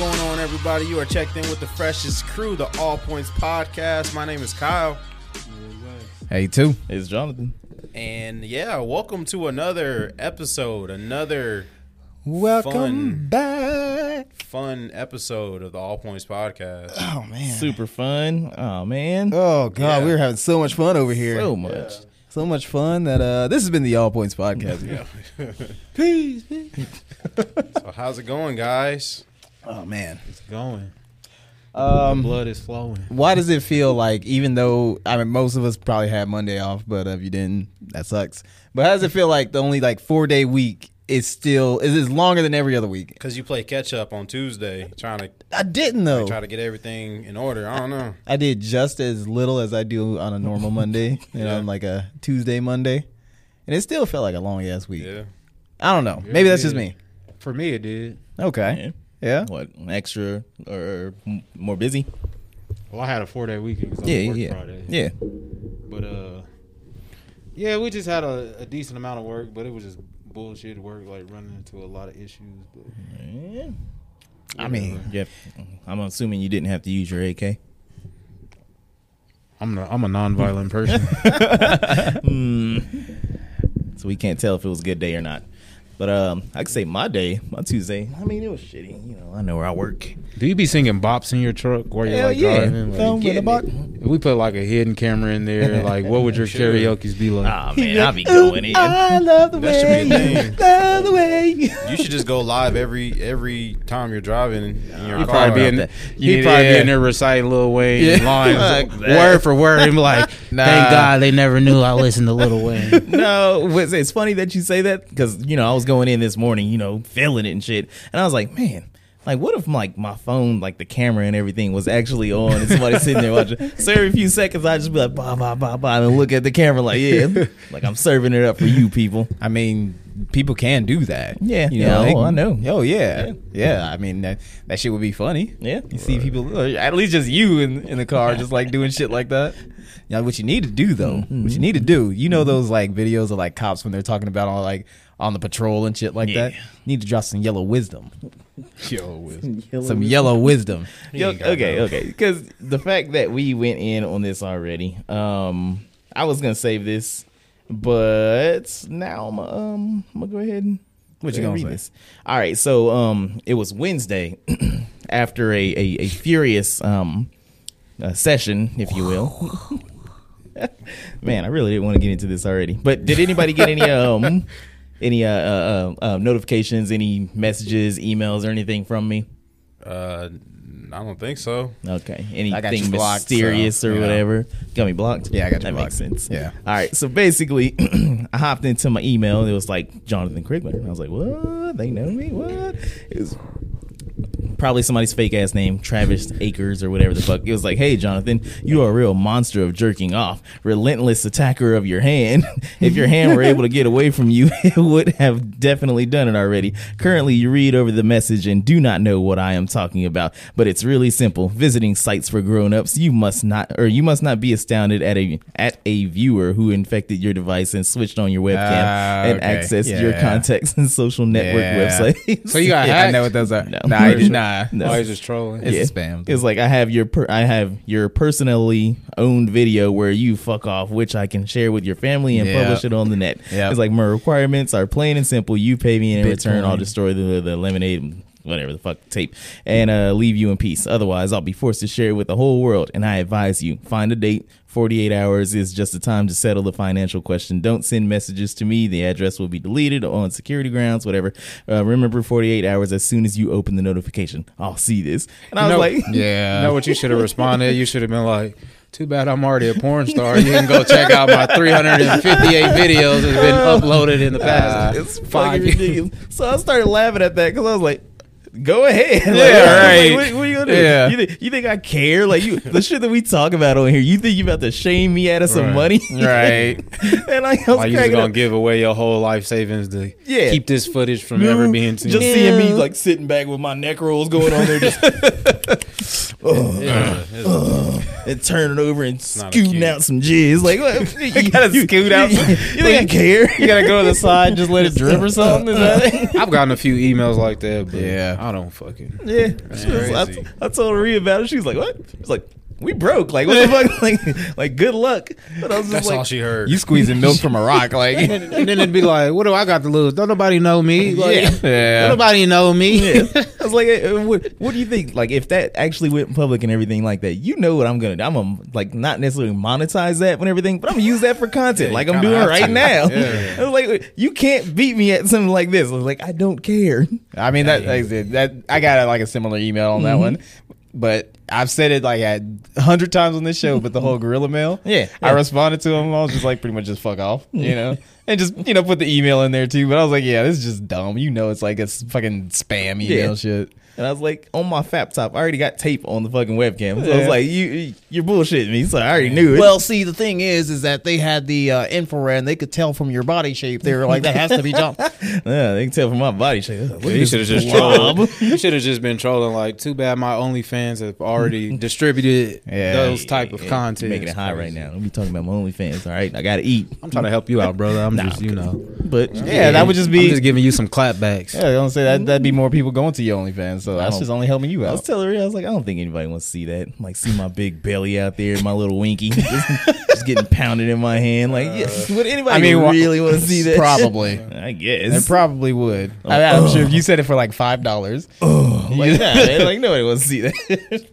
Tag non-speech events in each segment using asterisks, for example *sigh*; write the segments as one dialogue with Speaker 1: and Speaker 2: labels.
Speaker 1: everybody. You are checked in with the freshest crew, the All Points Podcast. My name is Kyle.
Speaker 2: Hey, too.
Speaker 3: It's Jonathan.
Speaker 1: And yeah, welcome to another episode, another
Speaker 2: Welcome
Speaker 1: Fun.
Speaker 2: back.
Speaker 1: fun episode of the All Points Podcast.
Speaker 4: *coughs*
Speaker 2: Oh man.
Speaker 3: Super fun. Oh man.
Speaker 2: Oh god,
Speaker 1: Yeah.
Speaker 2: we were having so much fun over here.
Speaker 3: so much.
Speaker 2: So much fun that uh this has been the All Points podcast. peace, peace.
Speaker 1: So, how's it going, guys?
Speaker 2: *laughs* Oh man.
Speaker 4: It's going.
Speaker 2: Um
Speaker 4: Blood is flowing.
Speaker 2: why does it feel like even though I mean most of us probably had Monday off, but if you didn't, that sucks. But how does it feel like the only like 4-day week is still is is longer than every other week?
Speaker 1: Because you play catch up on Tuesday, trying to
Speaker 2: I didn't though.
Speaker 1: try to get everything in order. I don't know.
Speaker 2: I did just as little as I do on a normal Monday, you know,
Speaker 1: Yeah.
Speaker 2: on like a Tuesday, Monday. And it still felt like a long ass week.
Speaker 1: Yeah,
Speaker 2: I don't know. Maybe that's just
Speaker 4: did.
Speaker 2: me.
Speaker 4: For me, it did.
Speaker 2: Okay. Yeah.
Speaker 3: What extra or m- more busy?
Speaker 4: Well, I had a four day weekend because I
Speaker 3: Yeah,
Speaker 4: worked
Speaker 3: yeah,
Speaker 4: Friday.
Speaker 3: yeah.
Speaker 4: But uh, yeah, we just had a, a decent amount of work, but it was just bullshit work, like running into a lot of issues. But
Speaker 3: Yeah.
Speaker 2: I mean,
Speaker 3: Yep. I'm assuming you didn't have to use your AK.
Speaker 4: I'm a, I'm a nonviolent person.
Speaker 3: So we can't tell if it was a good day or not. But um, I could say my day, my Tuesday. I mean, it was shitty. You know, I know where I work.
Speaker 4: Do you be singing bops in your truck while you're
Speaker 3: Hell
Speaker 4: like
Speaker 3: yeah.
Speaker 4: driving? Like,
Speaker 3: Thumb in the
Speaker 2: getting
Speaker 3: box.
Speaker 4: if we put like a hidden camera
Speaker 3: *laughs*
Speaker 4: in there, like what would your
Speaker 1: Sure.
Speaker 4: karaoke's be like?
Speaker 2: *laughs*
Speaker 3: Ah man, I'll be going in.
Speaker 2: I love the
Speaker 1: That should
Speaker 2: way.
Speaker 1: be a
Speaker 2: you-
Speaker 1: thing.
Speaker 2: Love the way. you-
Speaker 1: you should just go live every every time you're driving in your
Speaker 4: He'd
Speaker 1: car. Uh,
Speaker 4: probably be in,
Speaker 3: that.
Speaker 4: he'd
Speaker 2: Yeah.
Speaker 4: probably be in there reciting Lil Wayne
Speaker 2: Yeah.
Speaker 3: *laughs*
Speaker 4: lines
Speaker 2: Like that.
Speaker 4: word for word. He'd be like,
Speaker 2: Nah.
Speaker 4: "Thank God they never knew I listened to Lil Wayne."
Speaker 3: *laughs* no, it's- it's funny that you say that because you know I was going in this morning, you know, feeling it and shit, and I was like, man. Like what if like my phone, like the camera and everything was actually on and somebody sitting there watching. So every few seconds I just be like bah bah bah bah and look at the camera like
Speaker 4: *laughs*
Speaker 3: yeah, like I'm serving it up for you people.
Speaker 2: I mean, people can do that.
Speaker 3: Yeah.
Speaker 2: You
Speaker 3: Yeah.
Speaker 2: know,
Speaker 3: Oh, I know.
Speaker 2: Oh, yeah. Yeah. I mean, that, that shit would be funny.
Speaker 3: Yeah.
Speaker 2: You see people, or at least just you in, in the car, just like doing shit like that. Now, what you need to do though, what you need to do, you know those like videos of like cops when they're talking about all like on the patrol and shit like that.
Speaker 3: Yeah.
Speaker 2: You need to drop some yellow *laughs* wisdom,
Speaker 4: Yo,
Speaker 2: *laughs*
Speaker 4: Wiz.
Speaker 2: some yellow wisdom.
Speaker 3: Yo, okay, okay. Because the fact that we went in on this already, um, I was gonna save this, but now I'm um, I'm gonna go ahead and
Speaker 2: What you
Speaker 3: go ahead and
Speaker 2: gonna say?
Speaker 3: All right, so um, it was Wednesday *clears throat* after a a, a furious um uh, session, if you will. *laughs* Man, I really didn't want to get into this already. But did anybody get
Speaker 2: *laughs*
Speaker 3: any um any uh, uh, uh, uh notifications, any messages, emails, or anything from me?
Speaker 1: Uh, I don't think so.
Speaker 3: Okay.
Speaker 2: I got you
Speaker 3: Anything
Speaker 2: blocked,
Speaker 3: mysterious
Speaker 2: so,
Speaker 3: or
Speaker 2: you know.
Speaker 3: whatever. Got me blocked?
Speaker 2: Yeah, I got you
Speaker 3: That
Speaker 2: blocked.
Speaker 3: makes sense.
Speaker 2: Yeah.
Speaker 3: All right. So basically, *clears throat* I hopped into my email and it was like Jonathan Krigler. And I was like, what? They know me? What? It was probably somebody's fake ass name, Travis Akers or whatever the fuck. It was like, hey, Jonathan, you are a real monster of jerking off, relentless attacker of your hand. *laughs* if your hand were able to get away from you, *laughs* it would have definitely done it already. Currently, you read over the message and do not know what I am talking about, but it's really simple. Visiting sites for grown-ups, you must not, or you must not be astounded at a at a viewer who infected your device and switched on your webcam
Speaker 2: Ah,
Speaker 3: and
Speaker 2: okay.
Speaker 3: accessed your
Speaker 2: Yeah.
Speaker 3: contacts and social network
Speaker 2: Yeah.
Speaker 3: websites.
Speaker 4: So
Speaker 3: *laughs*
Speaker 4: you
Speaker 2: *laughs*
Speaker 4: got
Speaker 2: Yeah, I
Speaker 4: hacked?
Speaker 2: know what those are.
Speaker 3: No.
Speaker 2: Nah, I did not.
Speaker 3: No.
Speaker 4: Oh, he's just trolling.
Speaker 2: It's
Speaker 3: Yeah.
Speaker 2: spam.
Speaker 3: It's like I have your per- I have your personally owned video where you fuck off, which I can share with your family and
Speaker 2: Yeah.
Speaker 3: publish it on the net.
Speaker 2: Yeah.
Speaker 3: It's like my requirements are plain and simple. You pay me and in return, I'll
Speaker 2: Bitcoin.
Speaker 3: destroy the the lemonade. Whatever the fuck tape, and uh, leave you in peace. Otherwise, I'll be forced to share it with the whole world. And I advise you: find a date. Forty-eight hours is just the time to settle the financial question. Don't send messages to me. The address will be deleted on security grounds. Whatever. Uh, remember, forty-eight hours as soon as you open the notification. I'll see this. And I was
Speaker 4: No.
Speaker 3: like,
Speaker 2: *laughs*
Speaker 3: *laughs*
Speaker 2: yeah.
Speaker 4: know what you should have responded? You should have been like, "Too bad I'm already a porn star.
Speaker 3: *laughs*
Speaker 4: You can go check out my 358
Speaker 5: *laughs*
Speaker 4: videos that's been uploaded in the past
Speaker 3: it's fucking
Speaker 4: five years."
Speaker 3: ridiculous. So I started laughing at that because I was like, "Go ahead, *laughs* yeah,
Speaker 2: right.
Speaker 3: what, what you gonna do?
Speaker 2: Yeah.
Speaker 3: You, think, you think I care? Like you, the shit that we talk about on here. You think you about to shame me out of some
Speaker 4: Right.
Speaker 3: money?
Speaker 2: Right.
Speaker 3: *laughs* and I, I was
Speaker 4: Like you just
Speaker 3: cracking
Speaker 4: gonna
Speaker 3: up.
Speaker 4: give away your whole life savings to
Speaker 3: Yeah. Mm-hmm.
Speaker 4: keep this footage from ever being seen?
Speaker 3: Just seeing me
Speaker 2: *laughs*
Speaker 3: like sitting back with my neck rolls going on there, just
Speaker 4: Yeah.
Speaker 3: and turning over and
Speaker 1: not a
Speaker 3: scooting
Speaker 1: cute.
Speaker 3: out some jizz. Like what?
Speaker 2: *laughs* You gotta scoot out.
Speaker 3: *laughs* You,
Speaker 2: some- You
Speaker 3: think I
Speaker 2: think
Speaker 3: care?
Speaker 2: you gotta go to the side, just let it drip
Speaker 3: *laughs*
Speaker 2: or something? Is that it?
Speaker 4: I've gotten a few emails like that, but
Speaker 2: Yeah.
Speaker 4: yeah. I don't fucking.
Speaker 3: Yeah, She was- I,
Speaker 1: crazy.
Speaker 3: I told Rhea about it. She was like, "What?" She was like, "We broke. Like what the fuck? *laughs* Like, like good luck." But I was just
Speaker 1: That's
Speaker 3: like,
Speaker 1: all she heard.
Speaker 2: You squeezing milk from a rock, like
Speaker 4: *laughs* And, then it'd be like, what do I got to lose? Don't nobody
Speaker 2: *laughs*
Speaker 4: know me. Like,
Speaker 2: yeah,
Speaker 4: Don't
Speaker 2: yeah.
Speaker 4: nobody know me.
Speaker 3: Yeah. I was like, eh, what, "What do you think? Like, if that actually went public and everything like that, you know what I'm gonna do? I'm gonna like not necessarily monetize that and everything, but I'm gonna use that for content, like I'm
Speaker 1: kinda
Speaker 3: doing
Speaker 1: have
Speaker 3: right
Speaker 1: to.
Speaker 3: now."
Speaker 1: Yeah.
Speaker 3: *laughs* I was like, "You can't beat me at something like this." I was like, "I don't care."
Speaker 2: *laughs* I mean that, like I said, that I got like a similar email on
Speaker 5: Mm-hmm.
Speaker 2: that one, but I've said it like a hundred times on this show. But the whole
Speaker 5: *laughs*
Speaker 2: gorilla mail,
Speaker 3: Yeah,
Speaker 2: I
Speaker 3: yeah.
Speaker 2: responded to him. I was just like, pretty much just fuck off,
Speaker 5: *laughs*
Speaker 2: you know, and just you know put the email in there too. But I was like, yeah, this is just dumb. You know, it's like it's fucking spam email
Speaker 3: Yeah.
Speaker 2: shit.
Speaker 3: And I was like, on my fap top, I already got tape on the fucking webcam. So I was
Speaker 2: Yeah.
Speaker 3: like, you, you- you're bullshitting me. So I already knew it.
Speaker 5: Well, see, the thing is, is that they had the uh, infrared, and they could tell from your body shape. They were like, that has to be
Speaker 2: *laughs*
Speaker 5: John.
Speaker 3: *laughs* Yeah, they can tell from my body shape. Look at
Speaker 4: you
Speaker 3: this
Speaker 4: should
Speaker 3: *laughs*
Speaker 4: have just
Speaker 3: blob.
Speaker 4: trolled. You should have just been trolling. Like, too bad my OnlyFans
Speaker 1: *laughs*
Speaker 4: have already distributed
Speaker 2: Yeah.
Speaker 4: those type of
Speaker 3: Yeah,
Speaker 4: content.
Speaker 3: you're Making it high right now. Don't be talking about my OnlyFans. All right, I gotta eat. *laughs*
Speaker 4: I'm trying to help you out, brother. I'm
Speaker 3: Nah,
Speaker 4: just, you know,
Speaker 3: But
Speaker 2: Yeah, that would just
Speaker 4: I'm
Speaker 2: be.
Speaker 4: just giving you some clapbacks.
Speaker 2: yeah, I don't say that. That'd be more people going to your OnlyFans, so that's
Speaker 3: don't-
Speaker 2: just only helping you
Speaker 3: I was
Speaker 2: out.
Speaker 3: telling her, I was like, I don't think anybody wants to see that. Like, see my big belly out there, my little winky, just, just getting pounded in my hand. Like, yes, would anybody
Speaker 2: I mean, wha-
Speaker 3: really want to see that?
Speaker 2: Probably,
Speaker 3: *laughs* I
Speaker 2: it
Speaker 3: guess.
Speaker 2: probably would. I, am sure if you said it for like five dollars,
Speaker 3: *laughs* like, nah, man, like nobody wants to see that.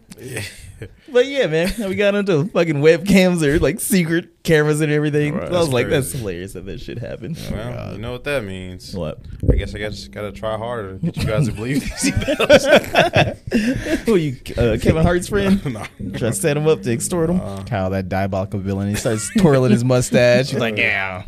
Speaker 3: *laughs* but yeah, man, we got into fucking webcams or like secret cameras and everything.
Speaker 1: Right,
Speaker 3: I was
Speaker 1: that's
Speaker 3: like, that's
Speaker 1: crazy.
Speaker 3: hilarious that that shit happened.
Speaker 1: Well, you know what that means.
Speaker 3: What?
Speaker 1: I guess I guess gotta try harder to get you guys to believe these
Speaker 3: *laughs*
Speaker 1: *laughs*
Speaker 3: Who you, uh, Kevin Hart's
Speaker 2: *laughs*
Speaker 3: friend?
Speaker 1: emails. no.
Speaker 3: Try to set him up to extort him.
Speaker 2: Kyle, that diabolical villain, he starts twirling his mustache. He's like, yeah,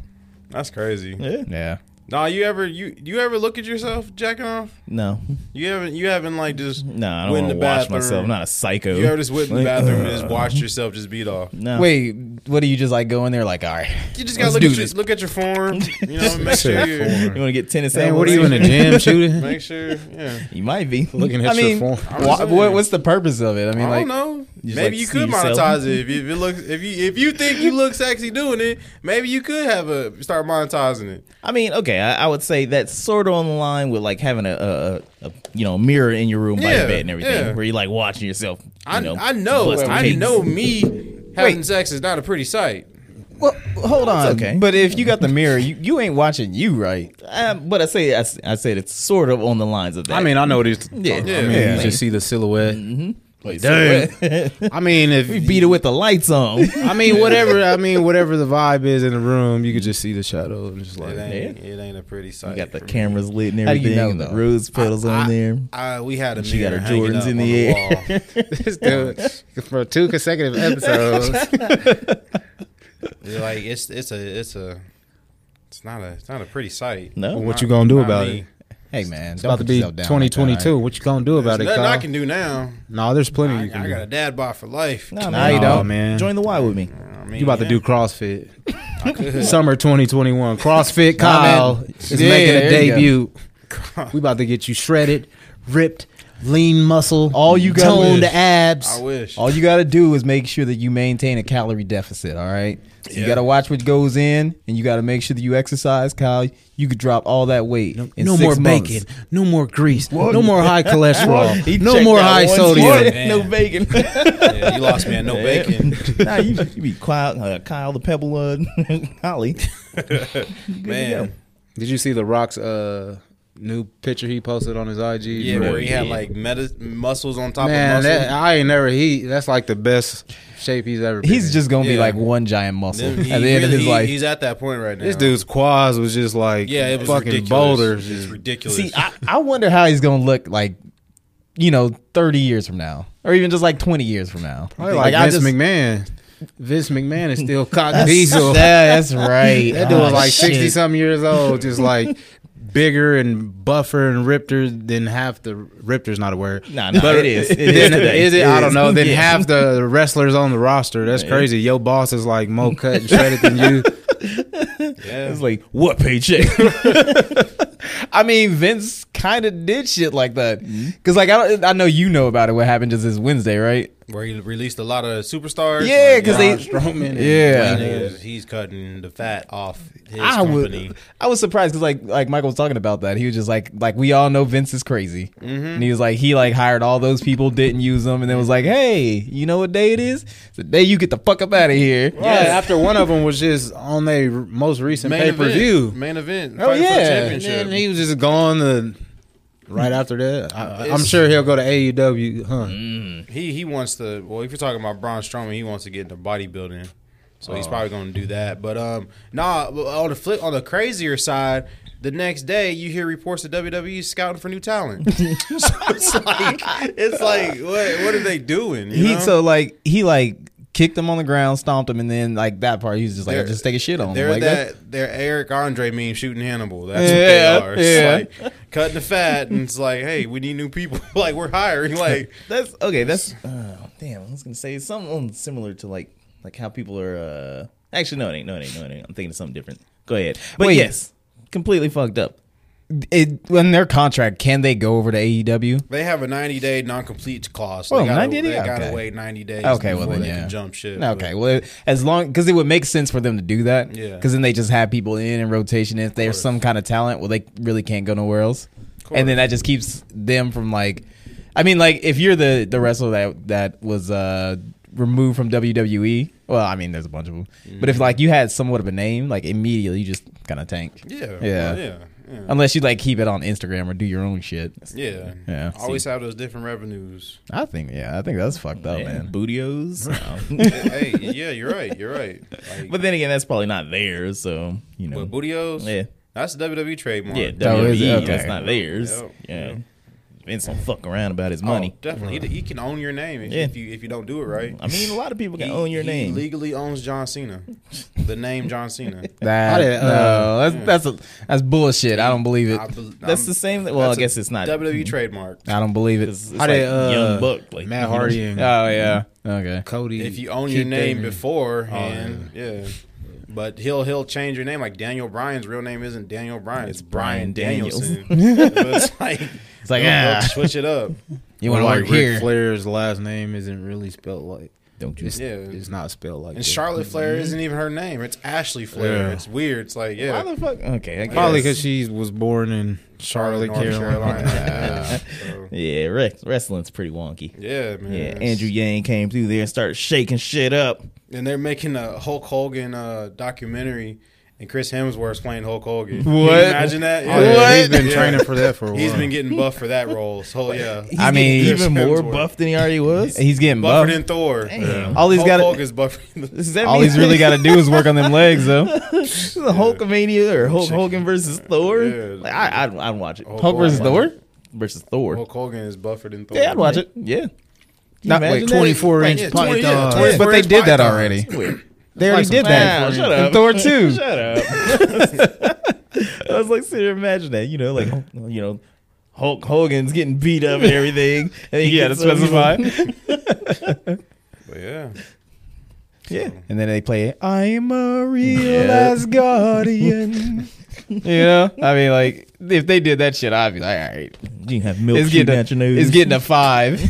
Speaker 1: That's crazy.
Speaker 3: yeah.
Speaker 2: yeah.
Speaker 1: Nah, you ever you you ever look at yourself jacking off?
Speaker 3: No,
Speaker 1: You haven't you haven't like just
Speaker 3: no, I don't
Speaker 1: went
Speaker 3: want to
Speaker 1: in the
Speaker 3: wash
Speaker 1: bathroom.
Speaker 3: myself. I'm not a psycho.
Speaker 1: You ever just went in the
Speaker 3: Like,
Speaker 1: bathroom and
Speaker 3: uh,
Speaker 1: just watched yourself just beat off?
Speaker 3: no.
Speaker 2: Wait, what do you just like go in there like, all right?
Speaker 1: You just gotta
Speaker 2: Let's
Speaker 1: look
Speaker 2: do
Speaker 1: at, your,
Speaker 2: this.
Speaker 1: look at your form. You know, make sure
Speaker 4: Shit,
Speaker 1: you
Speaker 3: You want to get tennis?
Speaker 4: Hey,
Speaker 3: elbows?
Speaker 4: what are you in
Speaker 2: *laughs*
Speaker 4: the gym shooting?
Speaker 1: make sure. Yeah,
Speaker 3: You might be
Speaker 4: *laughs* Looking at
Speaker 2: I mean,
Speaker 4: your
Speaker 2: wha-
Speaker 4: phone.
Speaker 1: I'm
Speaker 2: what,
Speaker 1: saying.
Speaker 2: what's the purpose of it? I mean,
Speaker 1: I
Speaker 2: like,
Speaker 1: don't know.
Speaker 3: just,
Speaker 1: Maybe
Speaker 3: like,
Speaker 1: you
Speaker 3: see
Speaker 1: could
Speaker 3: yourself.
Speaker 1: monetize it if you, if it looks if you if you think you look sexy doing it. Maybe you could have a start monetizing it.
Speaker 3: I mean, okay, I, I would say that's sort of on the line with like having a, a, a, a you know mirror in your room by
Speaker 1: Yeah,
Speaker 3: the bed and everything,
Speaker 1: yeah.
Speaker 3: where you like watching yourself. You
Speaker 1: I
Speaker 3: know,
Speaker 1: I know
Speaker 3: busting
Speaker 1: I
Speaker 3: cakes.
Speaker 1: know me having sex is not a pretty sight.
Speaker 2: well, hold on.
Speaker 3: okay.
Speaker 2: But if you got the mirror, you, you ain't watching you, right?
Speaker 3: Uh, but I say I, s- I said it's sort of on the lines of that.
Speaker 4: I mean, I know what he's.
Speaker 3: Yeah.
Speaker 4: Yeah, I mean,
Speaker 2: Yeah. Mm-hmm.
Speaker 4: you just see the silhouette. Like, dang.
Speaker 3: Silhouette.
Speaker 4: I mean, if
Speaker 3: we *laughs* beat it with the lights on. *laughs*
Speaker 4: I mean, whatever. I mean, whatever the vibe is in the room, you could just see the shadow and just like. *laughs*
Speaker 1: It ain't it ain't a pretty sight.
Speaker 3: We got the
Speaker 1: for me.
Speaker 3: cameras lit and
Speaker 2: How do
Speaker 3: everything,
Speaker 2: you know,
Speaker 3: and the
Speaker 2: though?
Speaker 3: rose petals on
Speaker 1: I-
Speaker 3: there.
Speaker 1: I, we had a
Speaker 3: She got
Speaker 1: mirror
Speaker 3: her
Speaker 1: hanging
Speaker 3: Jordans
Speaker 1: up
Speaker 3: in
Speaker 1: on
Speaker 3: the air.
Speaker 1: wall.
Speaker 4: This
Speaker 2: *laughs*
Speaker 4: dude, for two consecutive episodes.
Speaker 1: Yeah, like it's it's a it's a it's not a it's not a pretty sight.
Speaker 3: No.
Speaker 4: What you gonna do
Speaker 1: Not
Speaker 4: about
Speaker 1: me.
Speaker 4: it?
Speaker 2: Hey, man, it's
Speaker 4: About to be 2022. What you gonna do about
Speaker 1: There's
Speaker 4: it?
Speaker 1: nothing I
Speaker 4: Kyle?
Speaker 1: can do now.
Speaker 4: No, there's plenty
Speaker 1: I,
Speaker 4: you can
Speaker 1: I
Speaker 4: do.
Speaker 1: got a dad bod for life.
Speaker 3: Nah,
Speaker 4: Nah,
Speaker 3: man.
Speaker 4: you don't, man.
Speaker 3: Join the Y with me.
Speaker 1: I mean,
Speaker 4: You about to
Speaker 1: yeah.
Speaker 4: do CrossFit. Summer 2021. CrossFit
Speaker 2: Nah, man.
Speaker 4: Kyle is
Speaker 2: Yeah,
Speaker 4: making a
Speaker 2: there you go.
Speaker 4: debut. We about to get you shredded, ripped, lean muscle.
Speaker 2: All you got
Speaker 4: toned
Speaker 2: is-
Speaker 1: *laughs*
Speaker 4: abs.
Speaker 1: I wish.
Speaker 2: All you got to do is make sure that you maintain a calorie deficit, all right? So You
Speaker 1: Yeah.
Speaker 2: got to watch what goes in, and you got to make sure that you exercise, Kyle. You could drop all that weight.
Speaker 4: No,
Speaker 2: in
Speaker 4: no
Speaker 2: six
Speaker 4: more
Speaker 2: months.
Speaker 4: bacon. No more grease. No more high cholesterol.
Speaker 3: He
Speaker 4: no
Speaker 3: checked
Speaker 4: more
Speaker 3: out
Speaker 4: high
Speaker 3: once, *laughs*
Speaker 4: sodium.
Speaker 3: once, No bacon.
Speaker 4: *laughs*
Speaker 1: Yeah, you lost me at
Speaker 3: *laughs*
Speaker 1: no bacon.
Speaker 3: nah, you, you be Kyle, uh, Kyle the Pebble Lud, *laughs* Holly.
Speaker 1: Man.
Speaker 4: Did you see The Rock's uh, new picture he posted on his IG?
Speaker 1: Yeah,
Speaker 4: Bro,
Speaker 1: where he had
Speaker 3: yeah.
Speaker 1: like meta- muscles on top
Speaker 4: man,
Speaker 1: of
Speaker 4: that,
Speaker 1: muscles.
Speaker 4: I ain't never he. That's like the best shape he's ever. been
Speaker 2: He's
Speaker 4: in.
Speaker 2: just going to be
Speaker 1: Yeah.
Speaker 2: like one giant muscle
Speaker 1: Then
Speaker 2: *laughs* at the
Speaker 1: he
Speaker 2: end of
Speaker 1: really-
Speaker 2: his
Speaker 1: he-
Speaker 2: life.
Speaker 1: He's at that point right now.
Speaker 4: this dude's quads was just like
Speaker 1: Yeah, it was
Speaker 4: fucking
Speaker 1: ridiculous.
Speaker 4: boulders.
Speaker 1: It's ridiculous.
Speaker 2: See, I, I wonder how he's gonna look like, you know, thirty years from now, or even just like twenty years from now.
Speaker 4: Probably like,
Speaker 2: I
Speaker 4: Vince
Speaker 2: just-
Speaker 4: McMahon. Vince McMahon is still cock
Speaker 2: *laughs*
Speaker 4: *laughs* diesel. That
Speaker 2: Yeah, that's right.
Speaker 4: dude was
Speaker 2: Ah,
Speaker 4: like
Speaker 2: shit.
Speaker 4: sixty something years old, just like bigger and buffer and ripter than half the ripter's not a word.
Speaker 3: Nah, nah, it is. It is
Speaker 4: Then-
Speaker 3: today.
Speaker 4: is it?
Speaker 3: It
Speaker 4: I
Speaker 3: is.
Speaker 4: don't know. Then
Speaker 3: Yeah.
Speaker 4: half the wrestlers on the roster. That's crazy. Your boss is like more cut and shredded than you.
Speaker 1: yeah.
Speaker 3: It's like what paycheck? *laughs*
Speaker 2: I mean, Vince kind of did shit like that.
Speaker 4: Mm-hmm.
Speaker 2: Because like I don't, I know you know about it. What happened just this Wednesday, right?
Speaker 1: Where he released a lot of superstars.
Speaker 2: Yeah, 'cause
Speaker 1: Braun
Speaker 2: they-
Speaker 1: Strowman. and
Speaker 2: Yeah.
Speaker 1: Wayne is- he's cutting the fat off his
Speaker 2: I
Speaker 1: company.
Speaker 2: would. I was surprised because like like Michael was talking about that. He was just like like we all know Vince is crazy,
Speaker 1: Mm-hmm.
Speaker 2: and he was like he like hired all those people, didn't use them, and then was like, hey, you know what day it is? It's the day you get the fuck up out of here.
Speaker 4: Yeah, after one of them was just on their most recent
Speaker 1: Main
Speaker 4: pay per
Speaker 1: event.
Speaker 4: view,
Speaker 1: Main event.
Speaker 2: Oh,
Speaker 1: fighting for the
Speaker 2: yeah.
Speaker 4: and
Speaker 1: championship.
Speaker 4: then he was just gone. The right after that, I, I'm
Speaker 1: It's-
Speaker 4: sure he'll go to AEW, huh?
Speaker 1: He he wants to. Well, if you're talking about Braun Strowman, he wants to get into bodybuilding, so
Speaker 2: Oh.
Speaker 1: he's probably going to do that. But um, nah. but On the flip, on the crazier side, the next day you hear reports that WWE is scouting for new talent. so it's like it's like what what are they doing? You
Speaker 2: he
Speaker 1: know?
Speaker 2: so like he like kicked him on the ground, stomped him, and then like that part he was just like
Speaker 1: They're-
Speaker 2: just take a shit on him.
Speaker 1: They're
Speaker 2: Like
Speaker 1: that,
Speaker 2: that.
Speaker 1: they're Eric Andre meme shooting Hannibal. That's
Speaker 2: Yeah,
Speaker 1: what they are. It's like cutting the fat and it's like, hey, we need new people. *laughs* like we're hiring. Like
Speaker 3: That's okay. That's oh, damn. I was gonna say something similar to like like how people are. uh Actually, no, it ain't. No, it ain't. No, it ain't. I'm thinking of something different. Go ahead. But
Speaker 2: Wait.
Speaker 3: yes, completely fucked up.
Speaker 2: It, when their contract, can they go over to E AEW?
Speaker 1: they have a ninety day non complete clause.
Speaker 2: Well,
Speaker 1: they gotta,
Speaker 2: 90
Speaker 1: they
Speaker 2: day?
Speaker 1: gotta
Speaker 2: Okay.
Speaker 1: wait ninety days
Speaker 2: Okay, well
Speaker 1: before
Speaker 2: then
Speaker 1: they
Speaker 2: yeah,
Speaker 1: can jump ship. but-
Speaker 2: Okay, well as long because it would make sense for them to do that.
Speaker 1: Yeah.
Speaker 2: because then they just have people in and rotation. If there's some kind of talent, well they really can't go nowhere else, and then that just keeps them from like, I mean like if you're the the wrestler that that was uh removed from WWE, well I mean there's a bunch of them, but if like you had somewhat of a name, like immediately you just kind of tank.
Speaker 1: Yeah.
Speaker 2: Yeah.
Speaker 1: well, yeah. Yeah.
Speaker 3: Um,
Speaker 2: Unless you like keep it on Instagram or do your own shit.
Speaker 1: yeah.
Speaker 2: Yeah.
Speaker 1: Always have those different
Speaker 3: *laughs*
Speaker 1: revenues.
Speaker 2: I think yeah, I think that's fucked
Speaker 3: Oh,
Speaker 2: up, man.
Speaker 3: bootios.
Speaker 1: hey, yeah, you're right. You're right. Like,
Speaker 3: *laughs* but then again, that's probably not theirs. So you know,
Speaker 1: but bootios,
Speaker 3: Yeah.
Speaker 1: that's the WWE trademark.
Speaker 3: yeah,
Speaker 2: Oh, is it?
Speaker 3: WWE. That's
Speaker 2: Okay.
Speaker 3: not theirs.
Speaker 1: Yep,
Speaker 3: Yeah,
Speaker 1: yep.
Speaker 3: Vince don't fuck around about his
Speaker 1: Oh,
Speaker 3: money.
Speaker 1: definitely. He, he can own your name if,
Speaker 3: Yeah.
Speaker 1: if you if you don't do it right.
Speaker 3: I mean, a lot of people can
Speaker 1: Oh. He-
Speaker 3: own your
Speaker 1: he
Speaker 3: name.
Speaker 1: legally owns John Cena. The name John
Speaker 3: *laughs*
Speaker 1: Cena.
Speaker 2: That,
Speaker 4: I didn't- uh,
Speaker 2: no, that's that's a, that's bullshit. I don't believe it.
Speaker 1: I bel-
Speaker 3: That's
Speaker 1: I'm-
Speaker 3: the same. Well, I
Speaker 1: Um, that's a
Speaker 3: guess it's not.
Speaker 1: WWE trademark.
Speaker 2: I don't believe it.
Speaker 3: It's, it's
Speaker 4: How
Speaker 3: like
Speaker 4: did uh,
Speaker 3: Young Buck, like
Speaker 4: Matt Hardy and
Speaker 2: Oh yeah. Okay.
Speaker 4: Cody?
Speaker 1: uh, If you own
Speaker 4: keep
Speaker 1: your
Speaker 4: that
Speaker 1: name
Speaker 4: in- Oh,
Speaker 1: beforehand, yeah. But he'll he'll change your name like Daniel Bryan's real name isn't Daniel Bryan, it's Brian
Speaker 3: Bryan Daniels.
Speaker 1: Danielson.
Speaker 4: *laughs*
Speaker 1: But it's like
Speaker 2: It's like
Speaker 1: they'll-
Speaker 2: ah,
Speaker 1: they'll switch it up.
Speaker 2: you
Speaker 4: Or
Speaker 2: want to
Speaker 4: like
Speaker 2: work
Speaker 4: Ric
Speaker 2: here?
Speaker 4: Flair's last name isn't really spelled like.
Speaker 3: Don't you?
Speaker 4: It's,
Speaker 1: Yeah.
Speaker 4: it's not spelled like.
Speaker 1: And
Speaker 4: that.
Speaker 1: Charlotte Flair isn't even her name; it's Ashley Flair.
Speaker 4: Yeah.
Speaker 1: It's weird. It's like yeah,
Speaker 3: Why the fuck? Okay, I guess.
Speaker 4: Probably because she was born in
Speaker 1: Charlotte,
Speaker 4: Charlotte,
Speaker 1: North
Speaker 4: Carolina.
Speaker 1: Carolina. Yeah.
Speaker 4: *laughs*
Speaker 1: So,
Speaker 3: Yeah, re- wrestling's pretty wonky.
Speaker 1: yeah, man.
Speaker 3: Yeah,
Speaker 1: It's-
Speaker 3: Andrew Yang came through there and started shaking shit up.
Speaker 1: And they're making a Hulk Hogan uh, documentary, and Chris Hemsworth's playing Hulk Hogan. Can you
Speaker 2: What?
Speaker 1: imagine that?
Speaker 4: Oh, *laughs* yeah, He's been
Speaker 1: Yeah.
Speaker 4: training for that for a while.
Speaker 1: He's
Speaker 4: *laughs*
Speaker 1: been getting buff for that role. So yeah,
Speaker 3: He's
Speaker 2: I
Speaker 3: getting
Speaker 2: mean-
Speaker 3: even
Speaker 1: Chris
Speaker 3: more
Speaker 1: Hemsworth.
Speaker 3: buff than he already was.
Speaker 2: He's getting
Speaker 1: buffer
Speaker 2: buff.
Speaker 1: than Thor.
Speaker 3: Damn.
Speaker 2: All he's
Speaker 1: Hulk
Speaker 2: gotta-
Speaker 1: Hogan is
Speaker 3: *laughs*
Speaker 1: buffering.
Speaker 3: Does that
Speaker 2: All
Speaker 3: mean
Speaker 2: he's really got to do is work on them legs, though.
Speaker 3: this is a Hulkamania or Hulk Hogan versus Thor?
Speaker 1: Yeah.
Speaker 3: Like, I, I'd, I'd watch it.
Speaker 1: Hulk
Speaker 2: Hulk versus
Speaker 1: Hogan.
Speaker 2: Thor.
Speaker 3: Versus Thor.
Speaker 1: Hulk Hogan is buffer than Thor.
Speaker 3: Yeah, I'd watch it. Yeah.
Speaker 2: Not- wait,
Speaker 3: imagine that?
Speaker 4: 24
Speaker 3: Like,
Speaker 4: inch
Speaker 3: yeah,
Speaker 4: python.
Speaker 1: 20 yeah, 24
Speaker 2: But they
Speaker 1: inch
Speaker 2: did that
Speaker 1: pythons.
Speaker 2: already. They already
Speaker 4: some
Speaker 2: did
Speaker 3: Wow,
Speaker 2: that.
Speaker 3: shut
Speaker 2: in
Speaker 3: up.
Speaker 2: Thor two.
Speaker 3: Shut up. *laughs* I was like, seriously, imagine that. You know, like, you know, Hulk Hogan's getting beat up and everything. And
Speaker 2: *laughs*
Speaker 3: he
Speaker 2: Yeah,
Speaker 3: gets
Speaker 2: to
Speaker 3: up, he's like-
Speaker 1: But yeah,
Speaker 3: *laughs* yeah.
Speaker 2: And then they play "I'm a real Asgardian." *laughs* you know, I mean, like if they did that shit, I'd be like, all right,
Speaker 3: You can have milk
Speaker 2: it's
Speaker 3: shooting
Speaker 2: getting a,
Speaker 3: out your nose.
Speaker 2: it's getting a five. *laughs*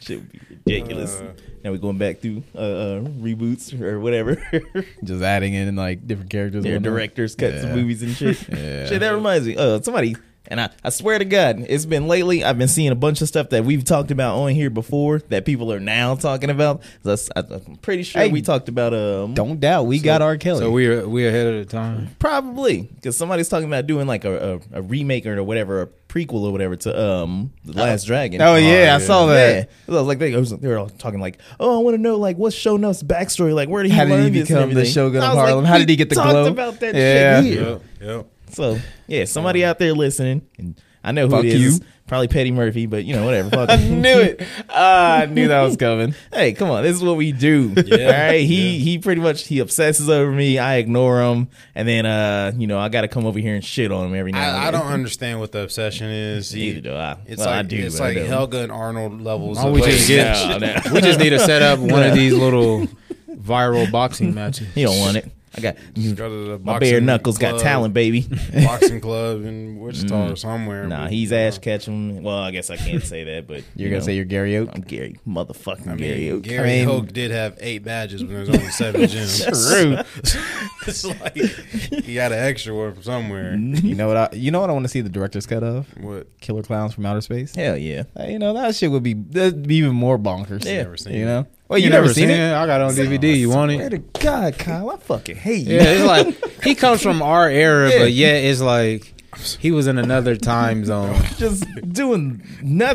Speaker 3: Shit would be ridiculous.
Speaker 1: Uh,
Speaker 3: now we're going back through uh, uh, reboots or whatever. *laughs*
Speaker 2: Just adding in like different characters. and
Speaker 3: Their
Speaker 2: whatnot.
Speaker 3: directors cut some
Speaker 2: Yeah.
Speaker 3: movies and
Speaker 2: *laughs*
Speaker 3: shit.
Speaker 2: Yeah.
Speaker 3: Shit, that reminds me. Uh, somebody, and I, I swear to God, it's been lately. I've been seeing a bunch of stuff that we've talked about on here before that people are now talking about. That's, I, am pretty sure
Speaker 2: Hey,
Speaker 3: we talked about um
Speaker 2: Don't doubt, we got R. Kelly.
Speaker 4: So we are we ahead of the time.
Speaker 3: probably because somebody's talking about doing like a, a, a remake or whatever, a prequel or whatever to um the Last Dragon. Uh-huh.
Speaker 2: oh yeah, I
Speaker 1: yeah.
Speaker 2: saw that.
Speaker 3: Yeah, I was like they, I was- they were all talking like, oh, I want to know like what's Shogun's backstory, like where did he
Speaker 2: How did he
Speaker 3: learn this and
Speaker 2: become the
Speaker 3: everything?"
Speaker 2: Shogun of
Speaker 3: I was like,
Speaker 2: Harlem? How
Speaker 3: "We
Speaker 2: did he get the
Speaker 3: talked
Speaker 2: glow?"
Speaker 3: About that
Speaker 2: Yeah.
Speaker 3: shit here.
Speaker 1: yep, yep.
Speaker 3: So yeah, somebody out there listening, and I know who
Speaker 2: Fuck
Speaker 3: it is.
Speaker 2: you.
Speaker 3: Probably Petty Murphy, but you know whatever. Fuck
Speaker 2: I *laughs*
Speaker 3: him.
Speaker 2: knew it. Ah, I knew that was coming.
Speaker 3: hey, come on, this is what we do.
Speaker 1: Yeah.
Speaker 3: All right, he
Speaker 1: Yeah.
Speaker 3: he pretty much he obsesses over me. I ignore him, and then uh, you know, I got to come over here and shit on him every now. and
Speaker 1: I, I
Speaker 3: then.
Speaker 1: don't understand what the obsession is.
Speaker 3: Neither do I.
Speaker 1: It's
Speaker 3: Well,
Speaker 1: like
Speaker 3: I do,
Speaker 1: it's
Speaker 3: but I
Speaker 1: like
Speaker 3: don't. *laughs*
Speaker 1: Helga and Arnold levels.
Speaker 4: Why
Speaker 1: of
Speaker 4: we
Speaker 1: like-
Speaker 4: just get-
Speaker 1: *laughs*
Speaker 3: No, no. *laughs*
Speaker 4: We just need to set up one of these little viral boxing matches.
Speaker 3: He don't want it. I got
Speaker 1: Go to the
Speaker 3: my
Speaker 1: boxing
Speaker 3: bare knuckles got
Speaker 1: club- *laughs*
Speaker 3: talent, baby.
Speaker 1: Boxing club
Speaker 3: *laughs*
Speaker 1: in Wichita or somewhere.
Speaker 3: nah,
Speaker 1: but,
Speaker 3: he's
Speaker 1: you know,
Speaker 3: Ash Ketchum. Well, I guess I can't say that, but
Speaker 2: You're
Speaker 3: you
Speaker 2: gonna
Speaker 3: know,
Speaker 2: say you're Gary *laughs* Oak?
Speaker 3: I'm Gary, motherfucking *laughs*
Speaker 1: I mean,
Speaker 3: Gary. Oak.
Speaker 1: Gary
Speaker 2: I mean-
Speaker 1: Hoke did have eight badges when there's only
Speaker 3: *laughs*
Speaker 1: seven gyms. *laughs*
Speaker 2: True.
Speaker 1: it's like he got an extra one from somewhere.
Speaker 2: you know what? I, you know what I want to see the director's cut of
Speaker 1: What?
Speaker 2: Killer Clowns from Outer Space.
Speaker 3: Hell yeah.
Speaker 2: Uh, you know that shit would be that'd be even more bonkers.
Speaker 1: Yeah. Never seen
Speaker 2: you
Speaker 1: it.
Speaker 2: know. Well, you, never, seen, it?
Speaker 4: I got it on DVD. You want it?
Speaker 3: Swear to God, Kyle, I fucking hate you.
Speaker 4: Yeah, it's like he comes from our era, but yet it's like he was in another time zone.
Speaker 2: *laughs*
Speaker 3: Just doing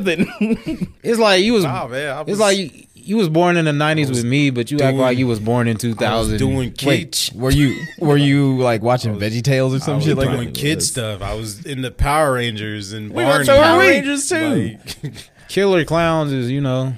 Speaker 3: nothing.
Speaker 4: It's like you was.
Speaker 1: Nah, Oh, man. I was,
Speaker 4: It's like you, you was born in the nineties with me, but you act
Speaker 1: doing-
Speaker 4: like you was born in two
Speaker 1: I was
Speaker 4: thousand.
Speaker 1: doing kids.
Speaker 2: Were you were you like watching Veggie Tales or
Speaker 1: I
Speaker 2: some
Speaker 1: was
Speaker 2: shit like
Speaker 1: doing
Speaker 2: that?
Speaker 1: kid stuff. I was in the Power Rangers and
Speaker 3: We
Speaker 1: Barney.
Speaker 3: watched Power Rangers too.
Speaker 1: Like,
Speaker 4: Killer Clowns is you know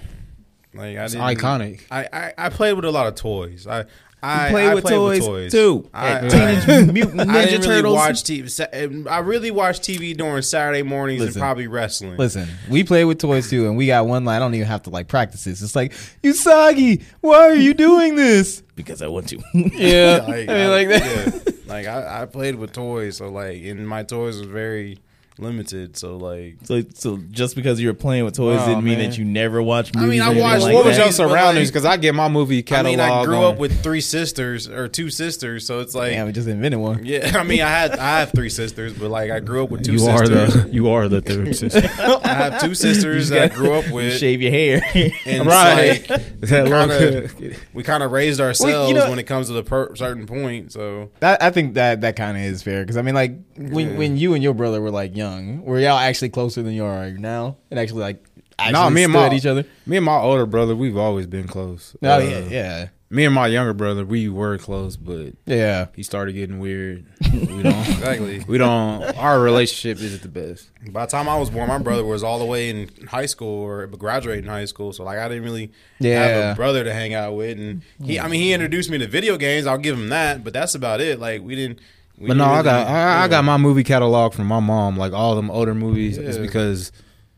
Speaker 1: like, I
Speaker 4: it's
Speaker 1: didn't,
Speaker 4: iconic.
Speaker 1: I, I I played with a lot of toys. I I
Speaker 3: played
Speaker 1: I
Speaker 3: with toys, too.
Speaker 2: *laughs*
Speaker 1: I,
Speaker 3: At
Speaker 1: I- *laughs*
Speaker 3: Teenage Mutant
Speaker 1: I
Speaker 3: Ninja
Speaker 1: didn't really
Speaker 3: Turtles.
Speaker 1: watch TV. Sa- and I really watched TV during Saturday mornings
Speaker 2: Listen.
Speaker 1: and probably wrestling.
Speaker 2: Listen, we play with toys too, and we got one line. I don't even have to like practice this. It's like Usagi, why are you doing
Speaker 4: *laughs*
Speaker 2: this?
Speaker 3: because I want to.
Speaker 2: Yeah,
Speaker 1: like,
Speaker 2: I mean like that.
Speaker 1: yeah. like I, I played with toys, so like, and my toys was very limited. So like,
Speaker 3: *laughs* so, so just because you were playing with toys
Speaker 4: Oh,
Speaker 3: didn't mean
Speaker 4: man.
Speaker 3: that you never watched
Speaker 1: mean,
Speaker 3: movies.
Speaker 1: I
Speaker 3: or anything
Speaker 1: watched-
Speaker 3: like
Speaker 1: what
Speaker 4: what was
Speaker 1: that.
Speaker 4: your
Speaker 3: that.
Speaker 4: surroundings? Because I get my movie catalog.
Speaker 1: I mean, I grew
Speaker 4: on-
Speaker 1: up with three sisters or two sisters, so it's like.
Speaker 2: Damn, we just invented one.
Speaker 1: Yeah, I mean, I had I have three sisters, but like I grew up with two
Speaker 4: You are
Speaker 1: sisters.
Speaker 4: the you are the third sister.
Speaker 3: *laughs*
Speaker 1: I have two sisters that I grew up with.
Speaker 3: You shave your hair. *laughs*
Speaker 1: and
Speaker 4: Right.
Speaker 1: right.
Speaker 4: *laughs*
Speaker 1: like, *laughs*
Speaker 4: That
Speaker 1: kinda-
Speaker 4: look-
Speaker 1: we kind of raised ourselves
Speaker 2: know-
Speaker 1: when it comes to the per- certain point. So
Speaker 2: That, I think that that kind of is fair because I mean like when when you and your brother were like young, were y'all actually closer than you are now, and actually like actually
Speaker 4: Nah, me and
Speaker 2: stood
Speaker 4: my
Speaker 2: each other.
Speaker 4: Me and my older brother, we've always been close.
Speaker 2: Oh
Speaker 4: Uh,
Speaker 2: yeah, yeah,
Speaker 4: Me and my younger brother, we were close, but
Speaker 2: yeah.
Speaker 4: he started getting weird. We don't.
Speaker 1: *laughs* exactly,
Speaker 4: we don't. Our relationship isn't the best.
Speaker 1: by the time I was born, my brother was all the way in high school or graduating high school. So like I didn't really
Speaker 2: Yeah.
Speaker 1: have a brother to hang out with, and he I mean he introduced me to video games. I'll give him that, but that's about it. Like we didn't. We
Speaker 4: But
Speaker 1: didn't
Speaker 4: no, I
Speaker 1: really-
Speaker 4: got I, I
Speaker 1: yeah.
Speaker 4: got my movie catalog from my mom. Like all them older movies is
Speaker 1: Yeah.
Speaker 4: because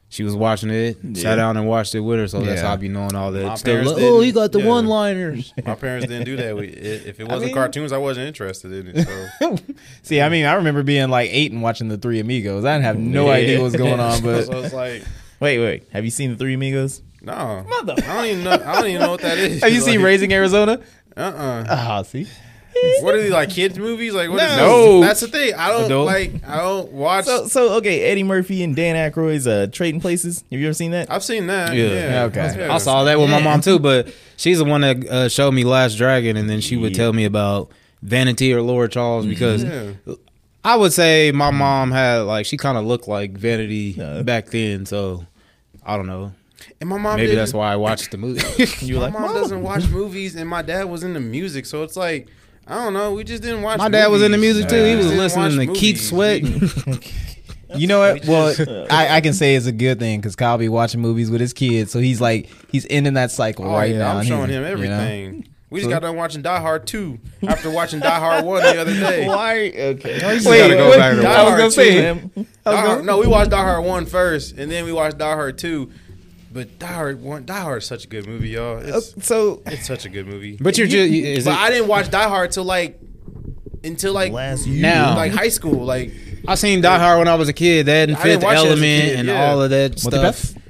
Speaker 4: she was watching it, sat down and watched it with her. So that's
Speaker 2: Yeah.
Speaker 4: how I be knowing all that.
Speaker 1: My
Speaker 4: stuff.
Speaker 1: parents
Speaker 4: Like,
Speaker 1: didn't-
Speaker 4: oh, you got the
Speaker 1: yeah.
Speaker 4: one liners.
Speaker 1: My parents didn't do that. We, i- if it wasn't
Speaker 2: mean-
Speaker 1: cartoons, I wasn't interested in it. So
Speaker 2: *laughs* See, I mean, I remember being like eight and watching the Three Amigos. I didn't have
Speaker 4: *laughs*
Speaker 2: no idea what was going on, but
Speaker 1: so it's like.
Speaker 3: wait, wait. Have you seen the Three Amigos?
Speaker 1: No, I don't even know. I don't even know what that is.
Speaker 2: have you seen
Speaker 1: Like,
Speaker 2: Raising Arizona?
Speaker 1: Uh-uh.
Speaker 2: Ah, see,
Speaker 1: What are these like kids movies? Like what is
Speaker 4: No.
Speaker 1: no. That's the thing. I don't
Speaker 4: Adult.
Speaker 1: like. I don't watch.
Speaker 3: So, so okay. Eddie Murphy and Dan Aykroyd's uh, Trading Places. Have you ever seen that?
Speaker 1: I've seen that.
Speaker 4: Yeah.
Speaker 1: Yeah.
Speaker 2: Okay.
Speaker 1: Yeah.
Speaker 4: I saw that with my mom too, but she's the one that uh, showed me Last Dragon, and then she would
Speaker 3: Yeah.
Speaker 4: tell me about Vanity or Laura Charles because
Speaker 1: Yeah.
Speaker 4: I would say my mom had like she kind of looked like Vanity
Speaker 3: Yeah.
Speaker 4: back then, so I don't know.
Speaker 1: And my mom.
Speaker 4: Maybe
Speaker 1: didn't-
Speaker 4: that's why I watched the movie. *laughs*
Speaker 3: you were
Speaker 1: My
Speaker 3: like,
Speaker 1: mom
Speaker 3: "Mom."
Speaker 1: doesn't watch movies, and my dad was into music, so it's like I don't know. We just didn't watch.
Speaker 4: my dad was into
Speaker 1: movies.
Speaker 4: music too. He
Speaker 1: We
Speaker 4: was
Speaker 1: didn't
Speaker 4: listening to
Speaker 1: watch
Speaker 4: Keith
Speaker 1: movies. *laughs*
Speaker 4: Sweat. *laughs*
Speaker 2: you know what? Well, I, I can say it's a good thing because Kyle be watching movies with his kids, so he's like he's ending that cycle
Speaker 1: Oh,
Speaker 2: right
Speaker 1: yeah,
Speaker 2: now.
Speaker 1: I'm
Speaker 2: and
Speaker 1: showing
Speaker 2: he's-
Speaker 1: him
Speaker 2: you know?
Speaker 1: everything. We just got done watching Die Hard two after watching Die Hard one the other
Speaker 4: *laughs*
Speaker 1: day.
Speaker 3: Why? Okay.
Speaker 4: just gotta go
Speaker 2: wait,
Speaker 4: back and
Speaker 2: I was
Speaker 1: watch.
Speaker 2: gonna say
Speaker 1: Die Hard, no, we watched Die Hard one first, and then we watched Die Hard two. But Die Hard one, Die Hard is such a good movie, y'all. It's,
Speaker 3: So
Speaker 1: it's such a good movie.
Speaker 4: But you're just is
Speaker 1: but
Speaker 4: it-
Speaker 1: I didn't watch Die Hard till like until like
Speaker 3: Last
Speaker 1: year.
Speaker 4: Now.
Speaker 1: like high school. Like
Speaker 4: I seen Die Hard when I was a kid. That and
Speaker 1: I didn't
Speaker 4: Fifth
Speaker 1: watch it as a
Speaker 4: Element
Speaker 1: kid,
Speaker 4: and
Speaker 1: yeah.
Speaker 4: all of that
Speaker 2: What the
Speaker 4: stuff.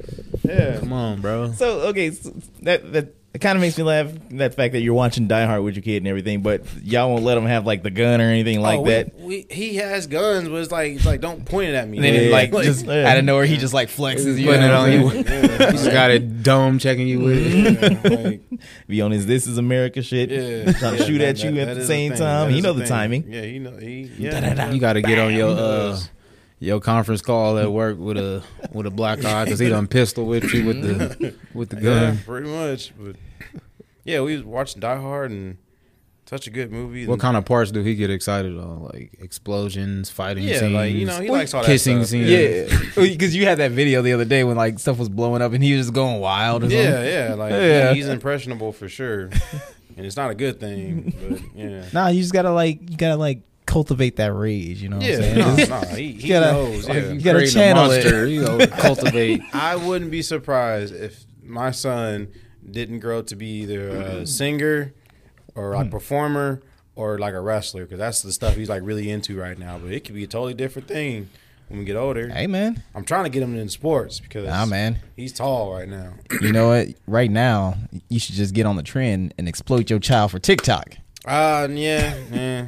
Speaker 1: yeah,
Speaker 4: Come on,
Speaker 1: *laughs*
Speaker 4: bro.
Speaker 3: So okay, so that that it kind of makes me laugh that fact that you're watching Die Hard with your kid and everything, but y'all won't let him have like the gun or anything like that.
Speaker 1: Oh, We, he has guns, but it's like it's like don't point it at me.
Speaker 2: and then
Speaker 3: Yeah.
Speaker 2: like
Speaker 3: Like,
Speaker 2: just
Speaker 3: yeah.
Speaker 2: out of nowhere, he just like flexes. You
Speaker 4: Putting it
Speaker 2: know
Speaker 4: on
Speaker 2: what I'm
Speaker 4: you.
Speaker 2: saying?
Speaker 4: *laughs* You just got a dome checking you with
Speaker 3: *laughs*
Speaker 1: Yeah, like,
Speaker 4: it.
Speaker 3: Be on his "This Is America"
Speaker 1: *laughs*
Speaker 3: shit,
Speaker 1: yeah,
Speaker 3: trying to
Speaker 1: yeah,
Speaker 3: shoot
Speaker 1: that-
Speaker 3: at you
Speaker 1: that-
Speaker 3: at
Speaker 1: that
Speaker 3: the
Speaker 1: is
Speaker 3: same
Speaker 1: thing.
Speaker 3: time.
Speaker 1: That
Speaker 3: You
Speaker 1: is
Speaker 3: know
Speaker 1: a
Speaker 3: the
Speaker 1: thing.
Speaker 3: timing.
Speaker 1: Yeah, you know he. Yeah.
Speaker 4: You got to get on your uh, your conference call at work with a with a black eye because he done pistol whipped you with the with the
Speaker 1: Mm-hmm. Yeah,
Speaker 4: gun.
Speaker 1: pretty much. But yeah, we was watching Die Hard and such a good movie.
Speaker 4: What
Speaker 1: And-
Speaker 4: kind of parts do he get excited on? Like explosions, fighting
Speaker 1: Yeah,
Speaker 4: scenes,
Speaker 1: like you know, he likes all that
Speaker 4: kissing
Speaker 1: stuff.
Speaker 4: scenes.
Speaker 2: Yeah, *laughs* because you had that video the other day when like stuff was blowing up and he was just going wild. Or something.
Speaker 1: Yeah, yeah, like
Speaker 2: Yeah.
Speaker 1: he's impressionable for
Speaker 2: *laughs*
Speaker 1: sure, and it's not a good thing. But yeah,
Speaker 2: Nah, *laughs* you just gotta like you gotta like cultivate that rage. You know. What I'm
Speaker 1: yeah,
Speaker 2: saying?
Speaker 1: no, no, he, he
Speaker 2: gotta-
Speaker 1: knows.
Speaker 2: like,
Speaker 1: yeah.
Speaker 2: you gotta
Speaker 4: Creating a
Speaker 2: channel
Speaker 4: monster, You
Speaker 1: *laughs*
Speaker 4: know, cultivate.
Speaker 1: I wouldn't be surprised if my
Speaker 2: *clears throat* Hmm.
Speaker 1: son didn't grow up to be either a singer or a performer or like a wrestler because that's the stuff he's like really into right now. But it could be a totally different thing when we get older.
Speaker 2: Hey man,
Speaker 1: I'm trying to get him in sports because
Speaker 2: nah man.
Speaker 1: he's tall right now.
Speaker 2: You know what? Right now, you should just get on the trend and exploit your child for TikTok.
Speaker 1: Uh, yeah, yeah.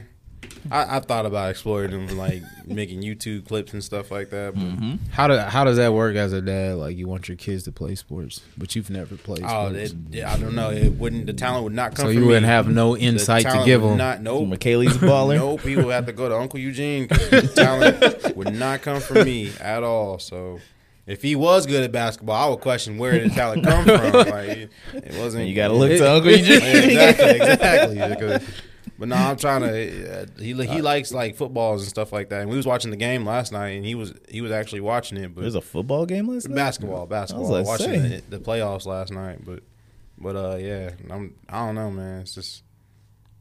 Speaker 1: I, I thought about exploring them, like making YouTube clips and stuff like that. But
Speaker 4: Mm-hmm. How do how does that work as a dad? Like you want your kids to play sports, but you've never played
Speaker 1: oh,
Speaker 4: sports,
Speaker 1: it, yeah, I don't know. It wouldn't. The talent would not come.
Speaker 4: so
Speaker 1: from
Speaker 4: you wouldn't
Speaker 1: me.
Speaker 4: have no
Speaker 1: The
Speaker 4: insight to
Speaker 1: talent
Speaker 4: give
Speaker 1: would
Speaker 4: them.
Speaker 1: Not nope.
Speaker 3: McKaylee's a baller.
Speaker 1: Nope. He would have to go to Uncle Eugene. 'cause
Speaker 4: *laughs*
Speaker 1: The talent would not come from me at all. So. If he was good at basketball, I would question where did the talent come from. Like it it wasn't.
Speaker 3: You gotta look
Speaker 1: it- *laughs*
Speaker 3: to Uncle Eugene.
Speaker 1: Yeah, exactly, exactly. Because- *laughs* but no, I'm trying to. Uh, he he likes like footballs and stuff like that. And we was watching the game last night, and he was he was actually watching it. But
Speaker 3: There's a football game last night.
Speaker 1: basketball, basketball.
Speaker 3: I was like,
Speaker 1: watching
Speaker 3: say.
Speaker 1: the, the playoffs last night, but but uh, yeah, I'm I don't know, man. It's just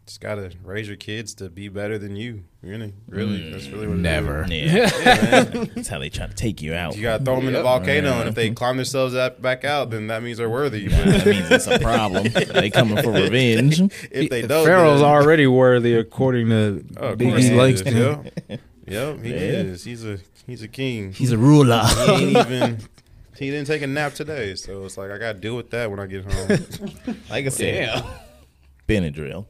Speaker 1: just gotta raise your kids to be better than you. Really, really, that's really what it is.
Speaker 3: Yeah, *laughs* that's how they try to take you out.
Speaker 1: You gotta throw them in the volcano, and if they climb themselves up, back out, then that means they're worthy. But
Speaker 3: that means it's a problem. they coming for revenge.
Speaker 1: if they don't,
Speaker 4: Pharaoh's
Speaker 1: then-
Speaker 4: already worthy according to
Speaker 1: Oh, of
Speaker 4: Big
Speaker 1: course
Speaker 4: East
Speaker 1: he is.
Speaker 4: Langston.
Speaker 1: *laughs* Yep, Yep, he is. He's a he's a king.
Speaker 3: He's a ruler.
Speaker 1: He *laughs* ain't even. He didn't take a nap today, so it's like I gotta deal with that when I get *laughs* home.
Speaker 3: like I said, Benadryl.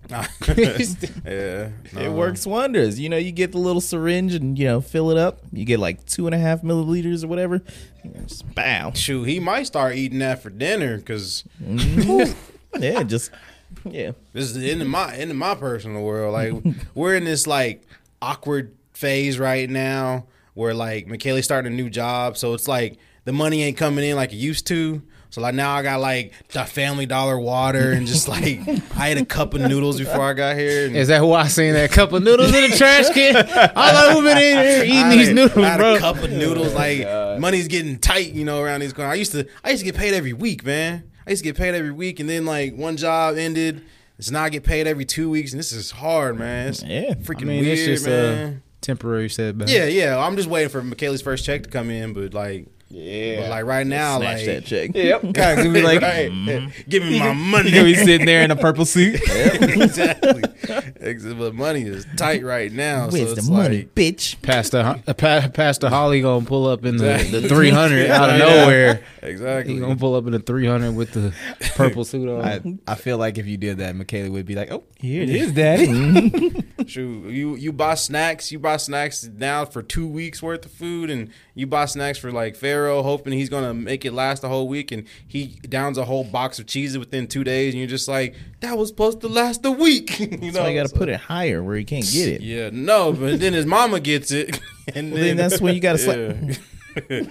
Speaker 1: yeah,
Speaker 3: It
Speaker 1: no.
Speaker 3: works wonders. You know, you get the little syringe and you know fill it up. You get like two and a half milliliters or whatever. You know, just bow.
Speaker 1: Shoot, he might start eating that for dinner because
Speaker 3: Yeah, just yeah.
Speaker 1: this is into my into my personal world. Like we're in this like awkward phase right now where like Michaela's starting a new job, so it's like the money ain't coming in like it used to. So like now I got like the Family Dollar water and just like I ate a cup of noodles before I got here. And
Speaker 4: Is that why I seen that cup of noodles in the trash
Speaker 1: *laughs*
Speaker 4: can? I like we've been in here eating
Speaker 1: I
Speaker 4: these
Speaker 1: had-
Speaker 4: noodles,
Speaker 1: I had
Speaker 4: bro.
Speaker 1: A cup of noodles. Like money's getting tight, you know, around these corners. I used to, I used to get paid every week, man. I used to get paid every week, and then like one job ended. It's now I get paid every two weeks, and this is hard, man. It's
Speaker 3: Yeah. I
Speaker 1: freaking
Speaker 4: I mean,
Speaker 1: weird,
Speaker 4: it's just uh,
Speaker 1: man.
Speaker 4: a temporary setback.
Speaker 1: yeah, yeah. I'm just waiting for Michaela's first check to come in, but like, yeah, but like right now,
Speaker 3: Snatch
Speaker 1: like, *laughs*
Speaker 3: that check.
Speaker 2: Yep. Guys, we be like,
Speaker 1: Right. give me my money.
Speaker 2: *laughs* you
Speaker 1: *laughs*
Speaker 2: know, he's sitting there in a purple suit.
Speaker 1: exactly. Ex- But money is tight right now.
Speaker 3: Where's
Speaker 1: so it's
Speaker 3: the money,
Speaker 1: like-
Speaker 3: bitch?
Speaker 4: Pastor, Ho- uh, Pa- Pastor Holly gonna pull up in the,
Speaker 1: Exactly.
Speaker 4: the *laughs* 300 out of
Speaker 1: Yeah.
Speaker 4: nowhere.
Speaker 1: Exactly.
Speaker 4: He gonna pull up in the 300 with the purple suit on.
Speaker 2: I, I feel like if you did that, Michaela would be like, "Oh,
Speaker 3: Here it is, daddy.
Speaker 1: Shoot, you you buy snacks. You buy snacks now for two weeks worth of food, and you buy snacks for like Pharaoh, hoping he's gonna make it last the whole week, and he downs a whole box of cheeses within two days, and you're just like, that was supposed to last a week. *laughs* you know,
Speaker 3: That's why you gotta
Speaker 1: So-
Speaker 3: put it higher where you can't get it.
Speaker 1: Yeah, no, but then his mama gets it, *laughs* and
Speaker 3: Well, then that's when you gotta slap.
Speaker 1: *laughs*
Speaker 3: *laughs*
Speaker 1: Yeah.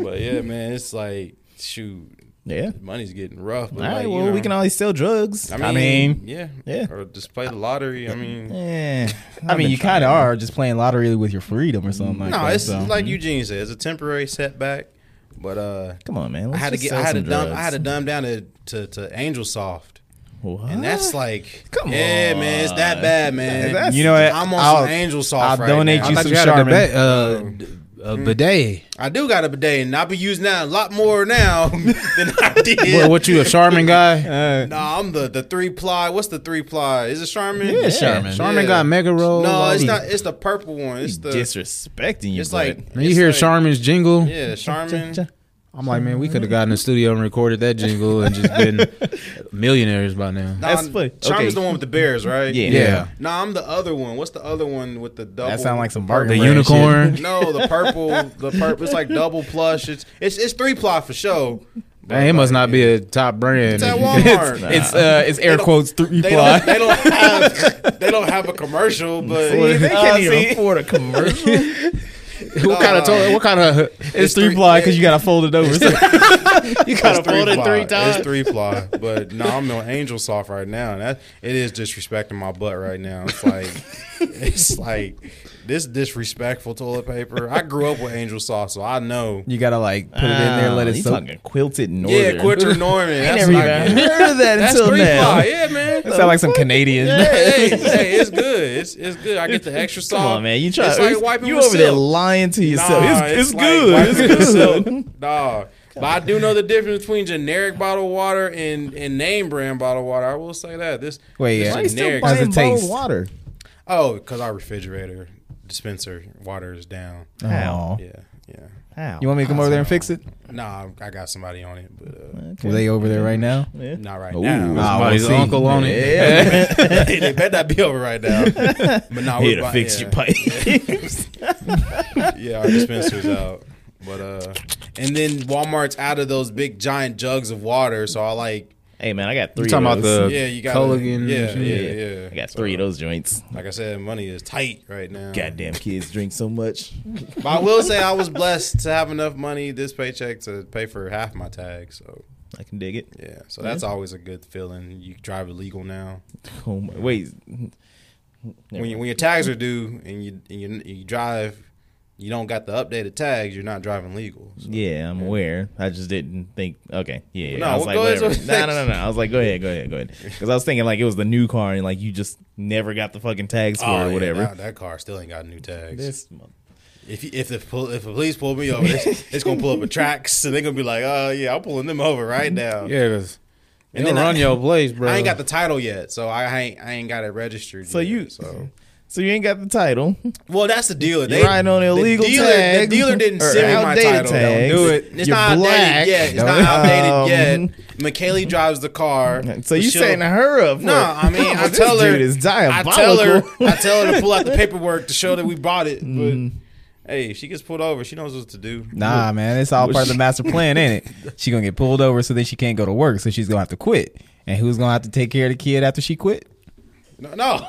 Speaker 1: but yeah, man, it's like shoot,
Speaker 3: Yeah.
Speaker 1: money's getting rough. But
Speaker 3: All right.
Speaker 1: like,
Speaker 3: Well,
Speaker 1: you know,
Speaker 3: we can always sell drugs.
Speaker 1: I mean, yeah,
Speaker 3: Yeah.
Speaker 1: or just play the lottery. I mean,
Speaker 3: yeah.
Speaker 2: I mean, you kind of are just playing lottery with your freedom or something like
Speaker 1: No,
Speaker 2: that."
Speaker 1: it's
Speaker 2: so.
Speaker 1: like Eugene said, it's a temporary setback. But uh,
Speaker 3: Come on,
Speaker 1: I
Speaker 3: man. Let's
Speaker 1: had to
Speaker 3: just
Speaker 1: get,
Speaker 3: sell
Speaker 1: I had to
Speaker 3: some
Speaker 1: dumb,
Speaker 3: drugs.
Speaker 1: I had to dumb down to to, to Angel Soft,
Speaker 3: What?
Speaker 1: and that's like,
Speaker 3: Come
Speaker 1: yeah, man, it's that bad, man.
Speaker 3: That's-
Speaker 2: you know what?
Speaker 1: I'm on
Speaker 2: I'll-
Speaker 1: some Angel
Speaker 2: I'll
Speaker 1: Soft right
Speaker 2: donate
Speaker 1: now.
Speaker 4: I
Speaker 2: you
Speaker 4: thought
Speaker 2: some
Speaker 4: you had a,
Speaker 2: Charmin.
Speaker 4: bidet, uh, d- a bidet.
Speaker 1: I do got a bidet, and I be using that a lot more now *laughs* than I
Speaker 4: What,
Speaker 1: did.
Speaker 4: what you a Charmin guy?
Speaker 1: Nah, I'm the the three ply. What's the three ply? Is it Charmin?
Speaker 3: Yeah, Charmin.
Speaker 4: Charmin
Speaker 1: Yeah.
Speaker 4: got mega roll.
Speaker 1: No, it's
Speaker 4: Like,
Speaker 1: not. It's the purple one. It's
Speaker 3: You
Speaker 1: the.
Speaker 3: disrespecting you.
Speaker 1: It's like
Speaker 4: when
Speaker 1: it's
Speaker 4: you hear
Speaker 1: like-
Speaker 4: Charmin's jingle.
Speaker 1: Yeah,
Speaker 3: *laughs*
Speaker 1: Charmin.
Speaker 4: I'm like, man, we could have gotten in the studio and recorded that jingle and
Speaker 1: *laughs*
Speaker 4: just been millionaires by
Speaker 1: Nah,
Speaker 4: now.
Speaker 3: That's funny.
Speaker 1: Charmin's
Speaker 3: Okay.
Speaker 1: the one with the bears, right?
Speaker 3: Yeah.
Speaker 4: Yeah.
Speaker 1: No, I'm the other one. What's the other one with the double?
Speaker 2: that sound like some
Speaker 4: The
Speaker 2: bargain.
Speaker 1: *laughs*
Speaker 2: brand
Speaker 4: unicorn.
Speaker 1: No, the purple, the purple. It's like double plush. It's it's it's three ply for sure.
Speaker 4: Man, it must not be a top brand.
Speaker 1: It's at
Speaker 2: shit.
Speaker 1: Walmart.
Speaker 2: It's it's, uh, it's air
Speaker 1: don't-
Speaker 2: quotes three
Speaker 1: They *laughs* don't,
Speaker 2: ply.
Speaker 1: they don't have they don't have a commercial, but
Speaker 3: See, they can't
Speaker 2: Uh,
Speaker 3: even
Speaker 2: see?
Speaker 3: afford a commercial.
Speaker 4: what kind of toy? What
Speaker 1: *laughs*
Speaker 4: kind of?
Speaker 2: It's three ply because you gotta fold it over. So you gotta
Speaker 1: it's
Speaker 2: fold it
Speaker 1: ply.
Speaker 2: three times.
Speaker 1: It's three
Speaker 3: *laughs*
Speaker 1: ply, but no, I'm on Angel Soft right now, and that it is disrespecting my butt right now. It's like it's like this disrespectful toilet paper. I grew up with Angel Soft, so I know.
Speaker 2: *laughs* You gotta like put it in there, let it
Speaker 3: Ah, you
Speaker 2: soak.
Speaker 3: talking quilted northern.
Speaker 1: Yeah, Quinter Norman. That's
Speaker 3: Never
Speaker 1: not
Speaker 2: *laughs*
Speaker 3: even
Speaker 1: good.
Speaker 3: heard of that
Speaker 1: That's
Speaker 3: until
Speaker 1: three
Speaker 3: now.
Speaker 1: ply. Yeah, man.
Speaker 2: It sound like some
Speaker 1: *laughs*
Speaker 2: Canadian. *laughs*
Speaker 1: hey,
Speaker 3: *laughs*
Speaker 1: hey, hey, it's good. It's it's good. I get the extra salt.
Speaker 3: Come on, man. You try.
Speaker 1: It's like wiping
Speaker 3: you
Speaker 1: with
Speaker 3: over there
Speaker 1: silk.
Speaker 3: lying to yourself.
Speaker 1: Nah,
Speaker 3: it's, it's,
Speaker 1: like
Speaker 3: good.
Speaker 1: wiping with
Speaker 3: It's
Speaker 1: silk. *laughs*
Speaker 3: good.
Speaker 1: Nah. But I do know the difference between generic bottled water and, and name brand bottled water. I will say that this
Speaker 2: Wait,
Speaker 1: this
Speaker 2: yeah. Why
Speaker 3: Why you still
Speaker 1: generic.
Speaker 2: buying-
Speaker 3: buying
Speaker 2: How's it
Speaker 3: bottled
Speaker 2: taste?
Speaker 3: water?
Speaker 1: Oh, because our refrigerator dispenser water is down.
Speaker 3: How?
Speaker 1: Yeah, yeah.
Speaker 3: How?
Speaker 2: You want me to come over there and fix it?
Speaker 1: Nah, I got somebody on it, but uh,
Speaker 2: Were they over there right now?
Speaker 1: not right
Speaker 2: Ooh.
Speaker 1: now. *laughs*
Speaker 2: Ah,
Speaker 4: Somebody's
Speaker 2: we'll see.
Speaker 4: uncle on it.
Speaker 3: *laughs*
Speaker 1: they better not be over right now. But nah,
Speaker 3: Here
Speaker 1: we
Speaker 3: to
Speaker 1: buy-
Speaker 3: fix
Speaker 1: yeah.
Speaker 3: your
Speaker 1: *laughs*
Speaker 3: pipes.
Speaker 1: Yeah, our dispenser's out. But uh, and then Walmart's out of those big giant jugs of water, so I like
Speaker 3: hey man, I got three.
Speaker 4: You talking
Speaker 3: of
Speaker 4: about
Speaker 3: those.
Speaker 4: the
Speaker 1: yeah, you got
Speaker 4: Culligan?
Speaker 1: Yeah, yeah,
Speaker 3: Yeah.
Speaker 1: yeah.
Speaker 3: I got
Speaker 1: So,
Speaker 3: three of those joints.
Speaker 1: Like I said, money is tight right now.
Speaker 3: Goddamn kids drink so much.
Speaker 1: But I will say I was blessed to have enough money this paycheck to pay for half my tag. So
Speaker 3: I can dig it.
Speaker 1: yeah, so that's always a good feeling. You drive illegal now.
Speaker 3: Oh my, wait.
Speaker 1: when, you, when your tags are due and you and you, you drive, you don't got the updated tags. You're not driving legal. So.
Speaker 3: Yeah, I'm aware. I just didn't think. Okay, yeah. yeah.
Speaker 1: No,
Speaker 3: I
Speaker 1: well,
Speaker 3: was like,
Speaker 1: go ahead,
Speaker 3: whatever.
Speaker 1: so-
Speaker 3: no, no, no, no. I was like, go ahead, go ahead, go ahead. Because I was thinking like it was the new car and like you just never got the fucking tags for it or
Speaker 1: Oh, yeah,
Speaker 3: whatever.
Speaker 1: nah, that car still ain't got new tags.
Speaker 3: This month.
Speaker 1: if you, if the pol- if the police pull me over, it's, it's gonna pull up a *laughs* tracks, and they're gonna be like, "Oh yeah, I'm pulling them over right now."
Speaker 4: Yeah, because
Speaker 1: And
Speaker 4: and then
Speaker 1: then I-
Speaker 4: run your place,
Speaker 1: *laughs*
Speaker 4: bro.
Speaker 1: I ain't got the title yet, so I ain't I ain't got it registered.
Speaker 3: So
Speaker 1: yet,
Speaker 3: you-
Speaker 1: so
Speaker 3: So you ain't got the title.
Speaker 1: well that's the dealer.
Speaker 3: You're riding on illegal
Speaker 1: the dealer,
Speaker 3: tags.
Speaker 1: The dealer didn't
Speaker 3: or
Speaker 1: send me my
Speaker 3: outdated
Speaker 1: title.
Speaker 3: tags.
Speaker 4: do it.
Speaker 1: It's
Speaker 3: You're
Speaker 1: not
Speaker 3: black.
Speaker 1: outdated yet. It's not
Speaker 3: Don't-
Speaker 1: outdated
Speaker 3: Um,
Speaker 1: yet. McKaylee drives the car.
Speaker 3: *laughs* So you
Speaker 1: She'll-
Speaker 3: saying to her up?
Speaker 1: No, I
Speaker 3: *laughs*
Speaker 1: mean, I tell her.
Speaker 3: dude is
Speaker 1: I
Speaker 3: diabolical.
Speaker 1: tell her. I tell her to pull out the paperwork to show that we bought
Speaker 3: *laughs*
Speaker 1: it. But
Speaker 3: Mm.
Speaker 1: hey, if she gets pulled over, she knows what to do.
Speaker 2: Nah, man, it's all
Speaker 3: Well,
Speaker 2: part of the *laughs*
Speaker 3: she-
Speaker 2: master plan, ain't it? She gonna get pulled over, so then she can't go to work, so she's gonna have to quit. And who's gonna have to take care of the kid after she quit?
Speaker 1: No,
Speaker 4: *laughs*
Speaker 1: no.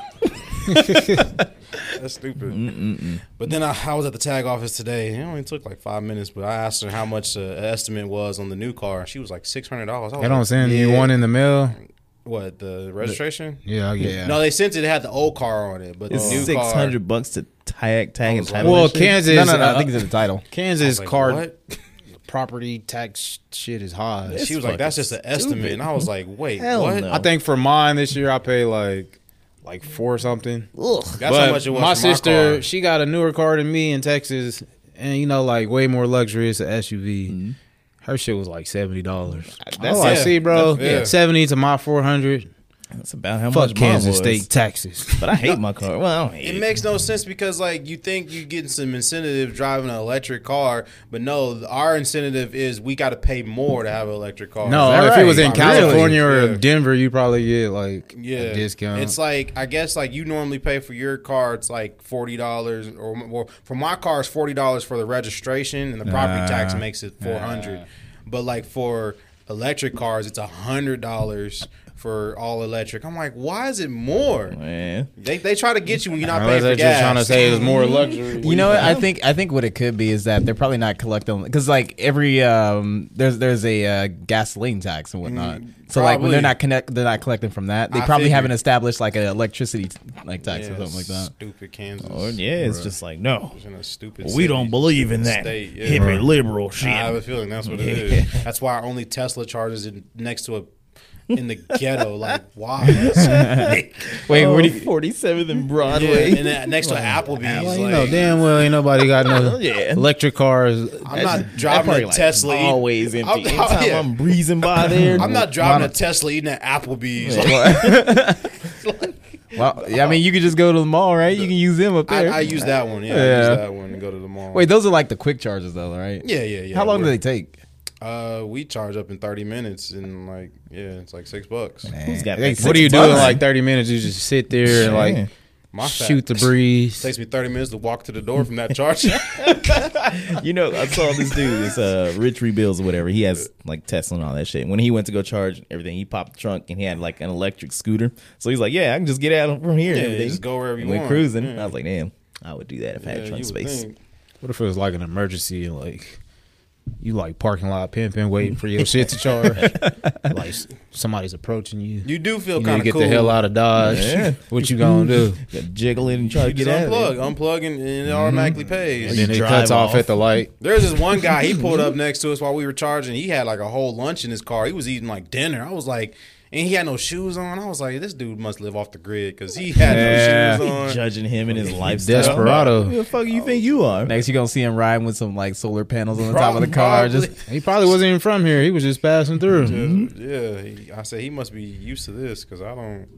Speaker 1: that's stupid. But then I, I was at the tag office today. It only took like five minutes, but I asked her how much the estimate was on the new car. She was like six hundred dollars. I was
Speaker 4: They don't
Speaker 1: like,
Speaker 4: send you
Speaker 2: Yeah.
Speaker 4: one in the mail.
Speaker 1: what the registration?
Speaker 4: Yeah, yeah.
Speaker 1: No, they sent it. It had the old car on it, but the
Speaker 3: It's
Speaker 1: new
Speaker 3: six
Speaker 1: car.
Speaker 3: hundred bucks to tag tag and
Speaker 1: was like-
Speaker 3: title.
Speaker 4: well,
Speaker 3: that shit?
Speaker 4: Kansas.
Speaker 2: no, no, no.
Speaker 4: uh,
Speaker 2: I think it's in the *laughs* title.
Speaker 4: Kansas
Speaker 1: Like,
Speaker 4: card
Speaker 1: what?
Speaker 4: property tax shit is high.
Speaker 1: she was like,
Speaker 3: fucking
Speaker 1: "That's just an estimate," and I was like, "Wait,
Speaker 3: Hell
Speaker 1: what?"
Speaker 3: no.
Speaker 4: I think for mine this year, I pay like like four something.
Speaker 3: Ugh.
Speaker 1: That's
Speaker 4: But
Speaker 1: how much it was.
Speaker 4: My
Speaker 1: for
Speaker 4: sister,
Speaker 1: car.
Speaker 4: she got a newer car than me in Texas, and you know, like way more luxurious an SUV. Her shit was like seventy dollars. That's
Speaker 3: That's
Speaker 4: all I
Speaker 1: yeah.
Speaker 4: see, bro.
Speaker 1: That's- yeah.
Speaker 4: Seventy to my four hundred.
Speaker 3: That's about how
Speaker 4: Fuck
Speaker 3: much mine
Speaker 4: Kansas
Speaker 3: was.
Speaker 4: State taxes.
Speaker 3: But I hate my car. Well, I don't hate
Speaker 1: it
Speaker 3: it.
Speaker 1: makes no sense because like you think you getting some incentive driving an electric car, but no, our incentive is we got to pay more to have an electric car.
Speaker 4: No,
Speaker 2: that
Speaker 4: if it was
Speaker 2: right?
Speaker 4: in
Speaker 2: Really?
Speaker 4: California or
Speaker 1: Yeah.
Speaker 4: Denver, you probably get like
Speaker 1: yeah,
Speaker 4: a discount.
Speaker 1: It's like I guess like you normally pay for your car, it's like forty dollars or well, for my car it's forty dollars for the registration and the property
Speaker 2: Nah.
Speaker 1: tax makes it four hundred. But like for electric cars, it's hundred dollars for all electric. I'm like, why is it more?
Speaker 3: Man.
Speaker 1: They, they try to get you when you're not
Speaker 4: Unless
Speaker 1: paying
Speaker 4: they're
Speaker 1: for
Speaker 4: just
Speaker 1: gas.
Speaker 4: trying to say it's more luxury.
Speaker 2: You know what? I think I think what it could be is that they're probably not collecting because like every um there's there's a uh, gasoline tax and whatnot. so like when
Speaker 1: probably.
Speaker 2: they're not connect they're not collecting from that. They
Speaker 1: I
Speaker 2: probably
Speaker 1: figured.
Speaker 2: haven't established like an electricity like tax or
Speaker 1: Yeah,
Speaker 2: something like that.
Speaker 1: Stupid Kansas.
Speaker 3: Or, *laughs* yeah, it's just like, no.
Speaker 1: in a stupid.
Speaker 3: We
Speaker 1: city.
Speaker 3: don't believe in that
Speaker 1: State, yeah.
Speaker 3: hippie
Speaker 1: Right.
Speaker 3: liberal
Speaker 1: I
Speaker 3: shit.
Speaker 1: have a feeling that's what it is. That's why only Tesla charges in, next to a in the ghetto. Like why?
Speaker 2: Wait,
Speaker 3: Oh,
Speaker 2: where do you,
Speaker 3: 47th and
Speaker 1: yeah,
Speaker 3: Broadway.
Speaker 1: and then next to Applebee's.
Speaker 4: Well, you
Speaker 1: like,
Speaker 4: know damn well ain't nobody got no
Speaker 3: Yeah.
Speaker 4: electric cars.
Speaker 1: I'm
Speaker 3: That's-
Speaker 1: not
Speaker 3: that
Speaker 1: driving
Speaker 3: probably,
Speaker 1: a Tesla. eating-
Speaker 3: Always empty.
Speaker 1: I'm-
Speaker 3: Anytime
Speaker 1: yeah.
Speaker 3: I'm breezing by there,
Speaker 1: *laughs* I'm not driving a Tesla eating at Applebee's. Like,
Speaker 2: well, yeah, I mean, you could just go to the mall, right? You can use them
Speaker 1: *laughs*
Speaker 2: up
Speaker 1: I,
Speaker 2: there.
Speaker 1: I use that one. Yeah, I
Speaker 2: Yeah.
Speaker 1: use that one and go to the mall.
Speaker 2: Wait, those are like the quick charges, though, right?
Speaker 1: Yeah, yeah, yeah.
Speaker 2: How long do
Speaker 1: We're-
Speaker 2: they take?
Speaker 1: Uh, we charge up in 30 minutes, and like, yeah, it's like six bucks.
Speaker 2: Man,
Speaker 3: got
Speaker 2: they-
Speaker 3: that
Speaker 4: What do you do
Speaker 3: bucks.
Speaker 4: in like 30 minutes? You just sit there and like
Speaker 1: My fat-
Speaker 4: shoot the breeze.
Speaker 1: *laughs* Takes me 30 minutes to walk to the door from that charger.
Speaker 3: You know, I saw this dude, this uh, Rich Rebuilds or whatever. He has like Tesla and all that shit. When he went to go charge everything, he popped the trunk and he had like an electric scooter. So he's like, "Yeah, I can just get out from here. and
Speaker 1: Yeah,
Speaker 3: everything.
Speaker 1: just go wherever you
Speaker 3: And we're
Speaker 1: want.
Speaker 3: cruising."
Speaker 1: Yeah.
Speaker 3: I was like, "Damn, I would do that if I had
Speaker 1: Yeah,
Speaker 3: trunk
Speaker 1: you would
Speaker 3: space."
Speaker 1: think.
Speaker 4: What if it was like an emergency and like you like parking lot pimping, waiting for your shit to *laughs* charge? like s- somebody's approaching you.
Speaker 1: You do feel
Speaker 4: You need
Speaker 1: kind
Speaker 4: to
Speaker 1: of
Speaker 4: get
Speaker 1: cool.
Speaker 4: the hell out of Dodge.
Speaker 3: Yeah.
Speaker 4: What you gonna *laughs* do?
Speaker 3: Got jiggling and trying to get
Speaker 1: Just
Speaker 3: out.
Speaker 1: unplug,
Speaker 3: Of
Speaker 1: unplug, and, and it automatically pays.
Speaker 4: Mm-hmm. And then it
Speaker 3: drive
Speaker 4: cuts off.
Speaker 3: off.
Speaker 4: at the light.
Speaker 1: There's this one guy
Speaker 4: *laughs*
Speaker 1: he pulled up next to us while we were charging. He had like a whole lunch in his car. He was eating like dinner. I was like, and he had no shoes on. I was like, this dude must live off the grid because he had no
Speaker 4: Yeah.
Speaker 3: *laughs*
Speaker 1: shoes
Speaker 3: there.
Speaker 1: on.
Speaker 3: Judging him and his lifestyle.
Speaker 4: Desperado.
Speaker 3: Who the fuck you think you
Speaker 2: *laughs*
Speaker 3: are?
Speaker 2: Next, you're gonna see him riding with some like solar panels on the top of the car. Just
Speaker 1: Probably.
Speaker 4: He probably wasn't even from here. He was just passing through.
Speaker 1: yeah. He, I said he must be used to this because I don't.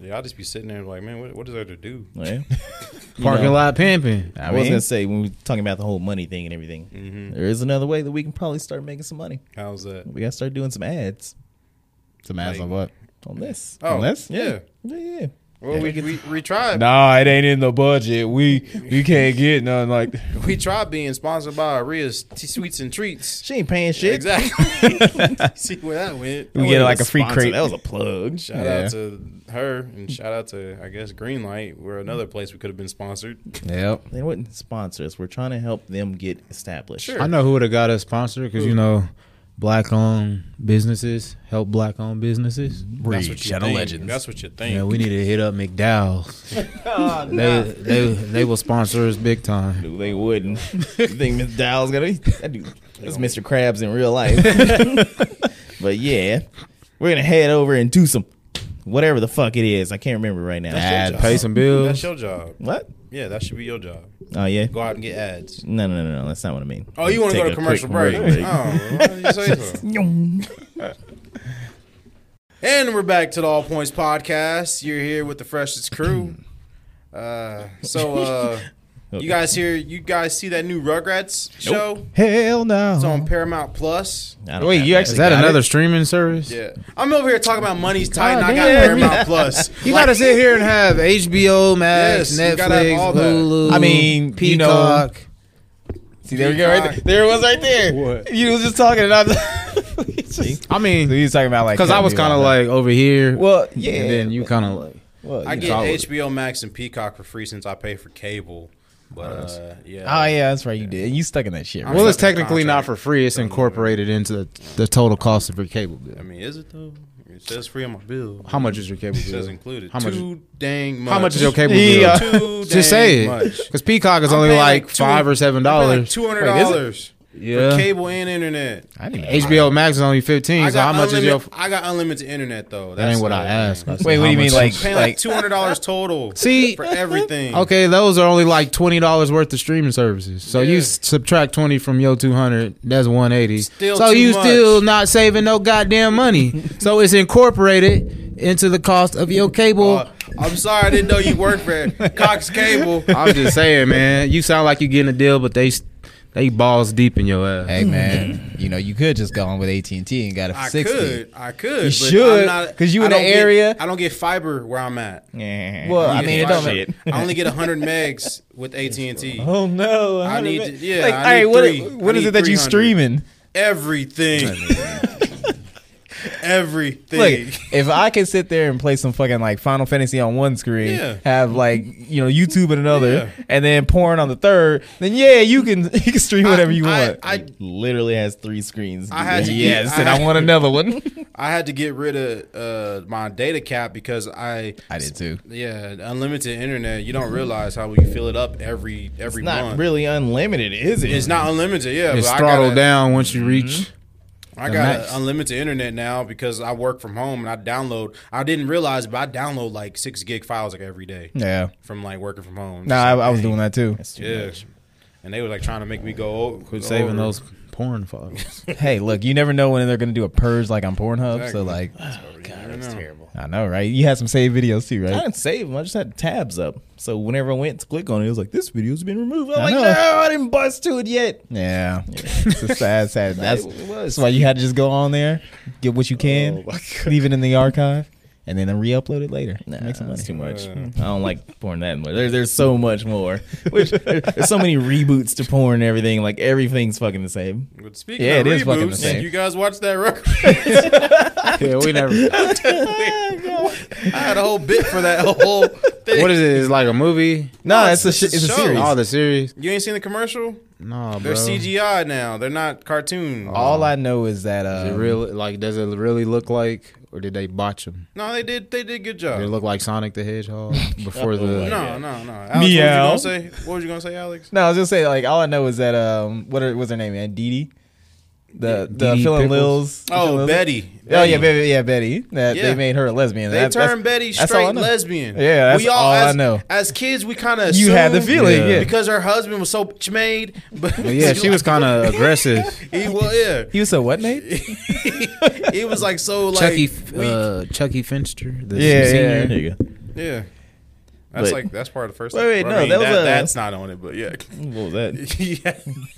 Speaker 1: Yeah, I'll just be sitting there like, man, what, what is there to do?
Speaker 3: Right?
Speaker 4: Parking lot pimping.
Speaker 2: I
Speaker 3: I was
Speaker 2: mean,
Speaker 3: gonna say when we were talking about the whole money thing and everything,
Speaker 1: Mm-hmm.
Speaker 3: there is another way that we can probably start making some money.
Speaker 1: How's that?
Speaker 3: We gotta start doing some ads
Speaker 2: some ass
Speaker 1: like-
Speaker 2: on what?
Speaker 3: on this.
Speaker 1: Oh,
Speaker 2: Unless-
Speaker 1: yeah.
Speaker 3: Yeah, yeah.
Speaker 1: Well, we, we we tried
Speaker 4: Nah, it ain't in the budget. We we can't get nothing like that.
Speaker 1: we tried being sponsored by Aria's T- Sweets and Treats.
Speaker 3: She ain't paying shit.
Speaker 1: Exactly. *laughs* See where that went.
Speaker 2: We
Speaker 3: That
Speaker 2: get
Speaker 3: wasn't
Speaker 2: like a free
Speaker 3: sponsor,
Speaker 2: crate.
Speaker 3: That was a plug.
Speaker 1: Shout
Speaker 2: Yeah.
Speaker 1: out to her and shout out to I guess Greenlight. We're another place we could have been sponsored.
Speaker 2: Yep.
Speaker 3: They wouldn't sponsor us. We're trying to help them get established.
Speaker 1: Sure.
Speaker 4: I know who would have got us sponsored because you know, black owned businesses help black owned businesses.
Speaker 1: That's what you
Speaker 2: Shadow
Speaker 1: think.
Speaker 2: Legends.
Speaker 1: That's what you think.
Speaker 4: Yeah, we need to hit up McDowell's. they, they they will sponsor us big time.
Speaker 3: No,
Speaker 2: *laughs*
Speaker 3: they wouldn't. you think Miss Dowell's gonna be? That dude, that's Mr. Krabs in
Speaker 2: *laughs*
Speaker 3: real life. but yeah, we're gonna head over and do some whatever the fuck it is. I can't remember right now.
Speaker 1: That's your
Speaker 4: Pay some bills.
Speaker 1: That's your job.
Speaker 3: What?
Speaker 1: Yeah, that should be your job.
Speaker 3: Oh yeah.
Speaker 1: Go out and get ads.
Speaker 3: No, no, no, no. That's not what I mean.
Speaker 1: Oh, you want to
Speaker 3: Take
Speaker 1: go
Speaker 3: a
Speaker 1: to commercial break?
Speaker 3: quick
Speaker 1: Oh, why didn't you say so? And we're back to the All Points podcast. You're here with the freshest crew. Uh, so uh, you guys here? You guys see that new Rugrats show?
Speaker 4: Hell no.
Speaker 1: It's on Paramount Plus.
Speaker 3: I don't
Speaker 2: Wait,
Speaker 3: have
Speaker 2: you
Speaker 3: that.
Speaker 2: actually
Speaker 4: Is that
Speaker 2: got
Speaker 4: another
Speaker 2: it?
Speaker 4: streaming service?
Speaker 1: Yeah, I'm over here talking about money's tight, and I got
Speaker 4: damn.
Speaker 1: Paramount Plus.
Speaker 4: Oh, *laughs* You gotta sit here and have HBO Max,
Speaker 1: Yes, you gotta have
Speaker 4: Netflix,
Speaker 1: all that.
Speaker 4: Hulu.
Speaker 3: I mean, you know-
Speaker 4: Peacock.
Speaker 2: See, there we go. Right there. there it was right there.
Speaker 4: What?
Speaker 2: You was just talking and I *laughs* was It's just-
Speaker 4: I
Speaker 2: So
Speaker 4: mean,
Speaker 2: you was talking about like
Speaker 4: because I was kind of like over here.
Speaker 3: Well, yeah.
Speaker 4: and then you kind of like.
Speaker 3: Well,
Speaker 1: I
Speaker 3: you
Speaker 1: get
Speaker 3: know.
Speaker 1: HBO Max and Peacock for free since I pay for cable. But uh, yeah,
Speaker 2: Oh yeah, that's right. You did. You stuck in that shit. Right?
Speaker 4: Well, it's
Speaker 1: Something
Speaker 4: technically not
Speaker 1: contract.
Speaker 4: for free. It's incorporated into the, the total cost of your cable bill.
Speaker 1: I mean, is it though? It says free on my bill.
Speaker 4: How much is your cable
Speaker 1: It
Speaker 4: bill?
Speaker 1: says included.
Speaker 4: How much-
Speaker 1: Too dang much.
Speaker 4: How much is your cable
Speaker 3: Yeah.
Speaker 4: bill?
Speaker 1: Too dang
Speaker 4: Just say it,
Speaker 1: much.
Speaker 4: because Peacock is
Speaker 1: I'm
Speaker 4: only
Speaker 1: paying
Speaker 4: like,
Speaker 1: like two-
Speaker 4: five or seven dollars.
Speaker 1: Two hundred dollars.
Speaker 4: Yeah.
Speaker 1: For cable and internet.
Speaker 2: I didn't. Even
Speaker 4: HBO Max is only fifteen. So how much is your?
Speaker 1: unlimited- I got unlimited internet though.
Speaker 4: That ain't what I
Speaker 1: another
Speaker 4: asked.
Speaker 1: thing.
Speaker 4: I said,
Speaker 2: Wait, what
Speaker 4: how
Speaker 2: do you mean,
Speaker 4: much-
Speaker 2: like-
Speaker 1: Paying like two hundred dollars total.
Speaker 4: *laughs* See-
Speaker 1: for everything.
Speaker 4: Okay, those are only like twenty dollars worth of streaming services. So you
Speaker 1: Yeah.
Speaker 4: s- subtract twenty from your two hundred, that's one eighty.
Speaker 1: Still
Speaker 4: So
Speaker 1: too
Speaker 4: you
Speaker 1: much.
Speaker 4: still not saving no goddamn *laughs* money. so it's incorporated into the cost of your cable.
Speaker 1: Uh, I'm sorry, I didn't know you worked for Cox
Speaker 2: *laughs*
Speaker 1: Cable.
Speaker 4: I'm just saying, man. You sound like you getting a deal, but they they balls deep in your ass.
Speaker 2: hey man, you know you could just go on with AT and T and got a
Speaker 1: Mm-hmm. I
Speaker 2: sixty.
Speaker 1: could, I could.
Speaker 2: You
Speaker 1: but
Speaker 2: should,
Speaker 1: I'm not-
Speaker 2: 'cause you
Speaker 1: I
Speaker 2: in the
Speaker 1: don't get-
Speaker 2: area.
Speaker 1: I don't get fiber where I'm at.
Speaker 3: Yeah.
Speaker 2: Well, I
Speaker 1: get
Speaker 2: mean, it don't.
Speaker 1: fiber. I only get 100 megs with AT and
Speaker 2: *laughs*
Speaker 1: T.
Speaker 2: Oh no!
Speaker 1: I need to- yeah,
Speaker 2: Like,
Speaker 1: I
Speaker 2: all right,
Speaker 1: need
Speaker 2: what
Speaker 1: three.
Speaker 2: what
Speaker 1: I
Speaker 2: is
Speaker 1: need
Speaker 2: it that
Speaker 1: 300.
Speaker 2: you streaming?
Speaker 1: Everything, everything.
Speaker 2: Look,
Speaker 1: *laughs*
Speaker 2: if I could sit there and play some fucking like Final Fantasy on one screen,
Speaker 1: Yeah.
Speaker 2: have like you know YouTube in another,
Speaker 1: Yeah.
Speaker 2: and then porn on the third, then yeah, you can *laughs* you can stream whatever you
Speaker 1: I-
Speaker 2: want.
Speaker 1: I, I,
Speaker 3: literally has three screens.
Speaker 1: I had to
Speaker 2: yes,
Speaker 1: get-
Speaker 2: and I want
Speaker 1: *laughs*
Speaker 2: another one.
Speaker 1: I had to get rid of uh, my data cap because I
Speaker 2: I did too.
Speaker 1: Yeah, unlimited internet. You don't realize how we fill it up every every
Speaker 3: It's not
Speaker 1: month.
Speaker 3: really unlimited, is it?
Speaker 1: It's not unlimited. Yeah,
Speaker 4: It's
Speaker 1: but
Speaker 4: throttled
Speaker 1: I got,
Speaker 4: down once you reach.
Speaker 1: I got
Speaker 4: max.
Speaker 1: unlimited internet now because I work from home and I download. I didn't realize, but I download like six gig files like every day
Speaker 2: Yeah,
Speaker 1: from like working from home.
Speaker 2: no, Mm. I, I was doing that too.
Speaker 3: That's too
Speaker 1: yeah.
Speaker 3: much.
Speaker 1: And they were like trying to make me go. o-
Speaker 4: Quit
Speaker 1: go
Speaker 4: saving
Speaker 1: over.
Speaker 4: those porn *laughs* files.
Speaker 2: *laughs* hey, look, you never know when they're gonna do a purge like on Pornhub.
Speaker 1: Exactly.
Speaker 2: So like,
Speaker 1: You never know.
Speaker 3: Terrible.
Speaker 2: I know, right? You had some saved videos too,
Speaker 3: I
Speaker 2: right?
Speaker 3: didn't save them. I just had tabs up. So whenever I went to click on it, it was like, this video's been removed. I'm
Speaker 2: I
Speaker 3: like,
Speaker 2: know.
Speaker 3: no, I didn't bust to it yet.
Speaker 1: *laughs*
Speaker 2: Yeah, it's a sad, sad. That's,
Speaker 3: it
Speaker 2: that's why you had to just go on there, get what you
Speaker 1: Oh
Speaker 2: can, leave it in the archive, and then re-upload it later.
Speaker 3: Nah,
Speaker 2: Make some money.
Speaker 3: that's too much.
Speaker 1: Yeah.
Speaker 3: I don't like porn that much. There, there's so much more. *laughs* Which there's so many reboots to porn and everything. Like everything's fucking the same.
Speaker 1: But speaking
Speaker 2: Yeah,
Speaker 1: of
Speaker 2: it
Speaker 1: reboots,
Speaker 2: is fucking the same.
Speaker 1: you guys watch that record?
Speaker 4: yeah, we never.
Speaker 1: *laughs* I had a whole bit for that *laughs* whole thing.
Speaker 4: What is it? It's like a movie.
Speaker 2: No,
Speaker 1: No,
Speaker 2: it's a
Speaker 1: it's- it's
Speaker 2: sh-
Speaker 1: a
Speaker 2: it's a
Speaker 1: show.
Speaker 2: series.
Speaker 4: Oh, the series.
Speaker 1: You ain't seen the commercial?
Speaker 4: No, bro.
Speaker 1: They're CGI now. They're not cartoon.
Speaker 2: All I know is that uh,
Speaker 4: Is it real? Like, does it really look like, or did they botch them?
Speaker 1: No, they did. They did a good
Speaker 4: Did it
Speaker 1: job.
Speaker 4: look like Sonic the *laughs* Hedgehog before the?
Speaker 1: No, no, no. Alex,
Speaker 2: Meow.
Speaker 1: What was you gonna say? What was you gonna say, Alex?
Speaker 2: No, I was just saying like all I know is that um, what was her name? Man, Didi, the the
Speaker 4: Didi
Speaker 2: Phil and
Speaker 4: Pickles?
Speaker 2: Lil's. Phil and
Speaker 1: Oh,
Speaker 2: Lil's-
Speaker 1: Betty.
Speaker 2: Oh yeah, Betty. Yeah, Betty. That
Speaker 1: Yeah.
Speaker 2: they made her a lesbian.
Speaker 1: They
Speaker 2: That- that's-
Speaker 1: turned Betty
Speaker 2: that's all I
Speaker 1: straight
Speaker 2: know.
Speaker 1: lesbian.
Speaker 2: Yeah, that's all I
Speaker 1: as,
Speaker 2: know.
Speaker 1: As kids, we kind of
Speaker 2: You had the feeling, yeah.
Speaker 1: because her husband was so bitch made. But
Speaker 4: But
Speaker 1: *laughs*
Speaker 4: yeah, she was kind of aggressive.
Speaker 1: He was yeah.
Speaker 2: He was so
Speaker 1: *laughs*
Speaker 2: what, Nate?
Speaker 1: He was like so like
Speaker 4: Chucky,
Speaker 1: weak.
Speaker 4: uh, Chucky Finster. The
Speaker 2: Yeah,
Speaker 4: senior.
Speaker 2: yeah.
Speaker 3: There you go.
Speaker 1: Yeah. That's
Speaker 3: But-
Speaker 1: like that's part of the first.
Speaker 3: Wait, wait,
Speaker 1: I
Speaker 3: no,
Speaker 1: mean,
Speaker 3: that was a-
Speaker 1: that's not on it, but yeah, *laughs*
Speaker 3: What was that?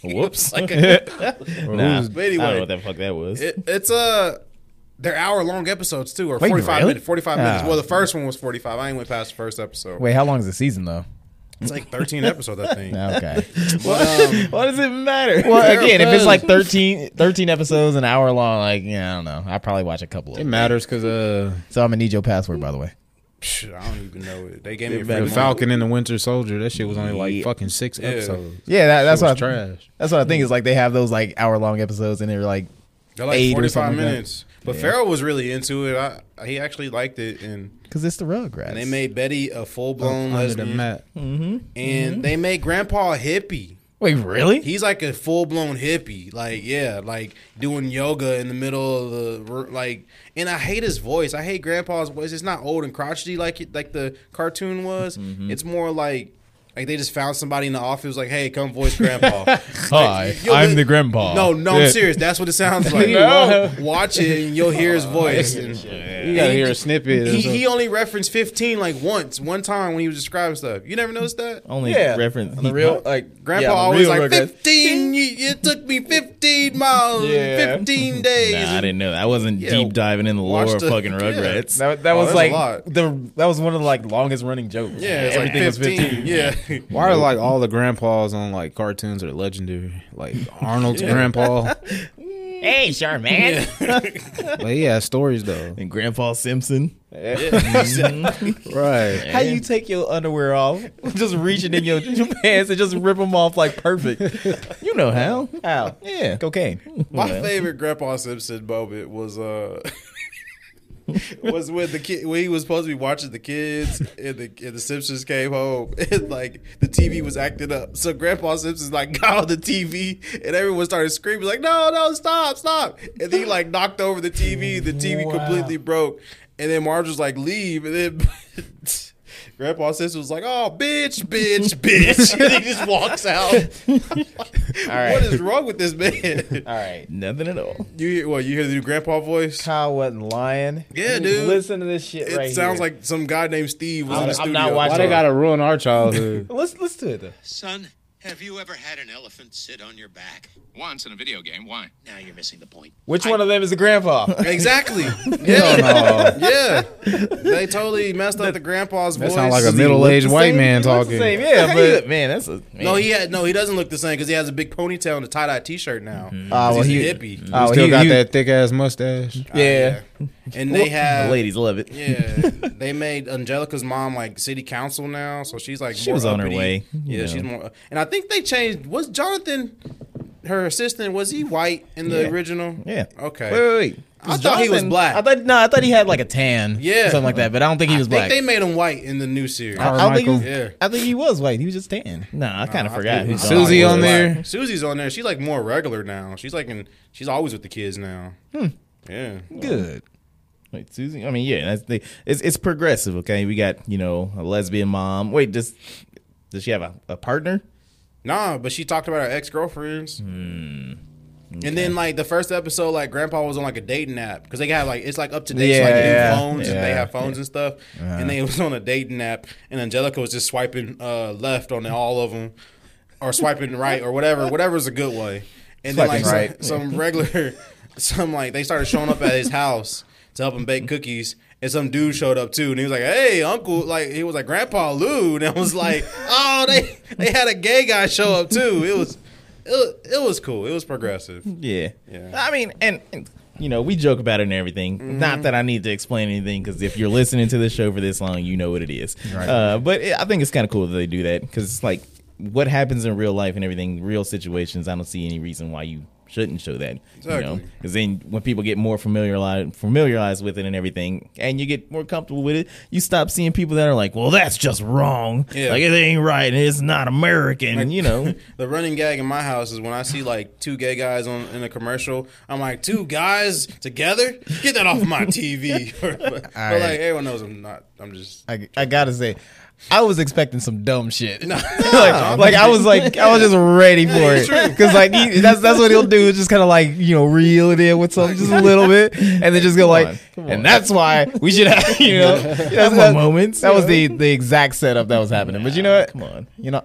Speaker 1: yeah. *laughs*
Speaker 3: Whoops.
Speaker 1: Like
Speaker 3: nah,
Speaker 1: But anyway.
Speaker 3: I don't know what the fuck that was.
Speaker 1: It, it's uh, they're hour long episodes too, or
Speaker 2: Wait,
Speaker 1: forty five
Speaker 2: really?
Speaker 1: minutes. Forty five minutes.
Speaker 2: Ah.
Speaker 1: Well, the first one was forty five. I ain't went past the first episode.
Speaker 2: Wait, how long is the season though?
Speaker 1: It's like thirteen episodes, I think.
Speaker 2: *laughs* Okay. um,
Speaker 3: Why does it matter?
Speaker 2: well, again, if it's like 13, 13 episodes, an hour long, like yeah, I don't know. I probably watch a couple of.
Speaker 4: It
Speaker 2: Them.
Speaker 4: matters because uh,
Speaker 2: So I'm gonna need your password, by the way.
Speaker 1: Psh, I don't even know. They gave me a
Speaker 4: the
Speaker 1: free Falcon.
Speaker 4: Falcon and the Winter Soldier. That shit was only like fucking six episodes.
Speaker 2: Yeah, that, that's
Speaker 4: It was
Speaker 2: what I,
Speaker 4: trash.
Speaker 2: That's what I think. Is like they have those like hour long episodes, and they're like,
Speaker 1: They're like
Speaker 2: eight or
Speaker 1: forty five
Speaker 2: something like that.
Speaker 1: minutes. But Farrell was really into it. I, he actually liked it, and,
Speaker 2: because it's the Rugrats.
Speaker 1: and they made Betty a full blown
Speaker 4: Under the
Speaker 1: lesbian,
Speaker 4: mat.
Speaker 1: and
Speaker 2: Mm-hmm.
Speaker 1: they made Grandpa a hippie.
Speaker 2: wait, really?
Speaker 1: He's like a full blown hippie. Like, yeah, like doing yoga in the middle of the r- like. And I hate his voice. I hate Grandpa's voice. It's not old and crotchety like it, like the cartoon was.
Speaker 2: Mm-hmm.
Speaker 1: It's more like. Like they just found somebody in the office, like, "Hey, come voice grandpa."
Speaker 2: *laughs*
Speaker 1: Hi,
Speaker 2: I'm the grandpa.
Speaker 1: No, no, I'm serious. That's what it sounds like.
Speaker 4: No.
Speaker 1: Watch it, and you'll hear his voice. And
Speaker 4: You gotta hear a snippet. or
Speaker 1: he,
Speaker 4: something.
Speaker 1: he only referenced 15 like once, one time when he was describing stuff. You never noticed that?
Speaker 3: only reference
Speaker 2: on the real like
Speaker 1: Grandpa
Speaker 2: Oh. yeah, on the
Speaker 1: always
Speaker 2: real
Speaker 1: like
Speaker 2: Rugrats.
Speaker 1: fifteen. y- It took me fifteen miles,
Speaker 2: Yeah.
Speaker 1: and fifteen days.
Speaker 3: Nah, I didn't know. I wasn't
Speaker 1: Yeah,
Speaker 3: deep diving in the lore
Speaker 1: watch
Speaker 3: of
Speaker 1: the-
Speaker 3: fucking
Speaker 1: yeah.
Speaker 3: Rugrats.
Speaker 2: That, that
Speaker 1: Oh,
Speaker 2: was
Speaker 1: that's a
Speaker 2: like
Speaker 1: lot.
Speaker 2: the that was one of the like longest running jokes.
Speaker 1: Yeah, it's
Speaker 2: everything
Speaker 1: like 15.
Speaker 2: was
Speaker 1: Yeah,
Speaker 2: 15.
Speaker 1: *laughs*
Speaker 4: Why are like all the grandpas on like cartoons are legendary? *laughs* Like Arnold's grandpa.
Speaker 3: Hey, sure, man.
Speaker 4: But he has stories though.
Speaker 3: And Grandpa Simpson.
Speaker 4: Right.
Speaker 2: How you take your underwear off, *laughs* just reaching in your, *laughs* your pants and just rip them off like perfect. You know how? How? Yeah, cocaine.
Speaker 1: my favorite Grandpa Simpson moment was uh. *laughs* was when the kid when he was supposed to be watching the kids and the and the Simpsons came home *laughs* and like the TV was acting up. So Grandpa Simpson's like got on the TV and everyone started screaming like no no stop stop and then he like knocked over the TV. The TV completely broke and then Marge was like leave and then. *laughs* Grandpa Simpson was like, "Oh, bitch, bitch, bitch," *laughs* and he just walks out. *laughs* What is wrong with this man?
Speaker 2: All right.
Speaker 3: Nothing at all.
Speaker 1: You hear, well, you hear the new grandpa voice?
Speaker 2: Kyle wasn't lying.
Speaker 1: Yeah, dude.
Speaker 2: Listen to this shit
Speaker 1: It
Speaker 2: right here.
Speaker 1: sounds like some guy named Steve was in the
Speaker 2: I'm- I'm
Speaker 1: studio.
Speaker 2: not
Speaker 4: Why
Speaker 2: watching
Speaker 4: *laughs* they gotta ruin our *laughs* childhood?
Speaker 2: Let's let's do it though.
Speaker 6: Son, have you ever had an elephant sit on your back?
Speaker 7: Once in a video game, why?
Speaker 6: Now you're missing the point.
Speaker 2: Which one of them is the *laughs* grandpa?
Speaker 4: *laughs*
Speaker 1: Exactly. Yeah. yeah. They totally messed up the grandpa's
Speaker 4: That
Speaker 1: voice.
Speaker 4: sounds like a middle-aged white man
Speaker 2: Looks the
Speaker 4: talking.
Speaker 2: same, yeah, but
Speaker 3: man, that's a man.
Speaker 1: No, he had no. He doesn't look the same because he has a big ponytail and a tie dye T-shirt now.
Speaker 4: Mm-hmm.
Speaker 2: Ah, well,
Speaker 1: he's
Speaker 2: he-
Speaker 1: a
Speaker 3: Mm-hmm.
Speaker 1: hippie.
Speaker 2: Oh,
Speaker 4: Still
Speaker 2: he-
Speaker 4: got
Speaker 2: he-
Speaker 4: that thick ass mustache.
Speaker 2: Yeah.
Speaker 1: and they
Speaker 3: The
Speaker 1: have
Speaker 3: ladies love it. *laughs*
Speaker 1: yeah. They made Angelica's mom like city council now, so she's like
Speaker 3: She
Speaker 1: more
Speaker 3: was on her
Speaker 1: uppity.
Speaker 3: way, you
Speaker 1: Yeah,
Speaker 3: know.
Speaker 1: she's more. And I think they changed. Was Jonathan, her assistant, was he white in the
Speaker 3: Yeah.
Speaker 1: original?
Speaker 3: Yeah.
Speaker 1: Okay.
Speaker 3: Wait, wait, wait.
Speaker 1: I thought he was black.
Speaker 2: I thought no, I thought he had like a tan,
Speaker 1: Yeah.
Speaker 2: something like that. But I don't think he was
Speaker 1: I
Speaker 2: black.
Speaker 1: think they made him white in the new series.
Speaker 2: I don't think he was,
Speaker 1: Yeah.
Speaker 2: I think he was white. He was just tan.
Speaker 3: Nah, I kind of forgot. who Don
Speaker 4: Susie
Speaker 3: was.
Speaker 4: on there.
Speaker 1: Susie's on there. She's like more regular now. She's like in. She's always with the kids now.
Speaker 2: Hmm.
Speaker 1: Yeah.
Speaker 2: Good.
Speaker 3: Wait, Susie. I mean, yeah, that's the, it's it's progressive. Okay, we got you know a lesbian mom. Wait, does does she have a, a partner?
Speaker 1: Nah, but she talked about her ex girlfriends.
Speaker 2: Hmm.
Speaker 1: And then like the first episode, like Grandpa was on like a dating app because they got like it's like up to date, so, like
Speaker 2: Yeah.
Speaker 1: new phones, and they
Speaker 2: Yeah. Uh-huh.
Speaker 1: have phones and stuff. And they *laughs* was on a dating app, and Angelica was just swiping uh, left on all of them, or swiping right or whatever, whatever's a good way. And then
Speaker 2: Swiping
Speaker 1: like
Speaker 2: right.
Speaker 1: some, some regular, *laughs* some like they started showing up at his house to help him bake cookies. And some dude showed up too, and he was like, "Hey, Uncle!" Like he was like, "Grandpa Lou," and I was like, *laughs* "Oh, they they had a gay guy show up too." It was it, was- it was cool. It was progressive.
Speaker 3: Yeah.
Speaker 1: Yeah.
Speaker 3: I mean, and, and, you know, we joke about it and everything. Not that I need to explain anything because if you're listening to this show for this long, you know what it is. Uh, but it, I think it's kind of cool that they do that because it's like what happens in real life and everything, real situations. I don't see any reason why you shouldn't show that. You know,
Speaker 1: Exactly.
Speaker 3: because then when people get more familiarized familiarized with it and everything, and you get more comfortable with it, you stop seeing people that are like, "Well, that's just wrong.
Speaker 1: Yeah.
Speaker 3: Like it ain't right. and It's not American." and you know,
Speaker 1: The running gag in my house is when I see like two gay guys on in a commercial, I'm like, two guys together? *laughs* Get that off my TV. but, but, like everyone knows I'm not. I'm just *laughs*
Speaker 2: I, I gotta say, I was expecting some dumb shit. like, like, I was like, I was just ready for it because like he, that's that's what he'll do. is Just kind of like you know reel it in with something just a little bit, and then just go like, and that's why we should have *laughs* you know that's
Speaker 3: more moments,
Speaker 2: That
Speaker 3: you
Speaker 2: was
Speaker 3: know?
Speaker 2: the the exact setup that was happening. But you know what?
Speaker 3: Come on,
Speaker 2: You know,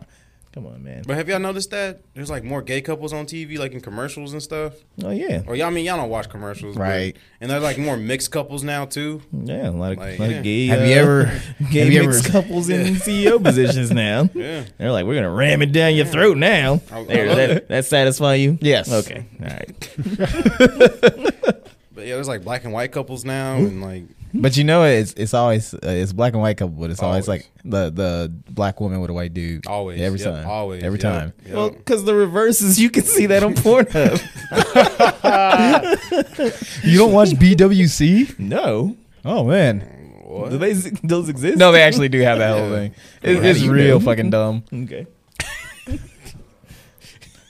Speaker 3: come on, man.
Speaker 1: But have y'all noticed that there's like more gay couples on TV, like in commercials and stuff?
Speaker 3: Oh yeah,
Speaker 1: Or y'all I mean y'all don't watch commercials, but-
Speaker 2: Right.
Speaker 1: And there's like more mixed couples now too.
Speaker 3: yeah. A lot of,
Speaker 1: Like,
Speaker 3: lot
Speaker 1: yeah.
Speaker 3: of gay.
Speaker 2: have
Speaker 3: uh,
Speaker 2: you *laughs* ever?
Speaker 3: gay
Speaker 2: have you ever?
Speaker 3: mixed couples
Speaker 1: *laughs*
Speaker 3: in CEO positions now?
Speaker 1: Yeah.
Speaker 3: They're like, we're gonna ram it down your throat now.
Speaker 1: I- I
Speaker 3: There,
Speaker 1: love
Speaker 3: that,
Speaker 1: it.
Speaker 3: that satisfy you?
Speaker 2: Yes.
Speaker 3: Okay.
Speaker 1: *laughs*
Speaker 3: All right.
Speaker 1: But yeah, there's like black and white couples now,
Speaker 2: Hmm.
Speaker 1: and like
Speaker 2: But you know, it's it's always uh, it's black and white couple, but it's always,
Speaker 1: Always.
Speaker 2: like the the black woman with a white dude.
Speaker 1: always
Speaker 2: every
Speaker 1: yep,
Speaker 2: time,
Speaker 1: always
Speaker 2: every
Speaker 1: yep,
Speaker 2: time.
Speaker 1: yep.
Speaker 3: Well, because the reverse is you can see that on Pornhub.
Speaker 2: *laughs* You don't watch BWC?
Speaker 3: no.
Speaker 2: Oh man,
Speaker 1: What?
Speaker 3: Do they those exist?
Speaker 2: no, they actually do have that whole thing. It,
Speaker 3: How
Speaker 2: it's
Speaker 3: do you
Speaker 2: real
Speaker 3: know?
Speaker 2: fucking dumb.
Speaker 1: *laughs*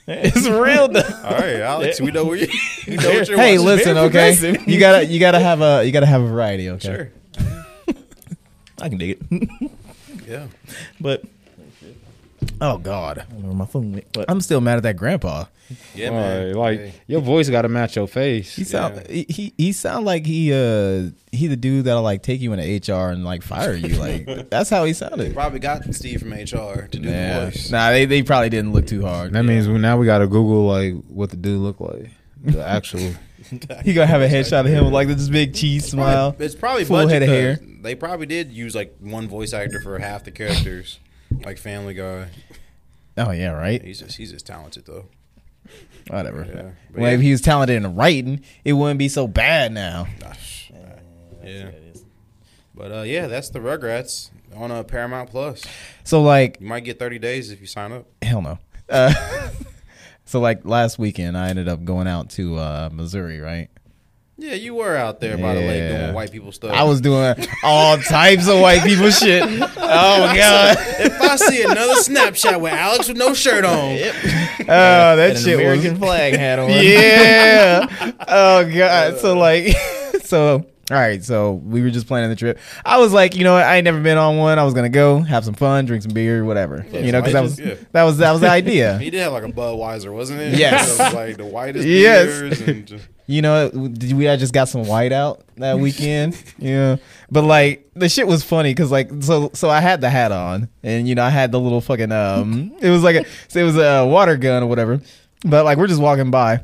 Speaker 3: Okay. it's real.
Speaker 1: All right, Alex, we know where you. *laughs* you know what you're
Speaker 2: Hey,
Speaker 1: watching.
Speaker 2: listen,
Speaker 3: very
Speaker 2: okay,
Speaker 3: progressive.
Speaker 2: you gotta you gotta have a you gotta have a variety, okay?
Speaker 1: Sure.
Speaker 3: I can dig it. *laughs*
Speaker 1: Yeah.
Speaker 3: but
Speaker 2: Oh God,
Speaker 3: I don't know where my phone went. But
Speaker 2: I'm still mad at that grandpa.
Speaker 1: Yeah,
Speaker 4: All right,
Speaker 1: man.
Speaker 4: like
Speaker 1: Hey.
Speaker 4: your voice got to match your face.
Speaker 2: He sound he, he he sound like he uh he the dude that'll like take you into HR and like fire you. *laughs* Like that's how he sounded.
Speaker 1: Probably got Steve from HR to do the
Speaker 2: Yeah.
Speaker 1: voice.
Speaker 2: Nah, they, they probably didn't look too hard.
Speaker 4: That means we, now we got to Google like what the dude look like. The *laughs* actual.
Speaker 2: He gonna have a headshot of him with like this big cheese smile.
Speaker 1: Probably- it's probably
Speaker 2: Full
Speaker 1: budget
Speaker 2: head of
Speaker 1: 'cause
Speaker 2: hair.
Speaker 1: They probably did use like one voice actor for half the characters, like Family Guy.
Speaker 2: Oh yeah, right.
Speaker 1: He's just he's just talented though.
Speaker 2: Whatever.
Speaker 1: Yeah, but
Speaker 2: Well,
Speaker 1: yeah.
Speaker 2: if he was talented in writing, it wouldn't be so bad now.
Speaker 1: Gosh. Yeah. But uh, yeah, that's the Rugrats on uh, Paramount Plus.
Speaker 2: So like,
Speaker 1: You might get 30 days if you sign up.
Speaker 2: hell no. Uh, *laughs* so like last weekend, I ended up going out to uh, Missouri, right?
Speaker 1: Yeah, you were out there by the lake
Speaker 2: Yeah.
Speaker 1: doing white people stuff.
Speaker 2: I was doing all types of white people
Speaker 1: *laughs*
Speaker 2: shit. Oh god,
Speaker 1: If I see another snapshot with Alex with no shirt on, *laughs*
Speaker 2: oh that
Speaker 3: an
Speaker 2: shit was
Speaker 3: American flag had on.
Speaker 2: yeah. Oh god. So like, *laughs* so all right. So we were just planning the trip. I was like, you know, what? I ain't never been on one. I was gonna go have some fun, drink some beer, whatever. you know, because that was
Speaker 1: yeah.
Speaker 2: that was that was
Speaker 1: *laughs*
Speaker 2: the idea.
Speaker 1: he did have like a Budweiser, wasn't it?
Speaker 2: Yes.
Speaker 1: It was, like the whitest
Speaker 2: Yes.
Speaker 1: beers and just,
Speaker 2: You know, did we I just got some white out that
Speaker 3: *laughs*
Speaker 2: weekend. yeah, but like the shit was funny because like so so I had the hat on and you know I had the little fucking um *laughs* it was like a so it was a water gun or whatever. But like we're just walking by.